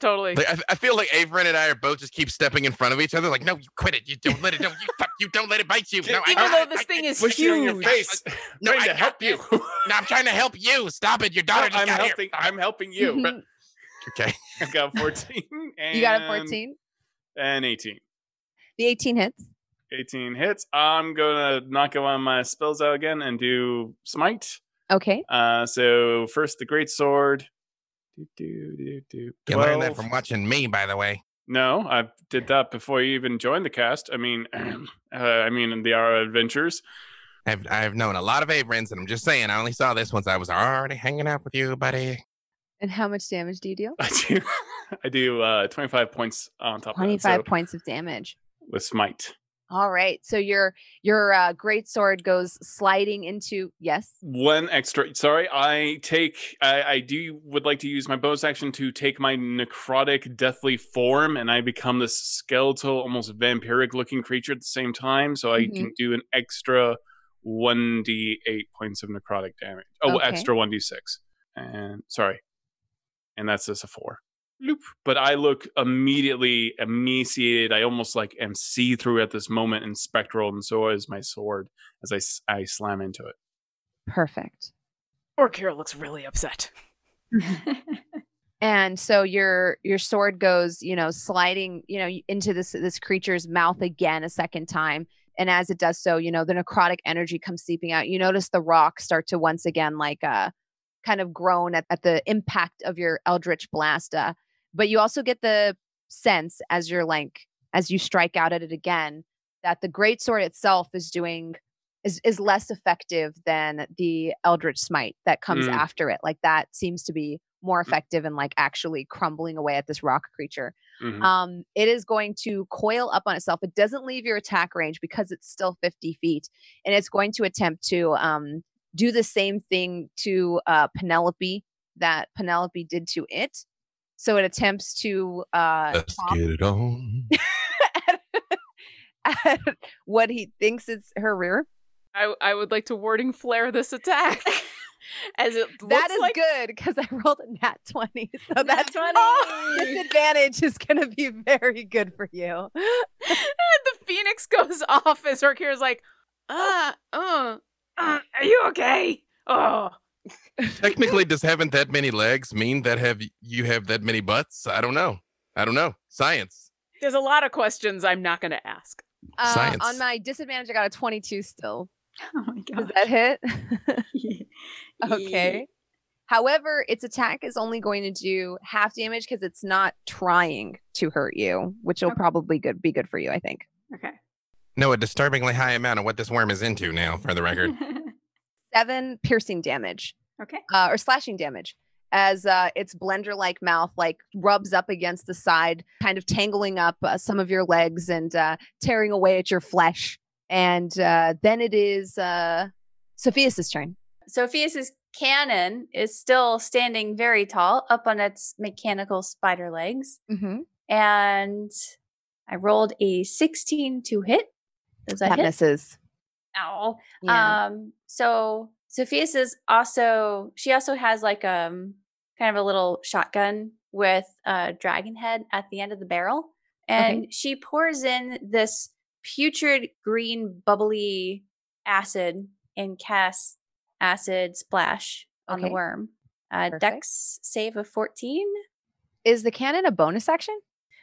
S6: Totally.
S2: Like, I, I feel like Averin and I are both just keep stepping in front of each other. Like, no, you quit it. You don't let it. No, you, fuck, you don't let it bite you. No, I-
S6: Even
S2: I-
S6: though
S2: I-
S6: this
S2: I-
S6: thing is
S5: Push you in your
S6: huge.
S5: face.
S2: No,
S5: <laughs> trying
S2: I
S5: to
S2: got
S5: help you.
S2: No, I'm trying to help you. Stop it. Your daughter just
S5: <laughs> I'm
S2: got
S5: helping. I'm helping you.
S1: Mhm.
S2: here. Okay.
S5: I got 14.
S1: <laughs>
S5: And,
S1: You got a
S5: um,
S1: 14.
S5: And 18.
S1: The 18 hits.
S5: 18 hits. I'm going to knock one of my spells out again and do Smite.
S1: Okay.
S5: Uh, so first, the Great Sword. Do, do, do, do.
S2: You learned that
S5: 12.
S2: from watching me, by the way.
S5: No, I did that before you even joined the cast. I mean, <clears throat> uh, I mean, in the Our Adventures. <laughs>
S2: I've I've known a lot of Averins, and I'm just saying, I only saw this once. I was already hanging out with you, buddy.
S1: And how much damage do you deal?
S5: I do, I do uh, 25 points on top of
S1: 25
S5: that. so
S1: points of damage.
S5: with Smite.
S1: All right. So your your uh, great sword goes sliding into yes.
S5: one extra sorry i take I, I do would like to use my bonus action to take my necrotic deathly form and i become this skeletal almost vampiric looking creature at the same time so i can do an extra 1d8 points of necrotic damage oh
S1: Okay.
S5: extra 1d6 and sorry and that's just a four loop but i look immediately emaciated i almost like am see-through at this moment and spectral and so is my sword as i, s- I slam into it
S1: Perfect.
S6: Orkira looks really upset.
S1: and so your your sword goes you know sliding you know into this this creature's mouth again a second time and as it does so you know the necrotic energy comes seeping out you notice the rock start to once again like uh kind of groan at, at the impact of your eldritch blast uh, but you also get the sense as you're like as you strike out at it again that the great sword itself is doing is, is less effective than the eldritch smite that comes
S5: Mm.
S1: after it like that seems to be more effective in like actually crumbling away at this rock creature
S5: Mhm.
S1: um, it is going to coil up on itself. It doesn't leave your attack range because it's still 50 feet, and it's going to attempt to um, do the same thing to uh, Penelope that Penelope did to it. So it attempts to uh, chop
S2: it on.
S1: <laughs> at what he thinks is her rear,
S6: I, I would like to warding flare this attack. <laughs> As it looks
S1: That is
S6: like
S1: good because I rolled a nat 20. So
S6: <laughs>
S1: that
S6: Oh!
S1: disadvantage is going to be <laughs> very good for you.
S6: and the phoenix goes <laughs> off as Herkira's like, uh, uh,
S9: Uh, are you okay? Oh,
S2: Technically, does having that many legs mean that have you have that many butts? I don't know. I don't know. Science.
S6: there's a lot of questions I'm not going to ask.
S1: Uh, on
S2: Science.
S1: my disadvantage, I got a 22 still.
S7: Oh my
S1: Does
S7: god.
S1: that hit? <laughs>
S7: Yeah. <laughs>
S1: okay. However, its attack is only going to do half damage because it's not trying to hurt you, which will
S7: Okay.
S1: probably good be good for you, I think.
S7: Okay.
S2: No, a disturbingly high amount of what this worm is into now, for the
S1: Hmm.
S2: record.
S1: Seven piercing damage.
S7: okay.
S1: uh, or slashing damage as uh, its blender-like mouth like rubs up against the side, kind of tangling up uh, some of your legs and uh, tearing away at your flesh. And uh, then it is uh, Sophia's turn.
S4: Sophia's cannon is still standing very tall up on its mechanical spider legs.
S1: Mm-hmm.
S4: And I rolled a 16 to hit. Does that,
S1: That
S4: hit?
S1: misses.
S4: Ow.
S1: Yeah.
S4: Um, so Sophia's is also she also has like um kind of a little shotgun with a dragon head at the end of the barrel. And she pours in this putrid green bubbly acid and casts acid splash on the
S1: Okay.
S4: worm. Uh,
S1: Perfect.
S4: Dex save of 14.
S1: is the cannon a bonus action?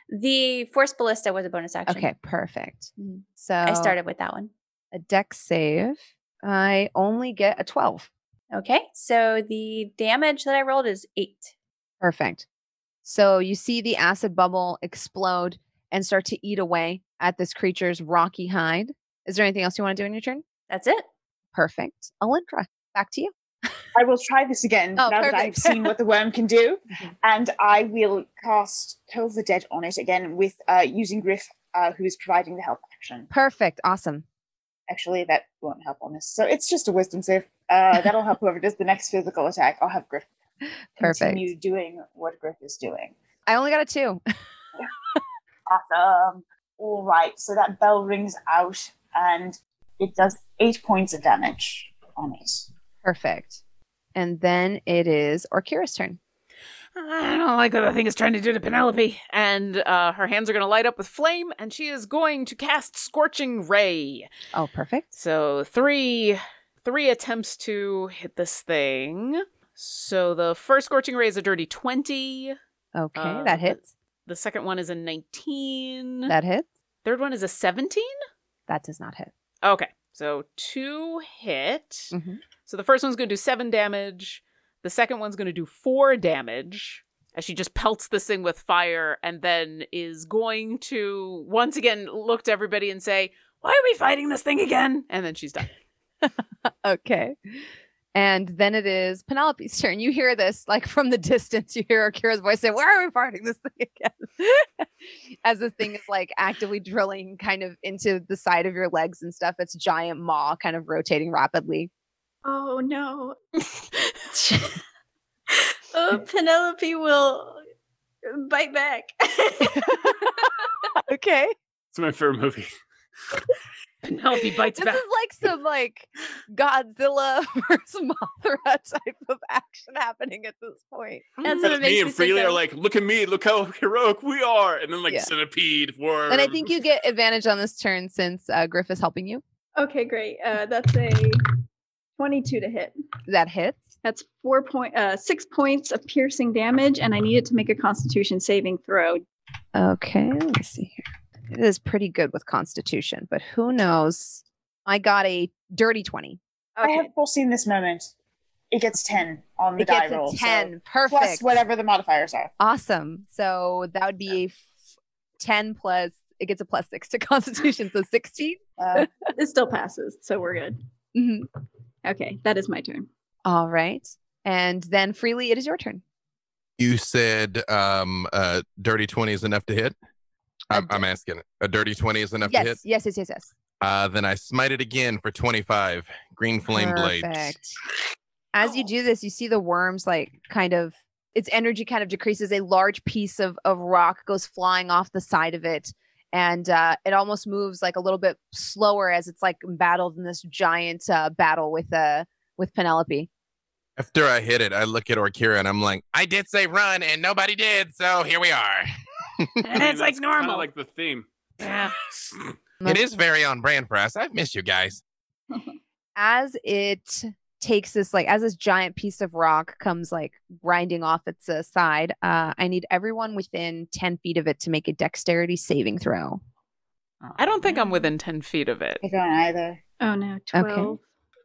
S4: The force ballista was a bonus action.
S1: Okay, Oh. perfect.
S4: Mhm.
S1: So
S4: I started with that one.
S1: a deck save. I only get a 12.
S4: Okay. So the damage that I rolled is eight.
S1: Perfect. So you see the acid bubble explode and start to eat away at this creature's rocky hide. Is there anything else you want to do in your turn?
S4: That's it.
S1: Perfect. Alindra, back to you.
S3: I will try this again
S1: Oh,
S3: now that I've
S1: perfect. Mm-hmm.
S3: seen what the worm
S1: <laughs>
S3: can do, and I will cast Toll the Dead on it again with uh, using Griff, uh, who is providing the help action.
S1: Perfect. Awesome.
S3: Actually, that won't help on this, so it's just a Wisdom save. Uh, that'll help whoever does the next physical attack. I'll have Griff continue
S1: Perfect.
S3: doing what Griff is doing.
S1: I only got a two. <laughs>
S3: Awesome. All right, so that bell rings out, and it does eight points of damage on it.
S1: Perfect. And then it is Orkira's turn.
S9: I don't like what the thing is trying to do to Penelope.
S6: And uh, her hands are going to light up with flame, and she is going to cast Scorching Ray.
S1: Oh, perfect.
S6: So three, three attempts to hit this thing. So the first Scorching Ray is a dirty twenty.
S1: Okay,
S6: Uh,
S1: that <laughs> hits.
S6: The second one is a nineteen.
S1: That hits.
S6: Third one is a seventeen.
S1: That does not hit.
S6: Okay, so two hit.
S9: Mm.
S1: Mhm.
S6: So the first one's going to do seven damage. The second one's going to do four damage as she just pelts this thing with fire and then is going to once again look to everybody and say,
S9: Why are we fighting this thing again?
S6: and then she's done.
S1: Okay. And then it is Penelope's turn. You hear this like from the <laughs> distance. You hear Akira's voice say, Where are we parting this thing again? <laughs> As this thing is like actively drilling kind of into the side of your legs and stuff, its giant maw kind of rotating rapidly.
S7: <laughs> Oh no. oh, Penelope will bite back.
S1: Okay.
S5: It's my favorite <laughs> movie.
S9: <laughs> Penelope bites
S1: This
S9: back.
S1: is like some like Godzilla <laughs> versus Mothra type of action happening at this point.
S4: That's what
S5: Because
S4: it
S5: Mm. me
S4: makes
S5: and
S4: me think
S5: Freely are
S4: of.
S5: like, look at me, look how heroic we are, and then like
S1: Yeah.
S5: centipede worm.
S1: And I
S5: <laughs>
S1: think you get advantage on this turn since uh, Griff is helping you.
S7: Okay, great. Uh, that's a 22 to hit.
S1: That hits.
S7: That's four point uh, six points of piercing damage, and I needed to make a Constitution saving throw.
S1: Okay, let me see here. It is pretty good with Constitution, but who knows? I got a dirty 20.
S7: Okay.
S3: I have foreseen this moment. It gets 10 on the
S1: it
S3: die
S1: gets
S3: roll.
S1: a
S3: so
S1: 10.
S3: plus
S1: Perfect.
S3: whatever the modifiers are.
S1: Awesome. So that would be a f- 10 plus, it gets a plus six to <laughs> Constitution. So 16. <laughs>
S3: Uh,
S7: This still passes, so we're good.
S1: Mhm.
S7: Okay, that is my turn.
S1: All right. And then freely, it is your turn.
S2: You said um, uh, dirty 20 is enough to hit. I'm, I'm asking. A dirty 20 is enough to hit?
S1: Yes, yes, yes, yes, yes.
S2: Uh, then I smite it again for 25 green flame blades.
S1: Perfect. As you do this, you see the worms like kind of its energy kind of decreases. A large piece of, of rock goes flying off the side of it and uh, it almost moves like a little bit slower as it's like battled in this giant uh, battle with uh with Penelope.
S2: After I hit it, I look at Orkira and I'm like, I did say run and nobody did, so here we are.
S9: And it's like normal.
S5: like the theme.
S9: yeah.
S2: It is very on brand for us. I've missed you guys.
S1: as it takes this like as this giant piece of rock comes like grinding off its uh, side uh, i need everyone within 10 feet of it to make a dexterity saving throw
S6: I don't think I'm within 10 feet of it.
S3: I don't either.
S7: Oh no, 12.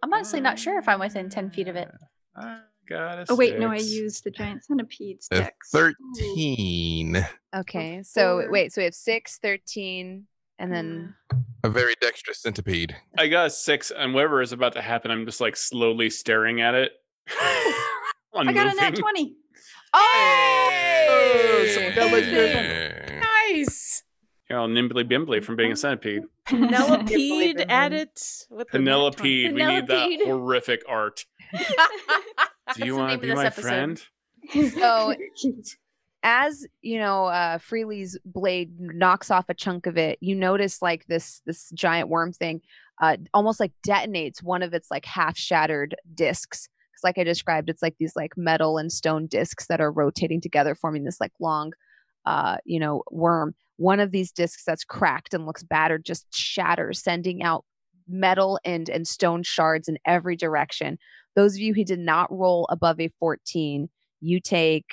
S4: I'm honestly not sure if I'm within 10 feet of it.
S5: I got a
S7: Oh wait, no, I
S5: six.
S7: used the giant Oh. centipede's
S2: Uh,
S7: dex. Ooh.
S2: 13.
S1: okay so
S7: four.
S1: wait so we have 6 13 and then
S2: A very dexterous centipede.
S5: I got a six, and whatever is about to happen, I'm just like slowly staring
S4: <laughs>
S5: at it.
S7: I got
S5: <laughs>
S7: a nat 20.
S2: Oh,
S6: so Penelope- Nice.
S5: You're all nimbly bimbly from being a centipede.
S7: <laughs>
S6: Penelope
S3: it.
S6: at it with the nat
S5: Penelope,
S6: 20.
S5: we need that
S4: Penelope.
S5: horrific
S4: <laughs>
S5: art.
S4: That's
S5: Do you
S4: the name
S5: want to
S4: of
S5: be
S4: this
S5: my
S4: episode.
S5: friend?
S7: <laughs>
S1: So- as you know uh freely's blade knocks off a chunk of it you notice like this this giant worm thing uh almost like detonates one of its like half shattered discs because like i described it's like these like metal and stone discs that are rotating together forming this like long uh you know worm one of these discs that's cracked and looks battered just shatters sending out metal and and stone shards in every direction those of you who did not roll above a 14 you take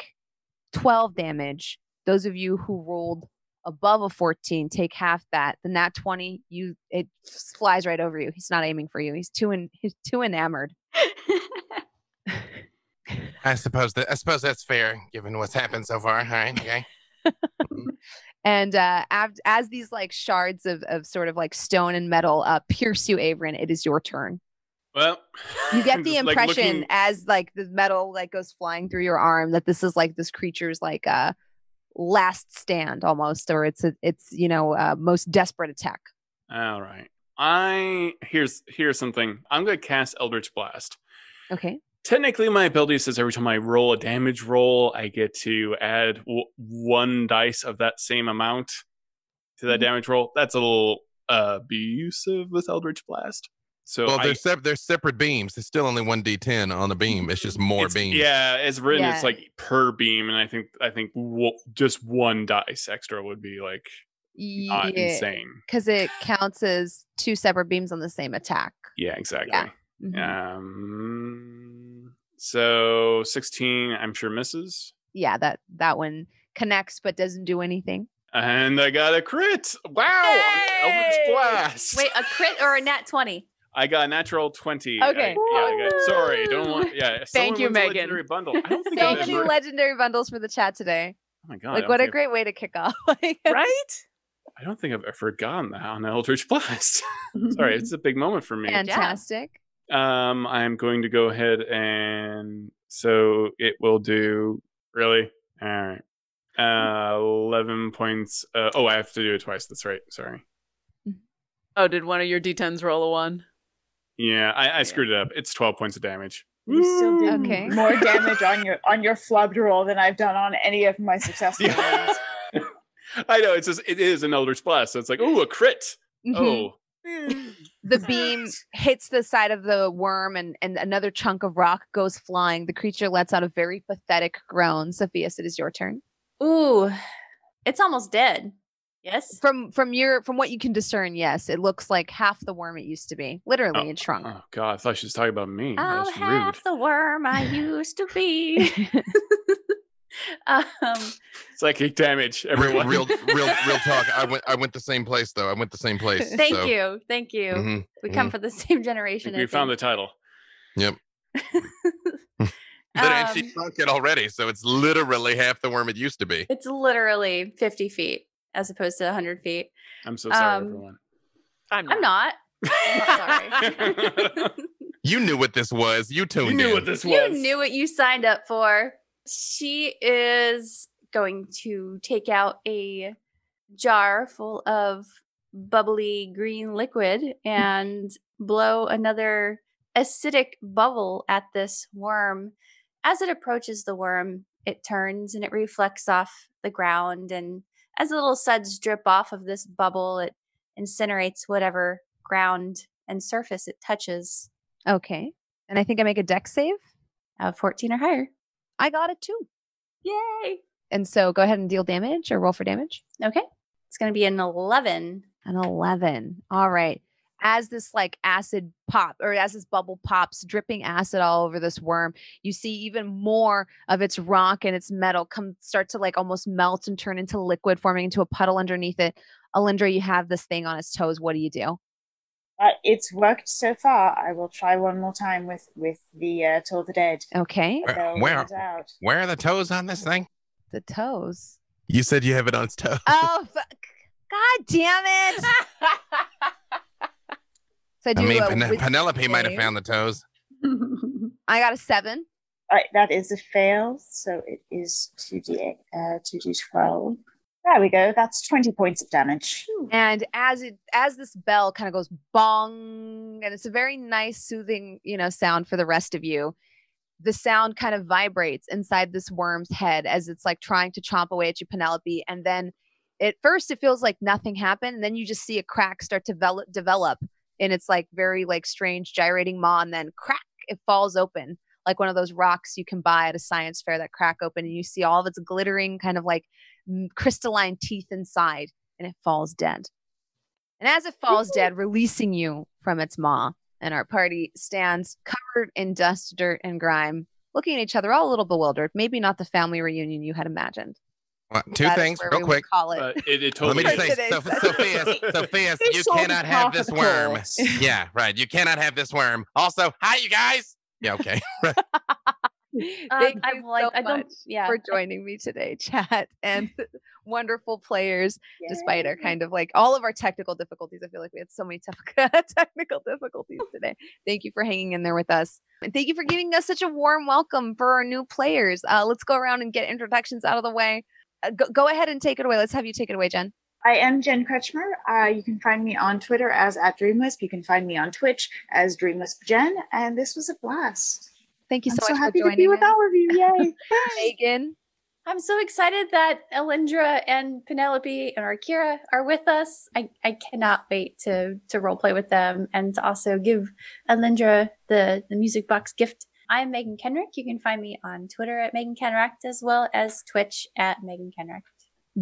S1: 12 damage. Those of you who rolled above a 14 take half that. The nat 20, you it flies right over you. He's not aiming for you. He's too en- he's too
S5: <laughs>
S1: enamored.
S2: I suppose that I suppose that's fair given what's happened so far. All right, okay.
S1: And uh, ab- as these like shards of, of sort of like stone and metal uh, pierce you, Averin, it is your turn.
S5: Well,
S1: You get
S5: <laughs> I'm
S1: the
S5: just, like,
S1: impression
S5: looking-
S1: as like the metal like goes flying through your arm that this is like this creature's like uh, last stand almost, or it's a, it's you know uh, most desperate attack.
S5: all right. I here's here's something. I'm gonna cast Eldritch Blast.
S1: Okay.
S5: Technically, my ability says every time I roll a damage roll, I get to add w- one dice of that same amount to that
S1: Mm-hmm.
S7: Mhm.
S5: damage roll. That's a little abusive with Eldritch Blast. So
S2: Well,
S5: I-
S2: they're, sep- they're separate beams. There's still only one D10 on a beam. It's just more
S5: it's-
S2: beams.
S5: Yeah, it's written.
S1: Yeah.
S5: It's like per beam, and I think I think wo- just one dice extra would be like not
S1: Yeah.
S5: insane.
S1: because it counts as two separate beams on the same attack.
S5: Yeah, exactly.
S1: Mhm.
S5: Um, so sixteen, I'm sure misses,
S1: Yeah, that that one connects but doesn't do
S5: <laughs>
S1: anything.
S5: and I got a crit. Wow, on Eldritch
S6: Yay!
S5: blast.
S4: Wait, a crit or a nat 20?
S5: I got a natural twenty.
S6: Okay.
S5: I, yeah, I got, sorry, don't
S6: Woo!
S5: want. Yeah, someone
S6: Thank you,
S5: wins a
S6: Megan.
S5: legendary Bundle. I
S1: <laughs>
S5: don't think
S1: So
S5: I've
S1: many
S5: ever-
S1: legendary bundles for the chat today.
S5: Oh my god! I
S1: like,
S5: don't
S1: what a
S5: think I've-
S1: great way to kick off. <laughs>
S6: Right?
S5: I don't think I've ever gotten that on Eldritch Blast. <laughs> sorry, it's a big
S1: <laughs>
S5: moment for me.
S1: Fantastic.
S5: Um, I'm going to go ahead and so it will do really all right. Uh, eleven points. Uh, oh, I have to do it twice. That's right. Sorry.
S6: Oh, did one of your D10s roll a one?
S5: Yeah, I, I screwed it up. It's twelve points of damage.
S3: You still did
S1: Okay.
S3: more
S5: <laughs>
S3: damage on your on your flubbed roll than I've done on any of my successful
S5: <laughs> Yeah.
S3: ones.
S5: I know it's just it is an Eldritch Blast. So it's like oh a crit.
S1: Mhm.
S5: Oh,
S1: <laughs> The
S5: <laughs>
S1: beam hits the side of the worm and, and another chunk of rock goes flying. The creature lets out a very pathetic groan. Sophias, it is your turn.
S4: Ooh, it's almost dead. Yes?
S1: From from your from what you can discern, yes, it looks like half the worm it used to be. Literally, it shrunk.
S5: oh God! I thought she was talking about me.
S4: I'm
S5: That's rude.
S4: half the worm
S5: <laughs>
S4: I used to be. um,
S5: Psychic damage.
S2: Real,
S5: Everyone.
S2: real, real, real talk. I went, I went the same place though. I went the same place.
S4: thank
S2: so-
S4: you. Thank you.
S2: Mhm.
S4: We come from the <laughs> same generation.
S5: <laughs> Mm-hmm, we found the title.
S2: But and she
S4: Um,
S2: shrunk it already, so it's literally half the worm it used to be.
S4: It's literally 50 feet as opposed to 100 feet.
S5: I'm so sorry,
S4: Um,
S5: everyone.
S4: I'm not.
S5: <laughs>
S4: I'm not <laughs> sorry.
S2: You knew what this was. You tuned
S5: You knew
S2: in.
S5: what this
S4: you
S5: was.
S4: knew what you signed up for. She is going to take out a jar full of bubbly green liquid and blow another acidic bubble at this worm. As it approaches the worm, it turns and it reflects off the ground and as the little suds drip off of this bubble, it incinerates whatever ground and surface it touches.
S1: Okay. And I think I make a deck save.
S4: Uh, 14 or higher.
S1: I got it too.
S4: Yay!
S1: And so go ahead and deal damage or roll for damage.
S4: Okay. It's going to be an 11.
S1: An 11. All right. As this like acid pop or as this bubble pops, dripping acid all over this worm, you see even more of its rock and its metal come start to like almost melt and turn into liquid, forming into a puddle underneath it. Alindra, you have this thing on its toes. What do you do?
S3: Uh, it's worked so far. I will try one more time with with the uh, Toll of the Dead.
S1: Okay.
S2: Where-
S3: They'll
S2: where-
S3: let it out.
S2: Where are the toes on this thing?
S1: The toes.
S2: You said you have it on its toes.
S1: Oh, fuck. God damn it. So I, do
S2: I mean,
S1: a
S2: Pen-
S1: wisdom
S2: Penelope might have
S1: save.
S2: found the toes.
S1: I got a seven.
S3: All right, that is a fail, so it is two d uh two d twelve. There we go. That's twenty points of damage.
S1: And as it as this bell kind of goes bong, and it's a very nice, soothing, you know, sound for the rest of you. The sound kind of vibrates inside this worm's head as it's like trying to chomp away at you, Penelope. And then at first it feels like nothing happened. And then you just see a crack start to develop develop in its like very like strange gyrating maw, and then crack, it falls open. Like one of those rocks you can buy at a science fair that crack open, and you see all of its glittering kind of like m- crystalline teeth inside and it falls dead. And as it falls dead, releasing you from its maw, and our party stands covered in dust, dirt, and grime, looking at each other, all a little bewildered. Maybe not the family reunion you had imagined.
S2: Uh, Two
S1: That is
S2: things,
S1: where we
S2: real
S1: would
S2: quick.
S1: Call it.
S5: But Uh, it, it
S2: Let me
S5: totally
S2: just say,
S1: Today's
S2: Soph- Sophia,
S5: session.
S2: Sophia,
S3: They
S2: you
S3: sold
S2: cannot
S3: it
S2: have
S3: off
S2: this
S3: of
S2: worm.
S3: course.
S2: Yeah, right. You cannot have this worm. Also, hi, you guys. Yeah, okay. Right.
S1: <laughs> Thank
S4: Um, I
S1: you
S4: like-
S1: so
S4: I don't-
S1: much
S4: yeah,
S1: for
S4: I-
S1: joining me today, <laughs> chat, and
S4: <laughs>
S1: wonderful players. Despite our
S3: Yay.
S1: kind of like all of our technical difficulties, I feel like we had so many <laughs> tef- technical
S3: <laughs>
S1: difficulties today. Thank you for hanging in there with us, and thank you for giving us such a warm welcome for our new players. Uh, let's go around and get introductions out of the way. Uh, go, go ahead and take it away. Let's have you take it away, Jen.
S3: I am Jen Kretschmer. Uh, you can find me on Twitter as at DreamWisp. You can find me on Twitch as DreamWispJen. And this was a blast.
S1: Thank you
S3: I'm
S1: so
S3: so,
S1: much
S3: happy
S1: for
S3: to be
S1: joining
S3: with
S1: us,
S3: all of you.
S1: <laughs>
S3: Yay.
S1: Megan.
S4: I'm so excited that Elindra and Penelope and Arkira are with us. I, I cannot wait to to roleplay with them and to also give Elindra the, the music box gift. I'm Megan Kenrick. You can find me on Twitter at Megan Kenrick as well as Twitch at Megan Kenrick.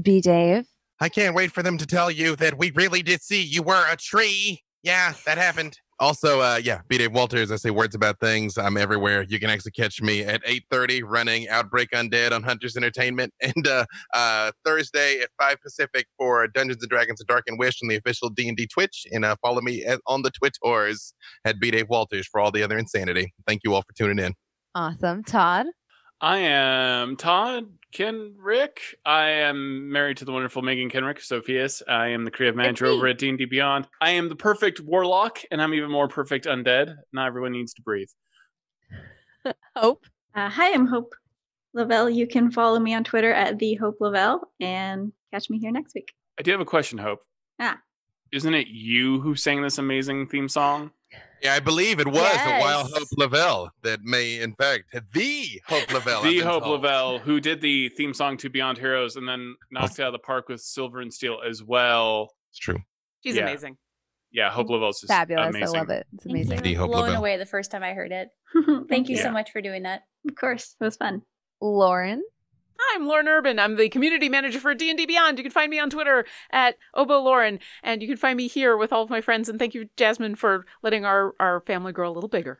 S1: B. Dave.
S2: I can't wait for them to tell you that we really did see you were a tree. Yeah, that happened. Also, uh, yeah, B Dave Walters. I say words about things. I'm everywhere. You can actually catch me at 8:30 running Outbreak Undead on Hunters Entertainment, <laughs> and uh, uh, Thursday at 5 Pacific for Dungeons and Dragons: A Dark and Wish on the official D&D Twitch. And uh, follow me at, on the Twitters at B Dave Walters for all the other insanity. Thank you all for tuning in.
S1: Awesome, Todd.
S5: I am Todd Kenrick. I am married to the wonderful Megan Kenrick, Sophias. I am the creative manager
S1: me.
S5: over at D&D Beyond. I am the perfect warlock, and I'm even more perfect undead. Not everyone needs to breathe.
S1: Hope.
S7: <laughs> Uh, hi, I'm Hope Lavelle. You can follow me on Twitter at the Hope Lavelle and catch me here next week. <laughs>
S5: I do have a question, Hope.
S7: Ah.
S5: Isn't it you who sang this amazing theme song?
S2: Yeah, I believe it was the Wild
S4: Yes.
S2: Hope Lavelle that may, in fact, the Hope Lavelle. I've
S5: the
S2: been
S5: Hope
S2: told.
S5: Lavelle, who did the theme song to Beyond Heroes and then knocked
S2: Oh.
S5: it out of the park with Silver and Steel as well.
S2: It's true.
S6: She's
S5: Yeah.
S6: amazing.
S5: Yeah, Hope Lavelle's just
S1: Fabulous.
S5: amazing.
S1: I love it. It's
S4: Thank you.
S1: amazing.
S4: I
S2: The
S4: was
S2: Hope
S4: blown
S2: Lavelle.
S4: away the first time I heard it. Thank
S7: Thank
S4: you
S7: you.
S4: so
S5: Yeah.
S4: much for doing that.
S7: Of course, it was fun.
S1: Lauren.
S6: Hi, I'm Lauren Urban. I'm the community manager for D&D Beyond. You can find me on Twitter at Obo Lauren, and you can find me here with all of my friends. And thank you, Jasmine, for letting our, our family grow a little bigger.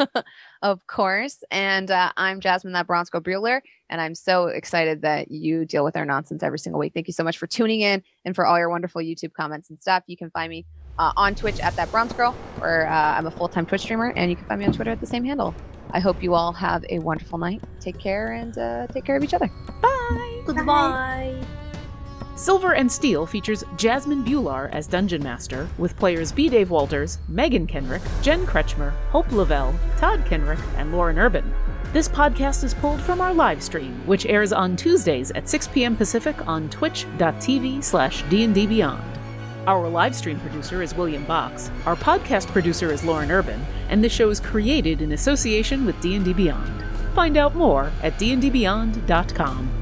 S1: <laughs> of course. And uh, I'm Jasmine, that Bronco Bueller, and I'm so excited that you deal with our nonsense every single week. Thank you so much for tuning in and for all your wonderful YouTube comments and stuff. You can find me uh, on Twitch at that Bronze Girl, where uh, I'm a full time Twitch streamer, and you can find me on Twitter at the same handle. I hope you all have a wonderful night. Take care and uh, take care of each other.
S6: Bye!
S4: Goodbye.
S10: Silver and Steel features Jasmine Bular as Dungeon Master, with players B. Dave Walters, Megan Kenrick, Jen Kretschmer, Hope Lavelle, Todd Kenrick, and Lauren Urban. This podcast is pulled from our live stream, which airs on Tuesdays at 6 p.m. Pacific on twitch.tv slash D&D Beyond. Our live stream producer is William Box, our podcast producer is Lauren Urban, and this show is created in association with D&D Beyond. Find out more at dndbeyond.com.